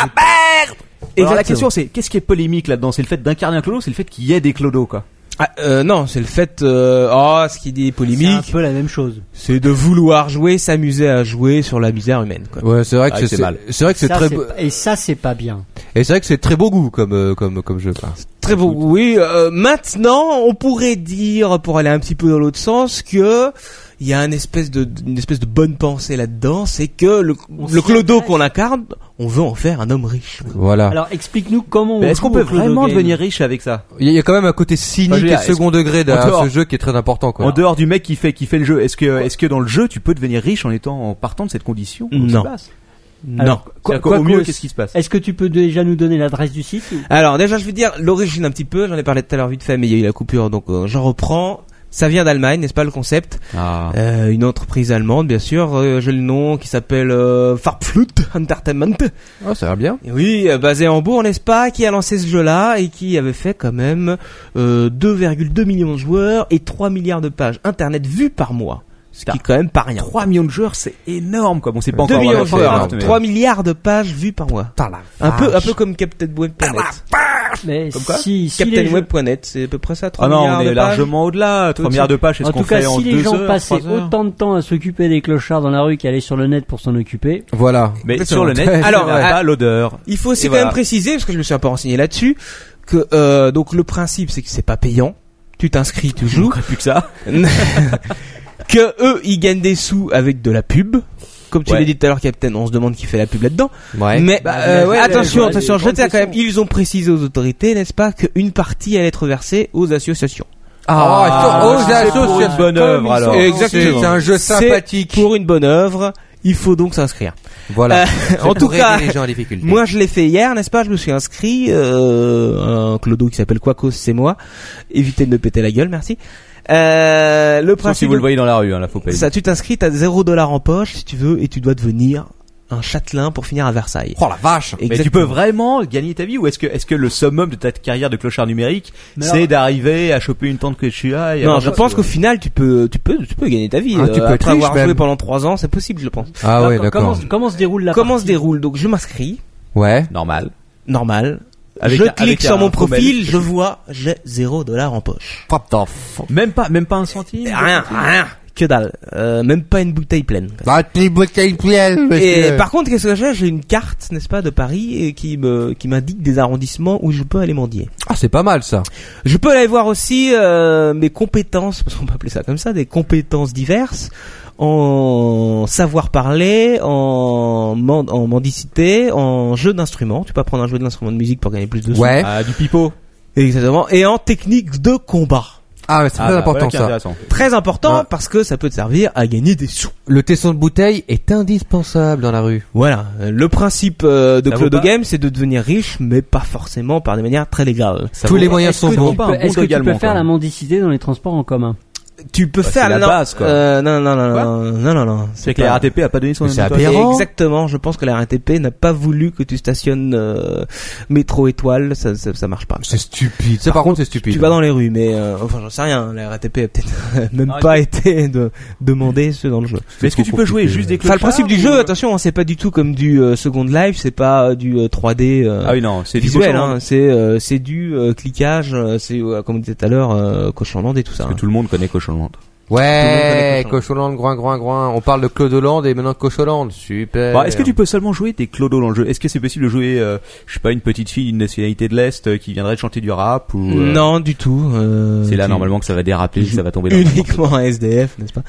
[SPEAKER 3] Et la
[SPEAKER 7] Exactement.
[SPEAKER 3] question c'est qu'est-ce qui est polémique là-dedans C'est le fait d'incarner un clodo, c'est le fait qu'il y ait des clodos quoi.
[SPEAKER 7] Ah, euh, non, c'est le fait. Euh, oh, ce qui dit
[SPEAKER 5] C'est un
[SPEAKER 7] polémique,
[SPEAKER 5] peu la même chose.
[SPEAKER 7] c'est de vouloir jouer, s'amuser à jouer sur la misère humaine. Quoi.
[SPEAKER 6] Ouais, c'est vrai que
[SPEAKER 3] Ah,
[SPEAKER 6] c'est
[SPEAKER 3] c'est
[SPEAKER 6] c'est-
[SPEAKER 3] mal.
[SPEAKER 6] C'est vrai que c'est
[SPEAKER 5] Ça,
[SPEAKER 6] très
[SPEAKER 5] c'est
[SPEAKER 6] beau-
[SPEAKER 5] pas- Et ça, c'est pas bien.
[SPEAKER 6] et c'est vrai que c'est très beau goût comme euh, comme comme jeu. quoi.
[SPEAKER 7] Très bon. Oui. euh, maintenant, on pourrait dire, pour aller un petit peu dans l'autre sens, que il y a une espèce de une espèce de bonne pensée là-dedans, c'est que le,
[SPEAKER 5] On
[SPEAKER 7] le
[SPEAKER 5] s'y
[SPEAKER 7] clodo
[SPEAKER 5] intéresse.
[SPEAKER 7] qu'on incarne, on veut en faire un homme riche.
[SPEAKER 6] Voilà.
[SPEAKER 5] Alors explique-nous comment on
[SPEAKER 3] Mais est-ce
[SPEAKER 5] joue
[SPEAKER 3] qu'on peut
[SPEAKER 5] au Clodo
[SPEAKER 3] vraiment
[SPEAKER 5] Game.
[SPEAKER 3] devenir riche avec ça
[SPEAKER 6] Il y a- il y a quand même un côté cynique
[SPEAKER 3] Enfin, je veux
[SPEAKER 6] et
[SPEAKER 3] dire, est-ce-
[SPEAKER 6] second degré
[SPEAKER 3] en
[SPEAKER 6] derrière
[SPEAKER 3] dehors-
[SPEAKER 6] ce jeu qui est très important quoi.
[SPEAKER 3] En dehors du mec qui fait qui fait le jeu, est-ce que est-ce que dans le jeu tu peux devenir riche en étant en partant de cette condition quand tu
[SPEAKER 7] Non.
[SPEAKER 3] passes
[SPEAKER 5] Alors,
[SPEAKER 7] non.
[SPEAKER 5] quoi-
[SPEAKER 3] C'est-à-dire qu'au
[SPEAKER 5] quoi
[SPEAKER 3] mieux
[SPEAKER 5] que-
[SPEAKER 3] qu'est-ce qui se passe
[SPEAKER 5] Est-ce que tu peux déjà nous donner l'adresse du site ou-
[SPEAKER 7] Alors déjà, je veux dire l'origine un petit peu. J'en ai parlé tout à l'heure vite fait, mais il y a eu la coupure, donc euh, j'en reprends. Ça vient d'Allemagne, n'est-ce pas le concept
[SPEAKER 3] Ah.
[SPEAKER 7] Euh, une entreprise allemande, bien sûr. euh, J'ai le nom qui s'aelle euh, Farpflut Entertainment.
[SPEAKER 6] Ah, ça va bien.
[SPEAKER 7] Et oui, euh, basé en Hambourg, n'est-ce pas, qui a lancé ce jeu-là et qui avait fait quand même euh, 2,2 millions de joueurs et 3 milliards de pages internet vues par mois. Ce qui est quand même pas rien.
[SPEAKER 3] 3 millions de joueurs, c'est énorme quoi. Bon, c'est Bah, pas
[SPEAKER 7] 2
[SPEAKER 3] encore
[SPEAKER 7] millions de
[SPEAKER 3] vraiment
[SPEAKER 7] joueurs,
[SPEAKER 3] énorme,
[SPEAKER 7] hein,
[SPEAKER 3] mais-
[SPEAKER 7] 3 milliards de pages vues par mois. Un peu, un peu comme Captain
[SPEAKER 3] Ah,
[SPEAKER 7] Web Planet.
[SPEAKER 3] bah,
[SPEAKER 5] Mais
[SPEAKER 7] Comme quoi
[SPEAKER 5] si, si les
[SPEAKER 7] Captain
[SPEAKER 5] gens-
[SPEAKER 7] Web Planet, c'est à peu près ça, 3
[SPEAKER 3] Ah non,
[SPEAKER 7] milliards
[SPEAKER 3] on
[SPEAKER 7] de
[SPEAKER 3] est
[SPEAKER 7] pages.
[SPEAKER 3] largement au-delà. 3
[SPEAKER 7] Tout
[SPEAKER 3] milliards de pages, c'est ce
[SPEAKER 5] en
[SPEAKER 3] qu'on
[SPEAKER 5] tout cas,
[SPEAKER 3] fait en
[SPEAKER 5] si les
[SPEAKER 3] 2
[SPEAKER 5] gens
[SPEAKER 3] heures,
[SPEAKER 5] passaient
[SPEAKER 3] 3 heures.
[SPEAKER 5] autant de temps à s'occuper des clochards dans la rue qu'à aller sur le net pour s'en occuper,
[SPEAKER 6] Voilà.
[SPEAKER 3] Mais sur le net,
[SPEAKER 7] Alors,
[SPEAKER 3] alors
[SPEAKER 7] à-
[SPEAKER 3] pas l'odeur.
[SPEAKER 7] Il faut aussi
[SPEAKER 3] Et
[SPEAKER 7] quand
[SPEAKER 3] voilà.
[SPEAKER 7] même préciser, parce que je me suis un peu renseigné là-dessus, que euh, donc le principe c'est que c'est pas payant. Tu t'inscris, tu joues.
[SPEAKER 3] Plus que ça.
[SPEAKER 7] que eux, ils gagnent des sous avec de la pub. Comme tu
[SPEAKER 3] Ouais. Bah,
[SPEAKER 7] l'as dit tout à l'heure, Captain, on se demande qui fait la pub là-dedans.
[SPEAKER 6] Ouais.
[SPEAKER 7] Mais euh, ouais, attention,
[SPEAKER 5] ouais,
[SPEAKER 7] attention,
[SPEAKER 5] ouais,
[SPEAKER 7] je tiens quand même,
[SPEAKER 5] question.
[SPEAKER 7] ils ont précisé aux autorités, n'est-ce pas, qu'une partie allait être versée aux associations.
[SPEAKER 6] Ah,
[SPEAKER 5] Ah,
[SPEAKER 6] oh,
[SPEAKER 5] c'est
[SPEAKER 6] c'est
[SPEAKER 5] pour
[SPEAKER 6] associé-
[SPEAKER 5] une
[SPEAKER 3] bonne
[SPEAKER 6] comme
[SPEAKER 3] œuvre,
[SPEAKER 6] ils
[SPEAKER 3] alors.
[SPEAKER 6] sont-
[SPEAKER 7] Exactement.
[SPEAKER 6] C'est un jeu
[SPEAKER 7] C'est
[SPEAKER 6] sympathique.
[SPEAKER 7] Pour une bonne œuvre, il faut donc s'inscrire.
[SPEAKER 6] Voilà.
[SPEAKER 7] Euh, en tout
[SPEAKER 6] Pour
[SPEAKER 7] cas,
[SPEAKER 6] aider les gens en difficulté.
[SPEAKER 7] Moi, je l'ai fait hier, n'est-ce pas Je me suis inscrit. Euh, un clodo qui s'appelle Quacos, c'est moi. Évitez de me péter la gueule, merci. Euh, le
[SPEAKER 3] Sauf
[SPEAKER 7] principe,
[SPEAKER 3] si vous le voyez dans la rue, hein, là, faut pas.
[SPEAKER 7] ça, tu t'inscris, t'as zéro dollar en poche si tu veux, et tu dois devenir un châtelain pour finir à Versailles.
[SPEAKER 6] Oh la vache.
[SPEAKER 3] Mais tu peux vraiment gagner ta vie ou est-ce que est-ce que le summum de ta carrière de clochard numérique
[SPEAKER 5] Mais alors-
[SPEAKER 3] c'est d'arriver à choper une tente que tu as et
[SPEAKER 7] Non,
[SPEAKER 3] avoir ça,
[SPEAKER 7] je pense
[SPEAKER 3] euh,
[SPEAKER 7] qu'au final, tu peux, tu peux, tu peux gagner ta vie.
[SPEAKER 6] Ah, tu
[SPEAKER 7] Euh,
[SPEAKER 6] peux être
[SPEAKER 7] après avoir
[SPEAKER 6] riche, même.
[SPEAKER 7] joué pendant trois ans, c'est possible, je pense.
[SPEAKER 6] Ah ouais,
[SPEAKER 5] Alors, comment,
[SPEAKER 6] d'accord.
[SPEAKER 5] se- comment se déroule la
[SPEAKER 7] Comment se
[SPEAKER 5] partie
[SPEAKER 7] déroule Donc, je m'inscris,
[SPEAKER 6] Ouais.
[SPEAKER 3] normal.
[SPEAKER 7] normal.
[SPEAKER 3] Avec
[SPEAKER 7] je
[SPEAKER 3] un- avec
[SPEAKER 7] clique sur
[SPEAKER 3] un
[SPEAKER 7] mon
[SPEAKER 3] promène.
[SPEAKER 7] profil, je vois, j'ai zéro dollar en poche.
[SPEAKER 3] Même pas même pas un centime.
[SPEAKER 7] Rien, rien. Que dalle. Euh, même pas une bouteille pleine.
[SPEAKER 6] Bah, t'es bouteille pleine,
[SPEAKER 7] Et
[SPEAKER 6] monsieur.
[SPEAKER 7] par contre, qu'est-ce que j'ai J'ai une carte, n'est-ce pas, de Paris et qui me qui m'indique des arrondissements où je peux aller mendier.
[SPEAKER 6] Ah, c'est pas mal, ça.
[SPEAKER 7] Je peux aller voir aussi euh, mes compétences, parce qu'on peut appeler ça comme ça, des compétences diverses en savoir parler, en, mand- en mendicité, en jeu d'instrument. Tu peux apprendre à jouer de l'instrument de musique pour gagner plus de sous.
[SPEAKER 6] Ouais.
[SPEAKER 12] Ah, du pipeau.
[SPEAKER 7] Exactement. Et en technique de combat.
[SPEAKER 6] Ah, mais c'est
[SPEAKER 12] Ah,
[SPEAKER 6] très
[SPEAKER 12] bah,
[SPEAKER 6] important,
[SPEAKER 12] voilà qui est
[SPEAKER 6] ça.
[SPEAKER 12] intéressant.
[SPEAKER 7] Très important
[SPEAKER 6] Ouais.
[SPEAKER 7] parce que ça peut te servir à gagner des sous.
[SPEAKER 6] Le tesson de bouteille est indispensable dans la rue.
[SPEAKER 7] Voilà. Euh, Le principe euh, de
[SPEAKER 12] Ça
[SPEAKER 7] Clodo
[SPEAKER 12] vaut pas
[SPEAKER 7] Game, c'est de devenir riche, mais pas forcément par des manières très légales.
[SPEAKER 12] Ça
[SPEAKER 6] Tous
[SPEAKER 12] vaut-
[SPEAKER 6] les moyens sont
[SPEAKER 5] que
[SPEAKER 6] bons.
[SPEAKER 5] tu peux-
[SPEAKER 12] pas un bon
[SPEAKER 5] est-ce que tu
[SPEAKER 12] également,
[SPEAKER 5] peux faire
[SPEAKER 12] quand
[SPEAKER 5] la
[SPEAKER 12] même.
[SPEAKER 5] mendicité dans les transports en commun
[SPEAKER 7] Tu peux
[SPEAKER 12] Bah,
[SPEAKER 7] faire
[SPEAKER 12] c'est la
[SPEAKER 7] non,
[SPEAKER 12] base, quoi.
[SPEAKER 7] euh, non, non, non,
[SPEAKER 12] Quoi
[SPEAKER 7] non, non, non, non.
[SPEAKER 4] C'est que la
[SPEAKER 7] pas-
[SPEAKER 4] RATP a pas donné son
[SPEAKER 6] Mais c'est
[SPEAKER 4] avis, toi.
[SPEAKER 6] aberrant. Perron
[SPEAKER 7] Exactement, je pense que la RATP n'a pas voulu que tu stationnes euh, métro étoile, ça, ça, ça marche pas.
[SPEAKER 6] C'est stupide. Ça, par contre, c'est stupide. hein.
[SPEAKER 7] Tu vas dans les rues, mais euh, enfin j'en sais rien, la RATP a peut-être même
[SPEAKER 12] Ah,
[SPEAKER 7] pas été de, demandée ce dans le jeu.
[SPEAKER 4] Mais est-ce que tu peux jouer juste des
[SPEAKER 7] Enfin
[SPEAKER 4] clochards
[SPEAKER 7] le principe du jeu, attention, hein, c'est pas du tout comme du euh, Second Life, c'est pas euh, du euh, 3D euh,
[SPEAKER 4] Ah oui, non, c'est
[SPEAKER 7] visuel,
[SPEAKER 4] du
[SPEAKER 7] hein, c'est euh, c'est du euh, cliquage, euh, c'est euh, comme on disait tout à l'heure, euh, cochonland et tout ça.
[SPEAKER 4] Que
[SPEAKER 7] hein.
[SPEAKER 4] tout le monde connaît Cochonland.
[SPEAKER 6] Ouais, Cocholand, groin, groin, groin. On parle de Claude et maintenant Cocholand.
[SPEAKER 7] Euh,
[SPEAKER 6] Super.
[SPEAKER 4] Bah, est-ce que tu peux seulement jouer des clodos dans le jeu Est-ce que c'est possible de jouer, euh, je sais pas, une petite fille d'une nationalité de l'Est euh, qui viendrait de chanter du rap ou euh,
[SPEAKER 7] Non du tout. euh,
[SPEAKER 4] C'est là
[SPEAKER 7] tu-
[SPEAKER 4] normalement que ça va déraper, que ça va tomber dans
[SPEAKER 7] uniquement un SDF, n'est-ce pas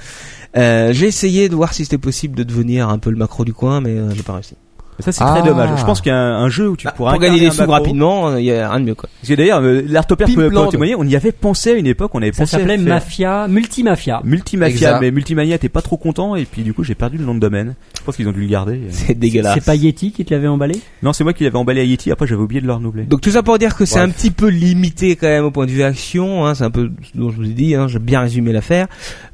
[SPEAKER 7] euh, J'ai essayé de voir si c'était possible de devenir un peu le macro du coin, mais euh, j'ai pas réussi.
[SPEAKER 4] Mais ça c'est
[SPEAKER 6] Ah.
[SPEAKER 4] très dommage. Je pense qu'il y a un, un jeu où tu
[SPEAKER 7] Bah,
[SPEAKER 4] pourras
[SPEAKER 7] pour gagner
[SPEAKER 4] incarner
[SPEAKER 7] des
[SPEAKER 4] un
[SPEAKER 7] sous
[SPEAKER 4] macro.
[SPEAKER 7] rapidement, euh, il y a rien de mieux quoi.
[SPEAKER 4] Parce que d'ailleurs, euh, l'artopère
[SPEAKER 6] Pile
[SPEAKER 4] peut, peut en
[SPEAKER 6] blonde.
[SPEAKER 4] témoigner, on y avait pensé à une époque, on avait
[SPEAKER 5] Ça
[SPEAKER 4] pensé à
[SPEAKER 5] s'appelait
[SPEAKER 4] faire
[SPEAKER 5] Mafia, Multimafia.
[SPEAKER 4] Multimafia,
[SPEAKER 6] Exact.
[SPEAKER 4] mais Multimania t'es pas trop content et puis du coup j'ai perdu le nom de domaine. Je pense qu'ils ont dû le garder.
[SPEAKER 7] C'est dégueulasse.
[SPEAKER 5] C'est pas Yeti qui te l'avait emballé
[SPEAKER 4] Non, c'est moi qui l'avais emballé à Yeti, après j'avais oublié de le renouveler.
[SPEAKER 7] Donc tout ça pour dire que c'est un petit peu limité quand même au point de vue action, hein, c'est un peu ce dont je vous ai dit, hein, j'ai bien résumé l'affaire.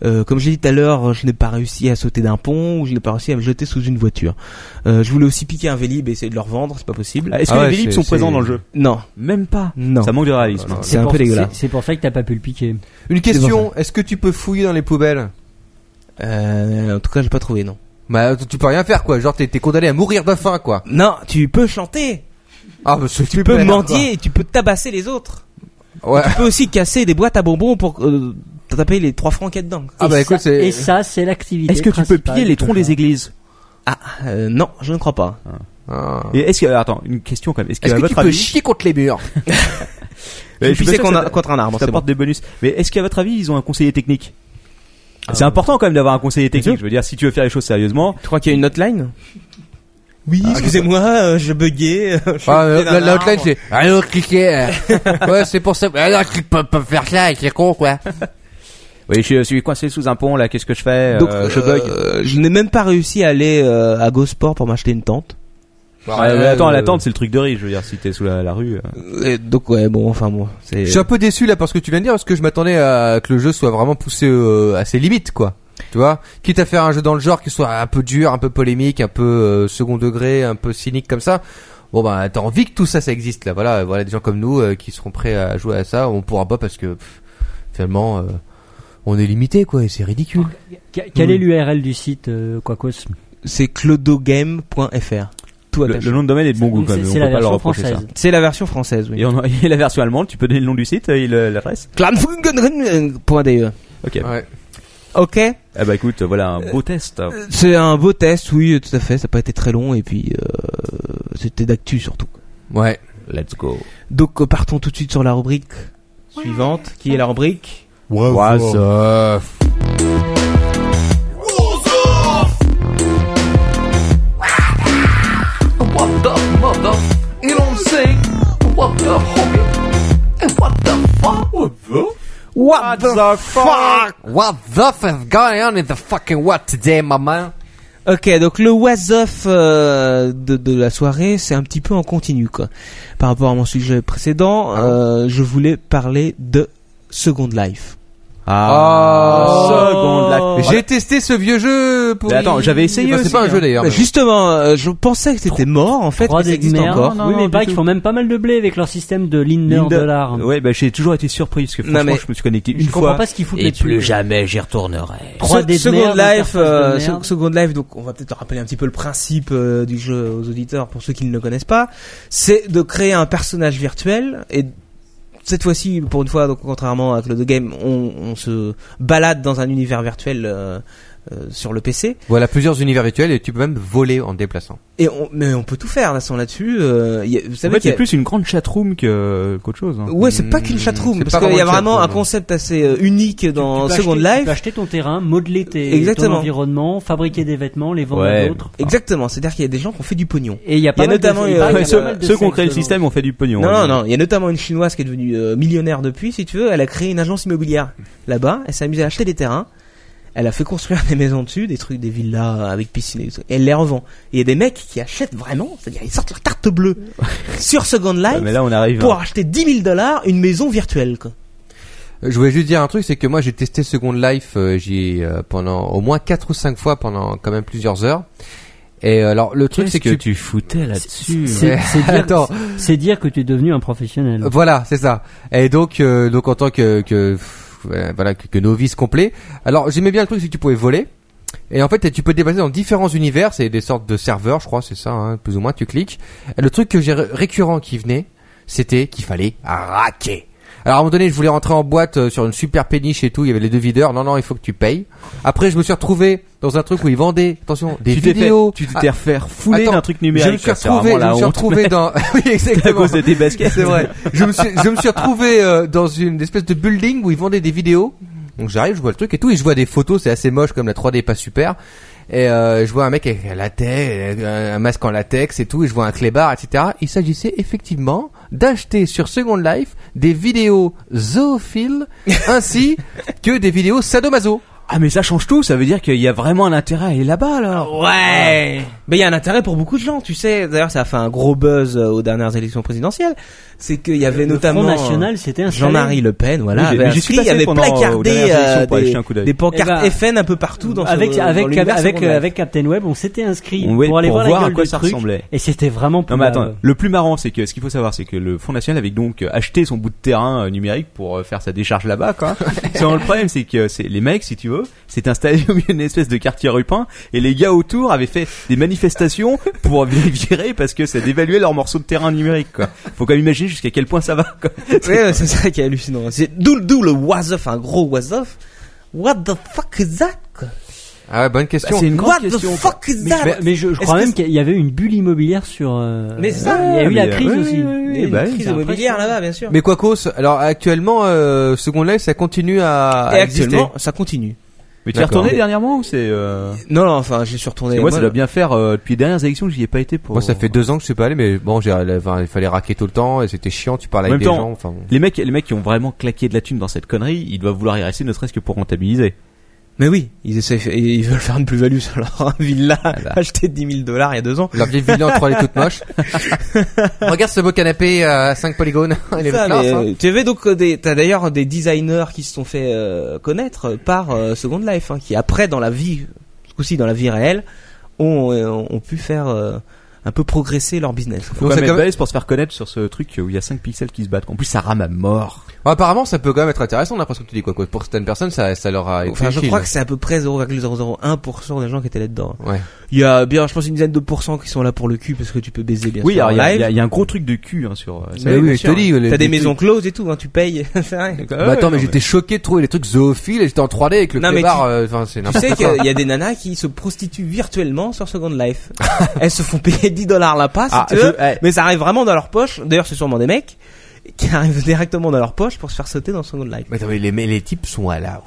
[SPEAKER 7] Euh, comme j'ai dit tout à l'heure, je n'ai pas réussi à sauter d'un pont ou je n'ai pas réussi à me jeter sous une voiture. Euh, je voulais aussi piquer un Vélib et essayer de le revendre, c'est pas possible.
[SPEAKER 4] Ah, Est-ce
[SPEAKER 6] Ah
[SPEAKER 4] que
[SPEAKER 6] ouais,
[SPEAKER 4] les Vélib
[SPEAKER 6] c'est-
[SPEAKER 4] sont
[SPEAKER 6] c'est-
[SPEAKER 4] présents dans le jeu
[SPEAKER 7] Non,
[SPEAKER 4] Même pas.
[SPEAKER 7] non.
[SPEAKER 4] Ça manque de réalisme.
[SPEAKER 6] Voilà.
[SPEAKER 7] C'est un
[SPEAKER 5] pour-
[SPEAKER 7] peu dégueulasse.
[SPEAKER 5] C'est pour ça que t'as pas pu le piquer.
[SPEAKER 6] Une
[SPEAKER 7] C'est
[SPEAKER 6] question. Est-ce que tu peux fouiller dans les poubelles?
[SPEAKER 7] Euh, en tout cas, j'ai pas trouvé non.
[SPEAKER 6] Bah, tu peux rien faire, quoi. Genre, t'es t'es condamné à mourir de faim, quoi.
[SPEAKER 7] Non, tu peux chanter,
[SPEAKER 6] Ah, bah, s'il te
[SPEAKER 7] tu peux
[SPEAKER 6] plaît, quoi.
[SPEAKER 7] mendier, et tu peux tabasser les autres.
[SPEAKER 6] Ouais.
[SPEAKER 7] Tu peux aussi casser des boîtes à bonbons pour euh, t'as tapé les trois francs qu'il y a dedans.
[SPEAKER 6] Ah,
[SPEAKER 5] Et
[SPEAKER 6] bah,
[SPEAKER 5] ça-
[SPEAKER 6] écoute, c'est.
[SPEAKER 5] Et ça, c'est l'activité.
[SPEAKER 4] Est-ce que tu peux
[SPEAKER 5] principale
[SPEAKER 4] piller les
[SPEAKER 5] que
[SPEAKER 4] troncs
[SPEAKER 5] je-
[SPEAKER 4] des églises
[SPEAKER 7] Ah, euh, non, je ne crois pas.
[SPEAKER 6] Ah.
[SPEAKER 4] Et est-ce que attends, une question quand même. Est-ce que,
[SPEAKER 6] Est-ce
[SPEAKER 4] à
[SPEAKER 6] que tu
[SPEAKER 4] votre
[SPEAKER 6] peux
[SPEAKER 4] avis,
[SPEAKER 6] chier contre les murs?
[SPEAKER 4] Ouais,
[SPEAKER 7] Tu
[SPEAKER 4] je suis pas
[SPEAKER 7] pissais
[SPEAKER 4] sûr que
[SPEAKER 7] qu'on
[SPEAKER 4] ça
[SPEAKER 7] a-
[SPEAKER 4] t'a-
[SPEAKER 7] contre un arbre,
[SPEAKER 4] ça
[SPEAKER 7] c'est
[SPEAKER 4] t'apporte des bonus. Mais est-ce qu'à votre avis, ils ont un conseiller technique C'est important quand même d'avoir un conseiller technique. Je veux dire, si tu veux faire les choses sérieusement,
[SPEAKER 7] Tu crois qu'il y a une hotline Oui, excusez-moi, euh, je buguais. euh, je suis
[SPEAKER 6] Ah,
[SPEAKER 7] tombé
[SPEAKER 6] euh,
[SPEAKER 7] d'un
[SPEAKER 6] la- la
[SPEAKER 7] arbre.
[SPEAKER 6] hotline, c'est, allô, cliquez, euh. ouais, c'est pour ça, Ah non, tu peux pas faire ça, c'est con, quoi.
[SPEAKER 4] oui, je suis coincé sous un pont là. Qu'est-ce que je fais
[SPEAKER 7] Donc,
[SPEAKER 4] Euh, Je
[SPEAKER 7] euh,
[SPEAKER 4] bug.
[SPEAKER 7] je n'ai même pas réussi à aller euh, à Gosport pour m'acheter une tente.
[SPEAKER 4] Ah, mais attends, l'attente, c'est le truc de riz. Je veux dire, si t'es sous la, la rue. euh.
[SPEAKER 7] Et donc ouais, bon, enfin bon, c'est.
[SPEAKER 6] Je suis un peu déçu là parce que tu viens de dire parce que je m'attendais à que le jeu soit vraiment poussé euh, à ses limites quoi. Tu vois, quitte à faire un jeu dans le genre qui soit un peu dur, un peu polémique, un peu euh, second degré, un peu cynique comme ça. Bon bah t'as envie que tout ça ça existe là. Voilà, voilà des gens comme nous euh, qui seront prêts à jouer à ça, on pourra pas parce que pff, finalement euh, on est limité quoi et c'est ridicule.
[SPEAKER 5] Que- Quelle est l'URL du site euh, Quacos
[SPEAKER 7] C'est clodogame.fr. Tout
[SPEAKER 4] Le,
[SPEAKER 7] attaché.
[SPEAKER 4] le nom de domaine est de bon goût quand
[SPEAKER 5] C'est
[SPEAKER 4] même. On peut
[SPEAKER 5] c'est la
[SPEAKER 4] pas leur
[SPEAKER 5] version
[SPEAKER 4] reprocher ça.
[SPEAKER 5] française.
[SPEAKER 7] C'est la version française, oui.
[SPEAKER 4] Et, on a- et la version allemande, tu peux donner le nom du site et le- l'adresse
[SPEAKER 7] Clanfungenring.de.
[SPEAKER 4] Ok.
[SPEAKER 6] Ouais.
[SPEAKER 7] Ok.
[SPEAKER 4] Ah bah écoute, voilà un beau test.
[SPEAKER 7] C'est un beau test, oui, tout à fait. Ça n'a pas été très long et puis euh, c'était d'actu surtout.
[SPEAKER 6] Ouais.
[SPEAKER 4] Let's go.
[SPEAKER 7] Donc euh, partons tout de suite sur la rubrique suivante, qui est la rubrique.
[SPEAKER 6] What's up
[SPEAKER 7] What the fuck
[SPEAKER 6] Ah, What the fuck is going on in the fucking what today, my man?
[SPEAKER 7] Ok, donc le was of euh, de, de la soirée, c'est un petit peu en continu quoi. Par rapport à mon sujet précédent, euh, je voulais parler de Second Life.
[SPEAKER 6] Ah,
[SPEAKER 4] seconde la-
[SPEAKER 6] J'ai testé ce vieux jeu pour.
[SPEAKER 4] Mais attends, j'avais essayé
[SPEAKER 6] Enfin, c'est
[SPEAKER 4] aussi,
[SPEAKER 6] pas un
[SPEAKER 4] hein.
[SPEAKER 6] jeu d'ailleurs.
[SPEAKER 7] Bah, Justement, euh, je pensais que c'était mort en fait,
[SPEAKER 5] Trois
[SPEAKER 7] mais ça
[SPEAKER 5] des
[SPEAKER 7] existe
[SPEAKER 5] merdes.
[SPEAKER 7] encore.
[SPEAKER 5] Non, oui, mais pas ils font même pas mal de blé avec leur système de Linder,
[SPEAKER 4] Linder.
[SPEAKER 5] dollar.
[SPEAKER 4] Ouais, bah j'ai toujours été surpris parce que
[SPEAKER 7] Non,
[SPEAKER 4] franchement,
[SPEAKER 7] mais-
[SPEAKER 4] je me suis connecté une
[SPEAKER 5] Je comprends
[SPEAKER 4] fois.
[SPEAKER 5] pas ce qu'ils foutent les pubs.
[SPEAKER 2] jamais j'y retournerai.
[SPEAKER 5] 3D de
[SPEAKER 7] Second
[SPEAKER 5] merde,
[SPEAKER 7] Life, euh,
[SPEAKER 5] interface de merde.
[SPEAKER 7] Sec- Second Life, donc on va peut-être rappeler un petit peu le principe euh, du jeu aux auditeurs pour ceux qui ne le connaissent pas, c'est de créer un personnage virtuel et cette fois-ci, pour une fois, donc contrairement à Cloud Game, on, on se balade dans un univers virtuel euh, euh, sur le PC.
[SPEAKER 6] Voilà plusieurs univers virtuels et tu peux même voler en te déplaçant.
[SPEAKER 7] Et on, mais on peut tout faire là, sont là-dessus. euh, y a- vous
[SPEAKER 4] En
[SPEAKER 7] savez
[SPEAKER 4] fait,
[SPEAKER 7] qu'il y
[SPEAKER 4] c'est
[SPEAKER 7] a-
[SPEAKER 4] plus une grande chatroom que- qu'autre chose. hein.
[SPEAKER 7] Ouais, c'est pas qu'une
[SPEAKER 6] C'est
[SPEAKER 7] chatroom,
[SPEAKER 6] pas
[SPEAKER 7] parce qu'il y a
[SPEAKER 6] vraiment une
[SPEAKER 7] vraiment un
[SPEAKER 6] chatroom.
[SPEAKER 7] concept assez euh, unique dans
[SPEAKER 5] tu peux
[SPEAKER 7] Second
[SPEAKER 5] acheter- Tu peux
[SPEAKER 7] Life.
[SPEAKER 5] acheter ton terrain, modeler tes,
[SPEAKER 7] Exactement.
[SPEAKER 5] ton environnement, fabriquer des vêtements, les vendre
[SPEAKER 13] Ouais.
[SPEAKER 5] à d'autres.
[SPEAKER 7] Exactement, c'est-à-dire qu'il y a des gens qui ont fait du pognon.
[SPEAKER 5] Et il y a pas
[SPEAKER 7] Il y a
[SPEAKER 5] mal de-
[SPEAKER 7] notamment,
[SPEAKER 5] il paraît
[SPEAKER 7] euh,
[SPEAKER 5] qu'il y a
[SPEAKER 4] Ouais,
[SPEAKER 5] pas
[SPEAKER 4] ceux,
[SPEAKER 5] mal de
[SPEAKER 4] ceux qui ont
[SPEAKER 5] sectes
[SPEAKER 4] créé le
[SPEAKER 5] dans-
[SPEAKER 4] système ont fait du pognon.
[SPEAKER 7] Non,
[SPEAKER 4] hein.
[SPEAKER 7] non, non. Il y a notamment une chinoise qui est devenue euh, millionnaire depuis, si tu veux. Elle a créé une agence immobilière là-bas. Elle s'est amusée à acheter des terrains. Elle a fait construire des maisons dessus, des trucs, des villas avec piscine et tout. Et elle les revend. Et Il y a des mecs qui achètent vraiment, c'est-à-dire ils sortent leur carte bleue sur Second
[SPEAKER 4] Ouais,
[SPEAKER 7] Life
[SPEAKER 4] Mais là, on arrive. hein.
[SPEAKER 7] pour acheter 10 000 dollars une maison virtuelle, quoi.
[SPEAKER 6] Euh, Je voulais juste dire un truc, c'est que moi j'ai testé Second Life, euh, j'y ai, euh, pendant au moins 4 ou 5 fois pendant quand même plusieurs heures. Et euh, alors le truc
[SPEAKER 13] Qu'est-ce
[SPEAKER 6] c'est
[SPEAKER 13] que,
[SPEAKER 6] que, tu-
[SPEAKER 13] tu foutais là-dessus
[SPEAKER 5] C'est c'est dire,
[SPEAKER 6] Attends.
[SPEAKER 5] c'est dire que tu es devenu un
[SPEAKER 4] Mm.
[SPEAKER 5] professionnel.
[SPEAKER 6] Voilà, c'est ça. Et donc, euh, donc en tant que, que pff, ouais, voilà que, que novice complet. Alors j'aimais bien le truc c'est que tu pouvais voler. Et en fait, tu peux te déplacer dans différents univers, c'est des sortes de serveurs, je crois, c'est ça, hein, plus ou moins. Tu cliques. Et le truc que j'ai ré- récurrent qui venait, c'était qu'il fallait raquer. Alors à un moment donné, je voulais rentrer en boîte euh, sur une super péniche et tout. Il y avait les deux videurs. Non, non, il faut que tu payes. Après, je me suis retrouvé dans un truc où ils vendaient, attention, des
[SPEAKER 4] tu t'es fait,
[SPEAKER 6] vidéos.
[SPEAKER 4] tu
[SPEAKER 6] Ah,
[SPEAKER 4] t'es refaire fouler
[SPEAKER 6] attends,
[SPEAKER 4] d'un truc
[SPEAKER 6] je
[SPEAKER 4] numérique.
[SPEAKER 6] me suis
[SPEAKER 4] ça, c'est
[SPEAKER 6] retrouvé,
[SPEAKER 4] vraiment
[SPEAKER 6] je
[SPEAKER 4] la
[SPEAKER 6] me suis
[SPEAKER 4] honte.
[SPEAKER 6] retrouvé dans, oui,
[SPEAKER 4] à
[SPEAKER 6] exactement.
[SPEAKER 4] cause de tes baskets.
[SPEAKER 6] C'est vrai. Je me suis, je me suis retrouvé euh, dans une espèce de building où ils vendaient des vidéos. Donc j'arrive, je vois le truc et tout, et je vois des photos, c'est assez moche comme la 3D est pas super. Et euh, je vois un mec avec un latex, euh, un masque en latex et tout, et je vois un clébard, etc. Il s'agissait effectivement d'acheter sur Second Life des vidéos zoophiles ainsi que des vidéos sadomaso.
[SPEAKER 4] Ah, mais ça change tout. Ça veut dire qu'il y a vraiment un intérêt à aller là-bas,
[SPEAKER 6] Ah,
[SPEAKER 4] alors.
[SPEAKER 6] oh.
[SPEAKER 7] Ouais. Mais il y a un intérêt pour beaucoup de gens, tu sais. D'ailleurs, ça a fait un gros buzz euh, aux dernières élections présidentielles. C'est qu'il y avait
[SPEAKER 5] Le
[SPEAKER 7] notamment
[SPEAKER 5] Front
[SPEAKER 7] euh,
[SPEAKER 5] National, c'était un
[SPEAKER 7] Jean-Marie Le Pen, voilà.
[SPEAKER 4] Oui, j'ai-
[SPEAKER 7] avait
[SPEAKER 4] mais j'y suis
[SPEAKER 7] inscrit,
[SPEAKER 4] passé
[SPEAKER 7] avait
[SPEAKER 4] pendant, euh, aux
[SPEAKER 7] placardé
[SPEAKER 4] dernières élections pour aller jeter un coup
[SPEAKER 7] des,
[SPEAKER 4] d'œil.
[SPEAKER 7] des pancartes
[SPEAKER 5] Eh ben,
[SPEAKER 7] FN un peu partout dans ce-
[SPEAKER 5] avec
[SPEAKER 7] dans
[SPEAKER 5] avec
[SPEAKER 7] l'univers
[SPEAKER 4] euh,
[SPEAKER 5] avec euh,
[SPEAKER 7] secondaire.
[SPEAKER 5] avec Captain Web, on s'était inscrit
[SPEAKER 4] Ouais,
[SPEAKER 5] pour aller
[SPEAKER 4] pour
[SPEAKER 5] voir,
[SPEAKER 4] voir
[SPEAKER 5] la
[SPEAKER 4] à
[SPEAKER 5] gueule
[SPEAKER 4] quoi
[SPEAKER 5] du
[SPEAKER 4] ça
[SPEAKER 5] truc,
[SPEAKER 4] ressemblait.
[SPEAKER 5] Et c'était vraiment euh,
[SPEAKER 4] Non mais
[SPEAKER 5] pas-
[SPEAKER 4] attends, le plus marrant c'est que ce qu'il faut savoir c'est que le Fonds National avait donc acheté son bout de terrain euh, numérique pour euh, faire sa décharge là-bas quoi. Seulement, le problème c'est que c'est les mecs si tu veux, s'étaient installés au milieu d'une espèce de quartier rupin et les gars autour avaient fait des manifestations pour vi- virer parce que ça dévaluait leur morceau de terrain numérique quoi. Faut quand même imaginer jusqu'à quel point ça va quoi.
[SPEAKER 7] Ouais, ouais, c'est ça qui est hallucinant. C'est d'où d'où le was off, un gros was off. What the fuck is that? quoi
[SPEAKER 6] Ah
[SPEAKER 7] Bah,
[SPEAKER 6] ouais, bonne question.
[SPEAKER 4] C'est une grande
[SPEAKER 7] What
[SPEAKER 4] question.
[SPEAKER 7] the
[SPEAKER 4] quoi. bah,
[SPEAKER 7] fuck is
[SPEAKER 5] Mais,
[SPEAKER 7] that?
[SPEAKER 5] mais- mais je, je crois
[SPEAKER 7] Est-ce
[SPEAKER 5] même
[SPEAKER 7] que-
[SPEAKER 5] qu'il y avait une bulle immobilière sur. euh,
[SPEAKER 7] Mais ça,
[SPEAKER 5] il y a eu
[SPEAKER 4] mais,
[SPEAKER 5] la
[SPEAKER 4] euh,
[SPEAKER 5] crise
[SPEAKER 4] oui,
[SPEAKER 5] aussi. Eh
[SPEAKER 4] oui, oui,
[SPEAKER 5] Il y a eu
[SPEAKER 4] bah
[SPEAKER 5] une
[SPEAKER 4] oui.
[SPEAKER 5] crise
[SPEAKER 7] Crise immobilière
[SPEAKER 5] impressionnante.
[SPEAKER 7] là-bas, bien sûr.
[SPEAKER 6] Mais quoi cause, alors actuellement, euh, Second Life, ça continue à, à
[SPEAKER 4] bah,
[SPEAKER 7] Et
[SPEAKER 6] exister.
[SPEAKER 7] actuellement, Ah, ça continue.
[SPEAKER 4] Mais tu es
[SPEAKER 6] D'accord.
[SPEAKER 4] retourné dernièrement ou c'est euh...
[SPEAKER 7] Non, non, enfin, j'ai suis retourné.
[SPEAKER 4] parce que moi ça
[SPEAKER 7] moi,
[SPEAKER 4] doit bien faire euh, depuis les dernières élections que j'y ai pas été pour euh,
[SPEAKER 6] Moi, ça fait deux ans que je suis pas allé, mais bon, j'ai, enfin, il fallait raquer tout le temps et c'était chiant. Tu parlais
[SPEAKER 4] En
[SPEAKER 6] avec des
[SPEAKER 4] même temps,
[SPEAKER 6] gens. Enfin, bon.
[SPEAKER 4] les mecs les mecs qui ont vraiment claqué de la thune dans cette connerie, ils doivent vouloir y rester ne serait-ce que pour rentabiliser.
[SPEAKER 7] Mais oui, ils essayent, ils veulent faire une plus-value sur leur villa
[SPEAKER 4] Ah bah.
[SPEAKER 7] achetée de 10 000 dollars il y a deux ans.
[SPEAKER 6] Leur vieille ville en 3D toute moche. Regarde ce beau canapé euh, à 5 polygones. Il est
[SPEAKER 7] Ça,
[SPEAKER 6] classe,
[SPEAKER 7] mais,
[SPEAKER 6] hein.
[SPEAKER 7] euh, Tu avais donc euh, des, t'as d'ailleurs des designers qui se sont fait euh, connaître par euh, Second Life, hein, qui après dans la vie, ce coup-ci dans la vie réelle, ont, euh, ont pu faire euh, un peu progresser leur business.
[SPEAKER 4] Faut
[SPEAKER 6] Donc,
[SPEAKER 4] quand même
[SPEAKER 6] c'est quand
[SPEAKER 4] être
[SPEAKER 6] même-
[SPEAKER 4] balèze pour se faire connaître sur ce truc où il y a 5 pixels qui se battent. En plus, ça rame à mort.
[SPEAKER 6] Bon, apparemment, ça peut quand même être intéressant. On a l'impression que tu dis quoi, quoi. Pour certaines personnes, ça, ça leur a. été
[SPEAKER 7] Enfin, je
[SPEAKER 6] utile.
[SPEAKER 7] crois que c'est à peu près 0,001% des gens qui étaient là-dedans.
[SPEAKER 6] Ouais.
[SPEAKER 7] Il y a bien, je pense, une dizaine de pourcents qui sont là pour le cul parce que tu peux baiser bien
[SPEAKER 4] Oui,
[SPEAKER 7] sûr
[SPEAKER 4] alors il y,
[SPEAKER 7] en
[SPEAKER 4] a- il y
[SPEAKER 7] live.
[SPEAKER 4] a- il y a un gros truc de cul hein, sur. euh, ça,
[SPEAKER 6] Mais
[SPEAKER 4] bien
[SPEAKER 6] oui, mais je
[SPEAKER 4] sûr.
[SPEAKER 6] te dis. les-
[SPEAKER 7] hein. T'as des
[SPEAKER 6] les
[SPEAKER 7] maisons
[SPEAKER 6] trucs-
[SPEAKER 7] closes et tout, hein, tu payes. c'est vrai.
[SPEAKER 4] Ah
[SPEAKER 6] Bah,
[SPEAKER 4] ouais,
[SPEAKER 6] attends, mais
[SPEAKER 4] non,
[SPEAKER 6] j'étais choqué de trouver les trucs zoophiles et j'étais en 3D avec le
[SPEAKER 7] Non, mais
[SPEAKER 6] clébard.
[SPEAKER 7] tu-
[SPEAKER 6] euh, Enfin, c'est
[SPEAKER 7] Tu sais
[SPEAKER 6] n'importe quoi.
[SPEAKER 7] qu'il y a des nanas qui se prostituent virtuellement sur Second Life. Elles se font payer 10 dollars la passe, si
[SPEAKER 4] Ah,
[SPEAKER 7] tu veux,
[SPEAKER 4] je- eh.
[SPEAKER 7] mais ça arrive vraiment dans leur poche. D'ailleurs, c'est sûrement des mecs qui arrivent directement dans leur poche pour se faire sauter dans Second Life.
[SPEAKER 6] Mais attends, mais les, mais les types sont à la.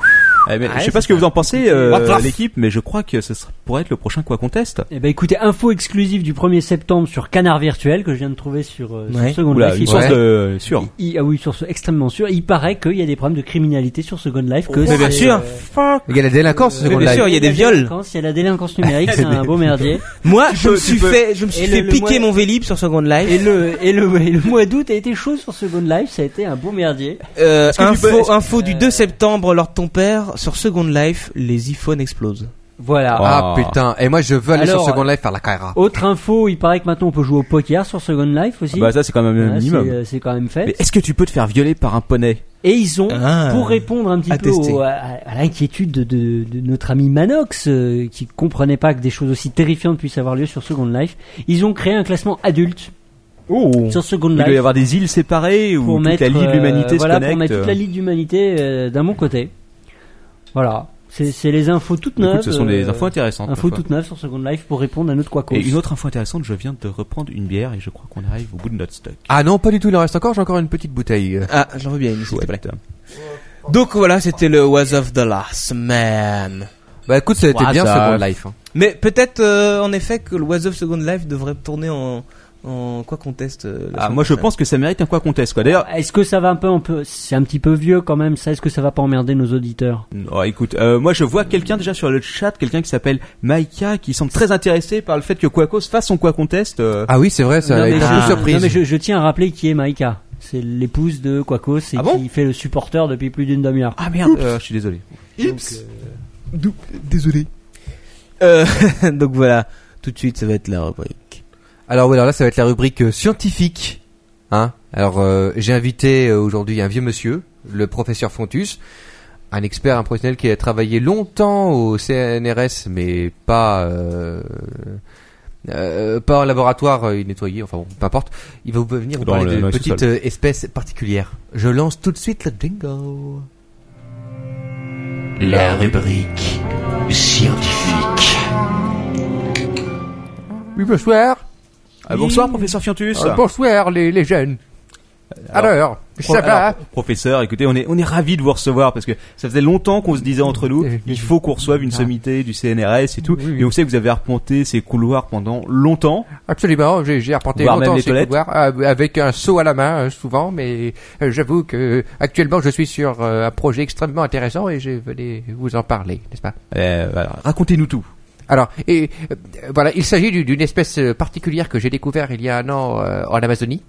[SPEAKER 4] Eh, mais
[SPEAKER 7] Ouais,
[SPEAKER 4] je sais
[SPEAKER 7] c'est
[SPEAKER 4] pas ce que vous en pensez,
[SPEAKER 7] What the
[SPEAKER 4] euh,
[SPEAKER 7] f-
[SPEAKER 4] l'équipe, mais je crois que ce sera- pourrait être le prochain quoi conteste.
[SPEAKER 5] Eh ben écoutez, info exclusive du 1er septembre sur Canard Virtuel que je viens de trouver sur, euh, sur
[SPEAKER 7] Ouais.
[SPEAKER 5] Second
[SPEAKER 4] Oula,
[SPEAKER 5] Life.
[SPEAKER 4] une
[SPEAKER 5] Il-
[SPEAKER 4] source
[SPEAKER 6] Ouais.
[SPEAKER 4] de sûr.
[SPEAKER 5] il- ah oui, source extrêmement sûre. Il paraît qu'il y a des problèmes de criminalité sur Second Life. Que
[SPEAKER 7] Oh. mais bien
[SPEAKER 5] c'est,
[SPEAKER 7] sûr.
[SPEAKER 5] euh,
[SPEAKER 6] Il y a la délinquance,
[SPEAKER 7] Mais
[SPEAKER 6] Second
[SPEAKER 7] bien
[SPEAKER 6] Life.
[SPEAKER 7] sûr, il y a des
[SPEAKER 5] la
[SPEAKER 7] viols.
[SPEAKER 5] délinquance, Il y a la délinquance numérique, c'est un beau merdier.
[SPEAKER 7] Moi, je me suis
[SPEAKER 4] peux-
[SPEAKER 7] fait, je me
[SPEAKER 5] Et
[SPEAKER 7] suis
[SPEAKER 5] le-
[SPEAKER 7] fait
[SPEAKER 5] le
[SPEAKER 7] piquer
[SPEAKER 5] mois-
[SPEAKER 7] mon Vélib sur Second Life.
[SPEAKER 5] Et le, et le, et le mois d'août a été chaud sur Second Life, ça a été un beau merdier.
[SPEAKER 7] Euh,
[SPEAKER 4] que tu
[SPEAKER 7] info,
[SPEAKER 4] peux- est-ce
[SPEAKER 7] info du
[SPEAKER 5] Euh,
[SPEAKER 7] 2 septembre lors de ton père sur Second Life, les iPhones explosent.
[SPEAKER 5] Voilà.
[SPEAKER 6] Ah
[SPEAKER 4] Oh.
[SPEAKER 6] putain. Et moi, je veux aller sur
[SPEAKER 5] Alors,
[SPEAKER 6] Second Life faire la carrière.
[SPEAKER 5] Autre info, il paraît que maintenant on peut jouer au poker sur Second Life
[SPEAKER 7] Ah
[SPEAKER 5] aussi.
[SPEAKER 4] Bah ça c'est quand même
[SPEAKER 5] Voilà,
[SPEAKER 4] un
[SPEAKER 5] c'est,
[SPEAKER 4] minimum.
[SPEAKER 5] euh, c'est quand même
[SPEAKER 4] Mais
[SPEAKER 5] fait.
[SPEAKER 4] est-ce que tu peux te faire violer par un poney
[SPEAKER 5] Et ils ont,
[SPEAKER 7] Ah.
[SPEAKER 5] pour répondre un petit
[SPEAKER 7] À
[SPEAKER 5] peu
[SPEAKER 7] tester.
[SPEAKER 5] au- à, à l'inquiétude de, de- de notre ami Manox, euh, qui comprenait pas que des choses aussi terrifiantes puissent avoir lieu sur Second Life, ils ont créé un classement adulte
[SPEAKER 7] Oh.
[SPEAKER 5] sur Second
[SPEAKER 4] Il doit y
[SPEAKER 5] Life
[SPEAKER 4] avoir des îles séparées où
[SPEAKER 5] pour
[SPEAKER 4] toute
[SPEAKER 5] mettre
[SPEAKER 4] la Ligue de l'Humanité
[SPEAKER 5] euh, voilà,
[SPEAKER 4] se
[SPEAKER 5] pour
[SPEAKER 4] connecte.
[SPEAKER 5] mettre toute la Ligue d'Humanité euh, d'un bon côté. Voilà, c'est c'est les infos toutes neuves.
[SPEAKER 4] Écoute, ce sont des
[SPEAKER 5] euh,
[SPEAKER 4] infos intéressantes.
[SPEAKER 5] infos
[SPEAKER 4] parfois.
[SPEAKER 5] toutes neuves sur Second Life pour répondre à notre quoi
[SPEAKER 4] Et une autre info intéressante, je viens de reprendre une bière et je crois qu'on arrive au bout de notre stock.
[SPEAKER 6] Ah non, pas du tout, il en reste encore, j'ai encore une petite bouteille.
[SPEAKER 7] Ah, j'en veux bien une, s'il te plaît. Donc voilà, c'était le Was of the Last Man.
[SPEAKER 6] Bah écoute, ça a été
[SPEAKER 7] Ouais,
[SPEAKER 6] bien
[SPEAKER 7] ça-
[SPEAKER 6] Second Life. hein.
[SPEAKER 7] Mais peut-être euh, en effet que le Was of Second Life devrait tourner en, en quoi qu'on teste. euh, la
[SPEAKER 4] Ah,
[SPEAKER 7] semaine
[SPEAKER 4] moi je
[SPEAKER 7] prochaine.
[SPEAKER 4] pense que ça mérite un quoi qu'on teste quoi. D'ailleurs,
[SPEAKER 5] Est-ce que ça va un peu, un peu, c'est un petit peu vieux quand même. Ça, est-ce que ça va pas emmerder nos auditeurs
[SPEAKER 4] oh, écoute, euh, moi je vois quelqu'un déjà sur le chat, quelqu'un qui s'appelle Maïka, qui semble très intéressé par le fait que Quacos fasse son quoi qu'on teste. euh,
[SPEAKER 6] Ah oui, c'est vrai, ça
[SPEAKER 5] Non,
[SPEAKER 6] a
[SPEAKER 5] mais
[SPEAKER 6] été un
[SPEAKER 5] je-
[SPEAKER 6] peu surprise.
[SPEAKER 5] non, mais je, je tiens à rappeler qui est Maïka. C'est l'épouse de Quacos et
[SPEAKER 7] Ah bon
[SPEAKER 5] qui fait le supporter depuis plus d'une demi-heure.
[SPEAKER 4] Ah merde, euh, je suis désolé.
[SPEAKER 7] Dou- Désolé. Euh, donc voilà, tout de suite ça va être la rubrique.
[SPEAKER 6] Alors voilà, là ça va être la rubrique euh, scientifique. Hein Alors euh, j'ai invité euh, aujourd'hui un vieux monsieur, le professeur Fontus, un expert, un professionnel qui a travaillé longtemps au CNRS, mais pas euh, euh, pas en laboratoire, euh, il nettoyait, enfin bon, peu importe. Il va vous venir vous
[SPEAKER 14] Dans
[SPEAKER 6] parler
[SPEAKER 14] le-
[SPEAKER 6] de
[SPEAKER 14] dans le
[SPEAKER 6] petites
[SPEAKER 14] sous-sol.
[SPEAKER 6] euh, espèces particulières. Je lance tout de suite le jingle.
[SPEAKER 15] La rubrique scientifique.
[SPEAKER 6] Oui bonsoir,
[SPEAKER 4] Ah, bonsoir professeur Fiantus.
[SPEAKER 6] Euh, bonsoir les, les jeunes. Alors,
[SPEAKER 4] Pro- Euh, alors, professeur, écoutez, on est on est ravi de vous recevoir parce que ça faisait longtemps qu'on se disait entre nous, il faut qu'on reçoive une sommité du CNRS et tout.
[SPEAKER 6] Ah. Oui, oui.
[SPEAKER 4] Et on sait que vous avez arpenté ces couloirs pendant longtemps.
[SPEAKER 6] Absolument, j'ai j'ai arpenté
[SPEAKER 4] Voire même
[SPEAKER 6] longtemps
[SPEAKER 4] les
[SPEAKER 6] ces
[SPEAKER 4] toilettes.
[SPEAKER 6] couloirs, euh, avec un seau à la main euh, souvent, mais euh, j'avoue que euh, actuellement je suis sur euh, un projet extrêmement intéressant et je venais vous en parler, n'est-ce pas
[SPEAKER 4] Euh, voilà, Racontez-nous tout.
[SPEAKER 6] Alors, et euh, voilà, il s'agit du- d'une espèce euh, particulière que j'ai découvert il y a un an euh, en Amazonie.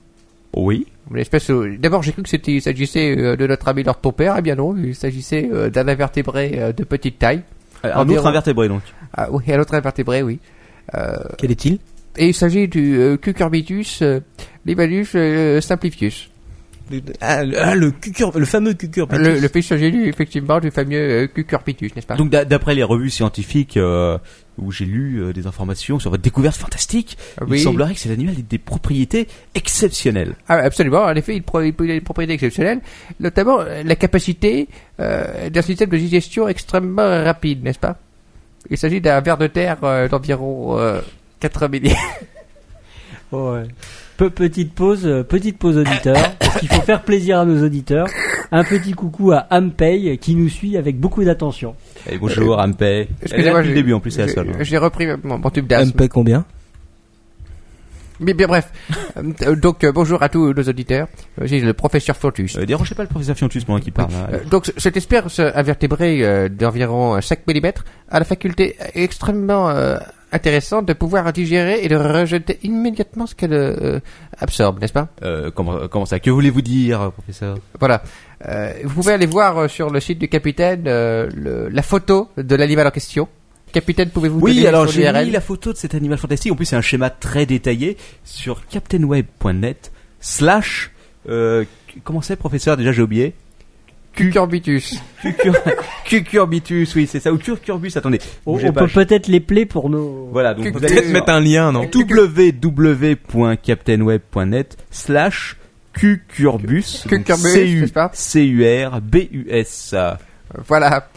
[SPEAKER 4] Oui.
[SPEAKER 6] Une espèce. euh, D'abord, j'ai cru que c'était, il s'agissait euh, de notre ami Lord ton père. Eh bien non, il s'agissait euh, d'un invertébré euh, de petite taille.
[SPEAKER 4] Un
[SPEAKER 6] Environ.
[SPEAKER 4] autre invertébré donc.
[SPEAKER 6] Ah oui, un autre invertébré, oui.
[SPEAKER 4] Euh,
[SPEAKER 7] Quel est-il
[SPEAKER 6] Et il s'agit du euh, Cucurbitus euh, libanus euh, simplifius.
[SPEAKER 7] ah, le, ah, le, cucur- le fameux cucurbitus.
[SPEAKER 6] Le, le fiche du effectivement du fameux euh, Cucurbitus, n'est-ce pas
[SPEAKER 4] Donc d'a- d'après les revues scientifiques euh, où j'ai lu euh, des informations sur votre découverte fantastique,
[SPEAKER 6] Oui.
[SPEAKER 4] il semblerait que cet animal ait des propriétés exceptionnelles.
[SPEAKER 6] Ah, absolument. En effet, il pro- il possède des propriétés exceptionnelles, notamment euh, la capacité euh, d'un système de digestion extrêmement rapide, n'est-ce pas Il s'agit d'un ver de terre euh, d'environ euh, 4 milliards.
[SPEAKER 5] Pe- petite pause, euh, petite pause auditeur, parce qu'il faut faire plaisir à nos auditeurs. Un petit coucou à Ampey qui nous suit avec beaucoup d'attention.
[SPEAKER 4] Et Eh, bonjour, Ampé.
[SPEAKER 6] Excusez-moi,
[SPEAKER 4] Depuis le
[SPEAKER 6] j'ai-
[SPEAKER 4] début en plus, c'est la
[SPEAKER 6] j'ai-
[SPEAKER 4] seule. hein.
[SPEAKER 6] J'ai repris mon, mon tube d'asthme.
[SPEAKER 7] MP combien
[SPEAKER 6] Mais bien bref. Euh, Donc euh, bonjour à tous nos auditeurs. Euh, J'ai le professeur Fontus.
[SPEAKER 4] Euh, dérangez pas le professeur Fiantus pendant qu'il parle. hein.
[SPEAKER 6] Euh, Donc, c- cette espèce invertébrée euh, d'environ euh, 5 mm a la faculté extrêmement euh, intéressante de pouvoir digérer et de rejeter immédiatement ce qu'elle euh, absorbe, n'est-ce pas
[SPEAKER 4] Euh, comment, comment ça Que voulez-vous dire, professeur
[SPEAKER 6] Voilà. Euh, vous pouvez aller voir euh, sur le site du capitaine euh, le- la photo de l'animal en question. Capitaine, pouvez-vous
[SPEAKER 4] Oui,
[SPEAKER 6] donner
[SPEAKER 4] alors
[SPEAKER 6] son
[SPEAKER 4] j'ai
[SPEAKER 6] URL
[SPEAKER 4] mis la photo de cet animal fantastique. En plus, c'est un schéma très détaillé sur captainweb.net slash... euh, cu- comment c'est, professeur Déjà, j'ai oublié.
[SPEAKER 6] Cucurbitus.
[SPEAKER 4] Cucur- Cucurbitus, oui, c'est ça. Ou curcurbus, attendez.
[SPEAKER 5] On,
[SPEAKER 4] bougez
[SPEAKER 5] on
[SPEAKER 4] pas,
[SPEAKER 5] peut
[SPEAKER 4] je-
[SPEAKER 5] peut-être les plaies pour nos.
[SPEAKER 4] Voilà, donc vous allez
[SPEAKER 7] Peut-être mettre un lien, non
[SPEAKER 4] www.captainweb.net slash cucurbus. donc
[SPEAKER 6] Cucurbus,
[SPEAKER 4] C-U-
[SPEAKER 6] n'est-ce pas
[SPEAKER 4] C-U-R-B-U-S.
[SPEAKER 6] Voilà.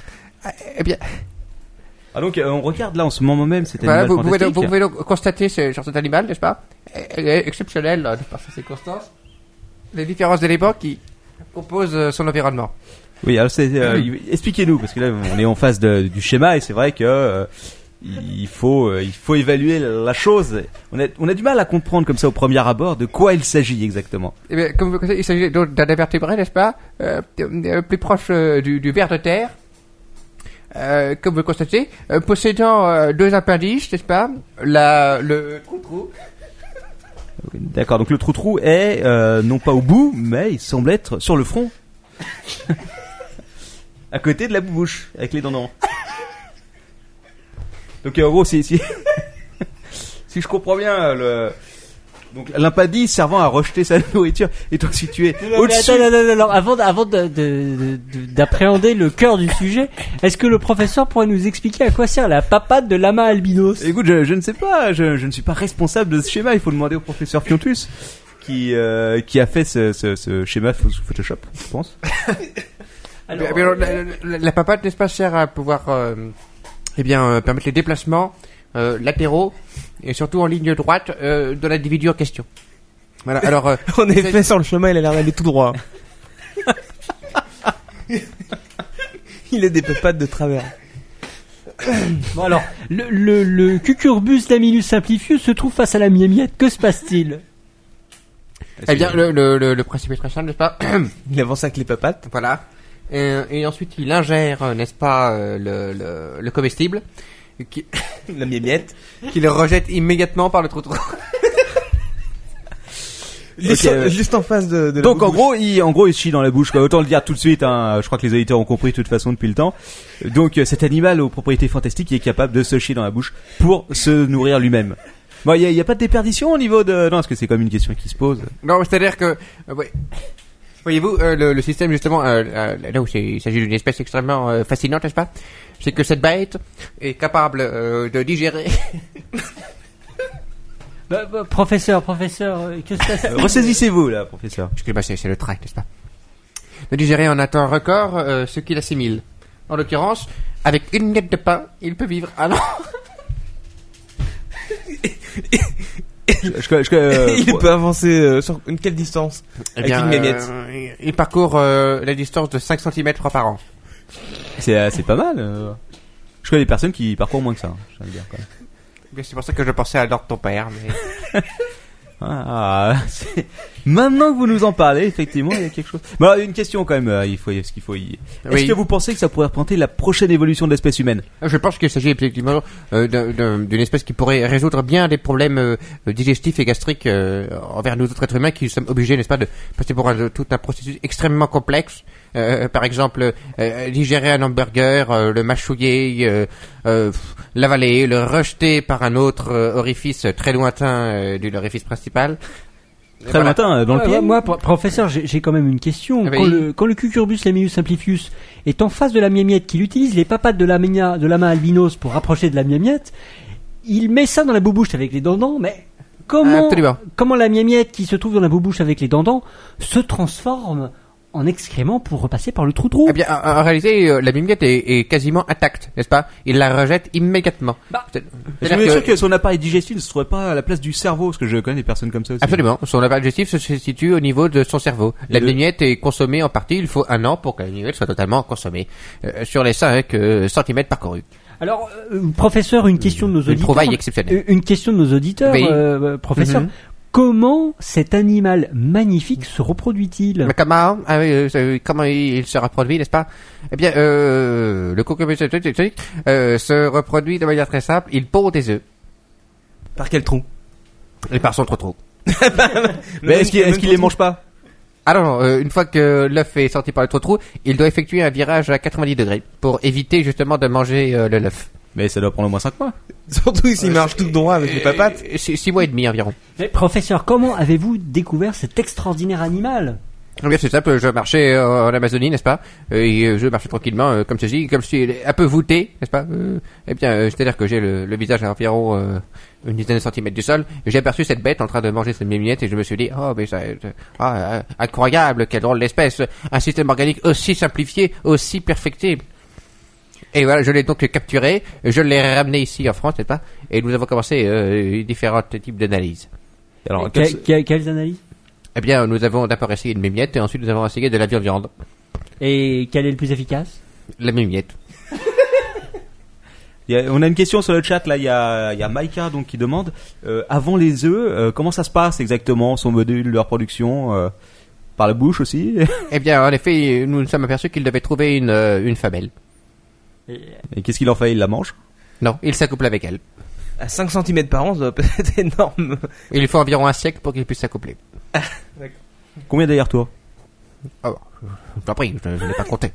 [SPEAKER 6] Ah, Eh bien,
[SPEAKER 4] Ah, donc, euh, on regarde là en ce moment même cet
[SPEAKER 6] voilà,
[SPEAKER 4] animal
[SPEAKER 6] vous, pouvez,
[SPEAKER 4] fantastique.
[SPEAKER 6] donc- vous pouvez donc constater ce, sur cet animal, n'est-ce pas Eh, eh, Exceptionnel euh, de par sa circonstance. Les différents éléments qui composent euh, son environnement.
[SPEAKER 4] Oui, alors c'est, euh, il- expliquez-nous parce que là on est en face de- du schéma et c'est vrai que euh, il faut euh, il faut évaluer la chose. On a on a du mal à comprendre comme ça au premier abord de quoi il s'agit exactement.
[SPEAKER 6] Eh bien, comme vous le connaissez, il s'agit donc d'un invertébré, n'est-ce pas Euh, euh, Plus proche euh, du, du ver de terre, Euh, comme vous le constatez, euh, possédant euh, deux appendices, n'est-ce pas La, Le trou-trou.
[SPEAKER 4] D'accord. Donc le trou trou est euh, non pas au bout mais il semble être sur le front. à côté de la bouche avec les dents. Donc euh, en gros si si si je comprends bien euh, le donc l'impadie servant à rejeter sa nourriture étant située
[SPEAKER 5] Mais
[SPEAKER 4] au-dessus
[SPEAKER 5] attends, non, non, non, non, avant, d- avant de- de- de- de- d'appréhender le cœur du sujet, est-ce que le professeur pourrait nous expliquer à quoi sert la papade de lama albinos
[SPEAKER 4] Eh Écoute, je, je ne sais pas, je, je ne suis pas responsable de ce schéma, il faut demander au professeur Piontus. qui, euh, qui a fait ce, ce, ce schéma sous Photoshop, je pense.
[SPEAKER 6] Mais- mais alors, la, la- la papate, n'est-ce pas, sert à pouvoir euh, eh bien, euh, permettre les déplacements euh, latéraux et surtout en ligne droite euh, de l'individu en question. Voilà, alors, euh,
[SPEAKER 7] En effet, sur le chemin, il a l'air d'aller tout droit. il a des pépates de travers.
[SPEAKER 5] Bon alors, le, le, le cucurbus laminus simplifius se trouve face à la miette. Que se passe-t-il
[SPEAKER 6] eh bien, le, le, le- le principe est très simple, n'est-ce pas
[SPEAKER 7] Il avance avec les pépates.
[SPEAKER 6] Voilà. Et, et ensuite, il ingère, euh, n'est-ce pas, euh, le, le, le comestible, qui-
[SPEAKER 7] La miette.
[SPEAKER 6] qu'il rejette immédiatement par le trou trottoir.
[SPEAKER 7] Juste, juste en face de, de la
[SPEAKER 4] Donc en
[SPEAKER 7] bouche.
[SPEAKER 4] gros, il, en gros, il chie dans la bouche. Quoi. Autant le dire tout de suite. Hein. Je crois que les auditeurs ont compris de toute façon depuis le temps. Donc euh, cet animal aux propriétés fantastiques, il est capable de se chier dans la bouche pour se nourrir lui-même. Bon, il n'y a, il y a pas de déperdition au niveau de. Non, parce que c'est comme une question qui se pose.
[SPEAKER 6] Non, mais c'est-à-dire que... euh, ouais. Voyez-vous, euh, le, le système, justement, euh, euh, là où c'est- il s'agit d'une espèce extrêmement euh, fascinante, n'est-ce pas C'est que cette bête est capable euh, de digérer...
[SPEAKER 5] Bah, bah, Professeur, professeur, euh, que se passe-t-il
[SPEAKER 4] Euh, Ressaisissez-vous là, professeur.
[SPEAKER 6] Parce que bah, c'est c'est le tract, n'est-ce pas De digérer en un temps record euh, ce qu'il assimile. En l'occurrence, avec une miette de pain, il peut vivre un an.
[SPEAKER 4] Je, je- je- euh,
[SPEAKER 7] il peut avancer euh, sur une quelle distance
[SPEAKER 6] Eh
[SPEAKER 7] Avec une miette.
[SPEAKER 6] euh, il parcourt euh, la distance de 5 cm par an.
[SPEAKER 4] c'est euh, c'est pas mal. euh. Je connais des personnes qui parcourent moins que ça. hein, je tiens à le dire, quoi.
[SPEAKER 6] Eh Bien, C'est pour ça que je pensais à l'ordre de ton père. Mais...
[SPEAKER 4] Ah, c'est- maintenant que vous nous en parlez, effectivement, il y a quelque chose. Bon, alors, une question quand même. euh, il faut, ce qu'il faut. Y... Est-ce
[SPEAKER 6] Oui.
[SPEAKER 4] que vous pensez que ça pourrait représenter la prochaine évolution de l'espèce humaine
[SPEAKER 6] Ah, Je pense qu'il s'agit effectivement euh, d'un- d'un- d'une espèce qui pourrait résoudre bien des problèmes euh, digestifs et gastriques euh, envers nous autres êtres humains qui sommes obligés, n'est-ce pas, de passer pour un, de- tout un processus extrêmement complexe. Euh, par exemple, euh, digérer un hamburger, euh, le mâchouiller, euh, euh, pff, l'avaler, le rejeter par un autre euh, orifice très lointain euh, de l'orifice principal.
[SPEAKER 4] Très
[SPEAKER 6] Voilà.
[SPEAKER 4] lointain, euh, dans le
[SPEAKER 5] Ouais,
[SPEAKER 4] pied.
[SPEAKER 5] ouais, moi, pro- professeur, j'ai j'ai quand même une question.
[SPEAKER 6] Ah bah,
[SPEAKER 5] Quand,
[SPEAKER 6] il-
[SPEAKER 5] le, quand le cucurbus laminus simplifius est en face de la miette qu'il utilise les papates de la mia- de lama albinos pour rapprocher de la miette, il met ça dans la boubouche avec les dents mais comment,
[SPEAKER 6] Absolument.
[SPEAKER 5] comment la miette qui se trouve dans la boubouche avec les dents se transforme en excrément pour repasser par le trou-trou
[SPEAKER 6] Eh bien, en, en réalité, euh, la mimette est, est quasiment intacte, n'est-ce pas Il la rejette immédiatement.
[SPEAKER 5] Bah,
[SPEAKER 6] C'est-
[SPEAKER 4] Je
[SPEAKER 6] c'est-à-dire
[SPEAKER 4] suis
[SPEAKER 6] que-
[SPEAKER 4] sûr que son appareil digestif ne se trouvait pas à la place du cerveau, parce que je connais des personnes comme ça aussi.
[SPEAKER 6] Absolument. Son appareil digestif se situe au niveau de son cerveau. La
[SPEAKER 4] Et le-
[SPEAKER 6] mignette est consommée en partie. Il faut un an pour que la mignette soit totalement consommée. Euh, sur les 5 cm parcourus.
[SPEAKER 5] Alors, euh, professeur, une question de nos
[SPEAKER 6] Une
[SPEAKER 5] auditeurs. Euh,
[SPEAKER 6] trouvaille exceptionnelle.
[SPEAKER 5] Une question de nos auditeurs,
[SPEAKER 6] Oui.
[SPEAKER 5] euh, euh, professeur.
[SPEAKER 6] Mhm.
[SPEAKER 5] Comment cet animal magnifique se reproduit-il
[SPEAKER 6] Mais comment, ah oui, euh, c'est- comment il il se reproduit, n'est-ce pas Eh bien, euh, le cucurbit euh, se reproduit de manière très simple. Il pond des œufs.
[SPEAKER 7] Par quel trou
[SPEAKER 6] Et par son trop trop.
[SPEAKER 4] Mais est-ce qu'il est-ce qu'il les mange pas
[SPEAKER 6] Alors, non, euh, une fois que l'œuf est sorti par le trou trou, il doit effectuer un virage à 90 degrés pour éviter justement de manger euh, le l'œuf.
[SPEAKER 4] Mais ça doit prendre au moins 5 mois.
[SPEAKER 7] Surtout s'il marche tout droit avec les papates.
[SPEAKER 6] 6 Euh, mois et demi environ.
[SPEAKER 5] Mais professeur, comment avez-vous découvert cet extraordinaire animal
[SPEAKER 6] Eh bien, c'est simple, je marchais euh, en Amazonie, n'est-ce pas Et euh, je marchais tranquillement, euh, comme ceci, comme si un peu voûté, n'est-ce pas Euh, Eh bien, euh, c'est-à-dire que j'ai le, le visage à environ euh, une dizaine de centimètres du sol. J'ai aperçu cette bête en train de manger ses miettes et je me suis dit, oh, mais ça, euh, ah, euh, incroyable, quelle drôle d'espèce Un système organique aussi simplifié, aussi perfectible. Et voilà, je l'ai donc capturé, je l'ai ramené ici en France, n'est-ce pas Et nous avons commencé euh, différents types d'analyses.
[SPEAKER 4] Alors,
[SPEAKER 5] Que-
[SPEAKER 4] quel-
[SPEAKER 5] que- Quelles analyses
[SPEAKER 6] Eh bien, nous avons d'abord essayé une mimette et ensuite nous avons essayé de la viande.
[SPEAKER 5] Et quel est le plus efficace
[SPEAKER 6] La mimette.
[SPEAKER 4] il y a- on a une question sur le chat là. Il y a, il y a Maïka donc qui demande euh, avant les œufs, euh, comment ça se passe exactement son module, leur production euh, par la bouche aussi
[SPEAKER 6] Eh bien, en effet, nous nous sommes aperçus qu'il devait trouver une, euh, une femelle.
[SPEAKER 4] Et qu'est-ce qu'il en fait Il la mange
[SPEAKER 6] Non, il s'accouple avec elle.
[SPEAKER 7] À 5 cm par an, ça doit être énorme.
[SPEAKER 6] Il lui faut environ un siècle pour qu'il puisse s'accoupler.
[SPEAKER 4] Combien d'aller-retours
[SPEAKER 6] Ah bon, je t'en prie, je, je n'ai pas compté.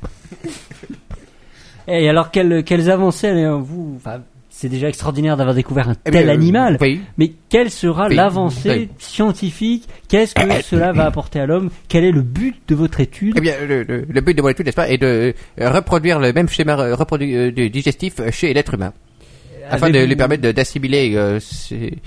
[SPEAKER 5] Et alors, quelles, quelles avancées euh, vous enfin, C'est déjà extraordinaire d'avoir découvert un
[SPEAKER 6] Eh
[SPEAKER 5] tel
[SPEAKER 6] bien, euh,
[SPEAKER 5] animal.
[SPEAKER 6] Oui.
[SPEAKER 5] Mais quelle sera
[SPEAKER 6] Oui.
[SPEAKER 5] l'avancée
[SPEAKER 6] Oui.
[SPEAKER 5] scientifique Qu'est-ce que cela va apporter à l'homme Quel est le but de votre étude
[SPEAKER 6] Eh bien, le, le- le but de mon étude, n'est-ce pas, est de euh, reproduire le même schéma euh, reprodu- euh, du digestif chez l'être humain, afin de
[SPEAKER 5] Avez-vous-
[SPEAKER 6] lui permettre de- d'assimiler euh, ses-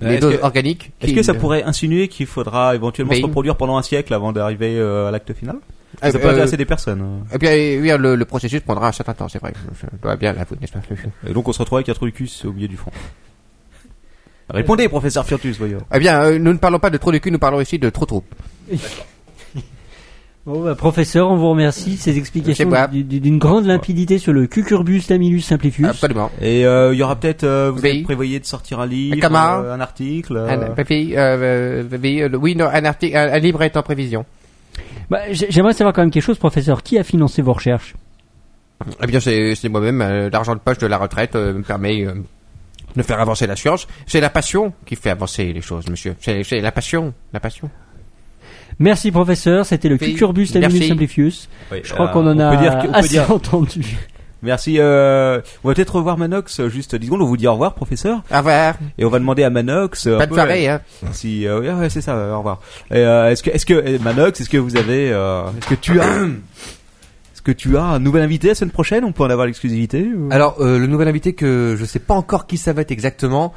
[SPEAKER 6] les
[SPEAKER 4] Est-ce
[SPEAKER 6] doses
[SPEAKER 4] que-
[SPEAKER 6] organiques.
[SPEAKER 4] Est-ce
[SPEAKER 6] qui-
[SPEAKER 4] que ça pourrait insinuer qu'il faudra éventuellement se
[SPEAKER 6] Bing.
[SPEAKER 4] reproduire pendant un siècle avant d'arriver euh, à l'acte final
[SPEAKER 6] Ah,
[SPEAKER 4] Ça
[SPEAKER 6] euh,
[SPEAKER 4] peut intéresser des personnes. hein.
[SPEAKER 6] Eh bien, eh oui, le, le processus prendra un certain temps, c'est vrai. Je dois bien l'avouer, n'est-ce pas
[SPEAKER 4] Et donc on se retrouve avec un trucus au milieu du front. Répondez, professeur Furtus, voyons.
[SPEAKER 6] Eh bien, euh, nous ne parlons pas de trop de cul, nous parlons ici de trop trop.
[SPEAKER 5] Bon, bah, professeur, on vous remercie. Ces explications
[SPEAKER 6] moi.
[SPEAKER 5] du- du- d'une grande limpidité sur le cucurbus lamillus simplifus.
[SPEAKER 6] Absolument.
[SPEAKER 4] Et euh, il y aura peut-être, euh, vous
[SPEAKER 6] Oui. Ah,
[SPEAKER 4] avez prévoyé de sortir un livre,
[SPEAKER 6] Un camar.
[SPEAKER 4] euh, un article. euh,
[SPEAKER 6] Un- ma fille, euh, ma fille, euh, le- oui, non, un, article, un, un livre est en prévision.
[SPEAKER 5] Bah, j'ai- J'aimerais savoir quand même quelque chose, professeur. Qui a financé vos recherches
[SPEAKER 6] Eh bien, c'est c'est moi-même. euh, L'argent de poche de la retraite euh, me permet euh, de faire avancer la science. C'est la passion qui fait avancer les choses, monsieur. C'est c'est la passion, la passion.
[SPEAKER 5] Merci, professeur. C'était le
[SPEAKER 6] Oui,
[SPEAKER 5] cucurbus lamillus
[SPEAKER 6] merci.
[SPEAKER 5] simplifus.
[SPEAKER 4] oui,
[SPEAKER 5] Je crois
[SPEAKER 4] euh,
[SPEAKER 5] qu'on en
[SPEAKER 4] on
[SPEAKER 5] a
[SPEAKER 4] peut dire que- on peut
[SPEAKER 5] assez
[SPEAKER 4] dire-
[SPEAKER 5] entendu.
[SPEAKER 4] Merci. Euh, on va peut-être revoir Manox euh, juste 10 secondes. On vous dit au revoir, professeur,
[SPEAKER 6] Au revoir.
[SPEAKER 16] Euh,
[SPEAKER 4] et on va demander à Manox. euh, un
[SPEAKER 6] Pas de
[SPEAKER 4] peu,
[SPEAKER 6] soirée, hein.
[SPEAKER 4] Si euh, ouais, ouais, c'est ça, euh, au revoir. Et, euh, est-ce que est-ce que eh, Manox, est-ce que vous avez euh, est-ce que tu as est-ce que tu as un nouvel invité la semaine prochaine On peut en avoir l'exclusivité ou-
[SPEAKER 16] Alors, euh, le nouvel invité que je sais pas encore qui ça va être exactement.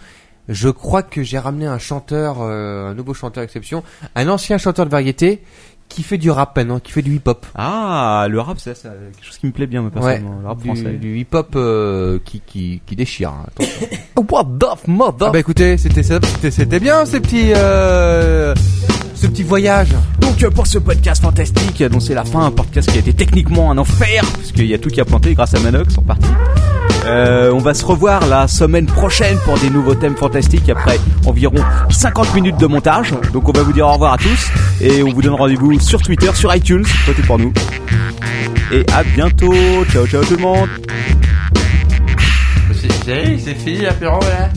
[SPEAKER 16] Je crois que j'ai ramené un chanteur, euh, un nouveau chanteur exception, un ancien chanteur de variété qui fait du rap maintenant, qui fait du hip-hop.
[SPEAKER 4] Ah, le rap, c'est ça, c'est quelque chose qui me plaît bien moi, personnellement, le rap
[SPEAKER 16] du,
[SPEAKER 4] français.
[SPEAKER 16] du hip-hop euh, qui, qui, qui déchire. hein. Attention. What the mother- Ah bah écoutez, c'était ça- c'était c'était bien ces petits euh, ce petit voyage.
[SPEAKER 4] Donc euh, pour ce podcast fantastique euh, dont c'est la fin, un podcast qui a été techniquement un enfer, puisqu'il y a tout qui a planté grâce à Manox en partie. Euh, on va se revoir la semaine prochaine pour des nouveaux thèmes fantastiques après environ 50 minutes de montage. Donc on va vous dire au revoir à tous et on vous donne rendez-vous sur Twitter, sur iTunes, votez pour nous. Et à bientôt, ciao ciao tout le monde
[SPEAKER 6] C'est fini l'apéro là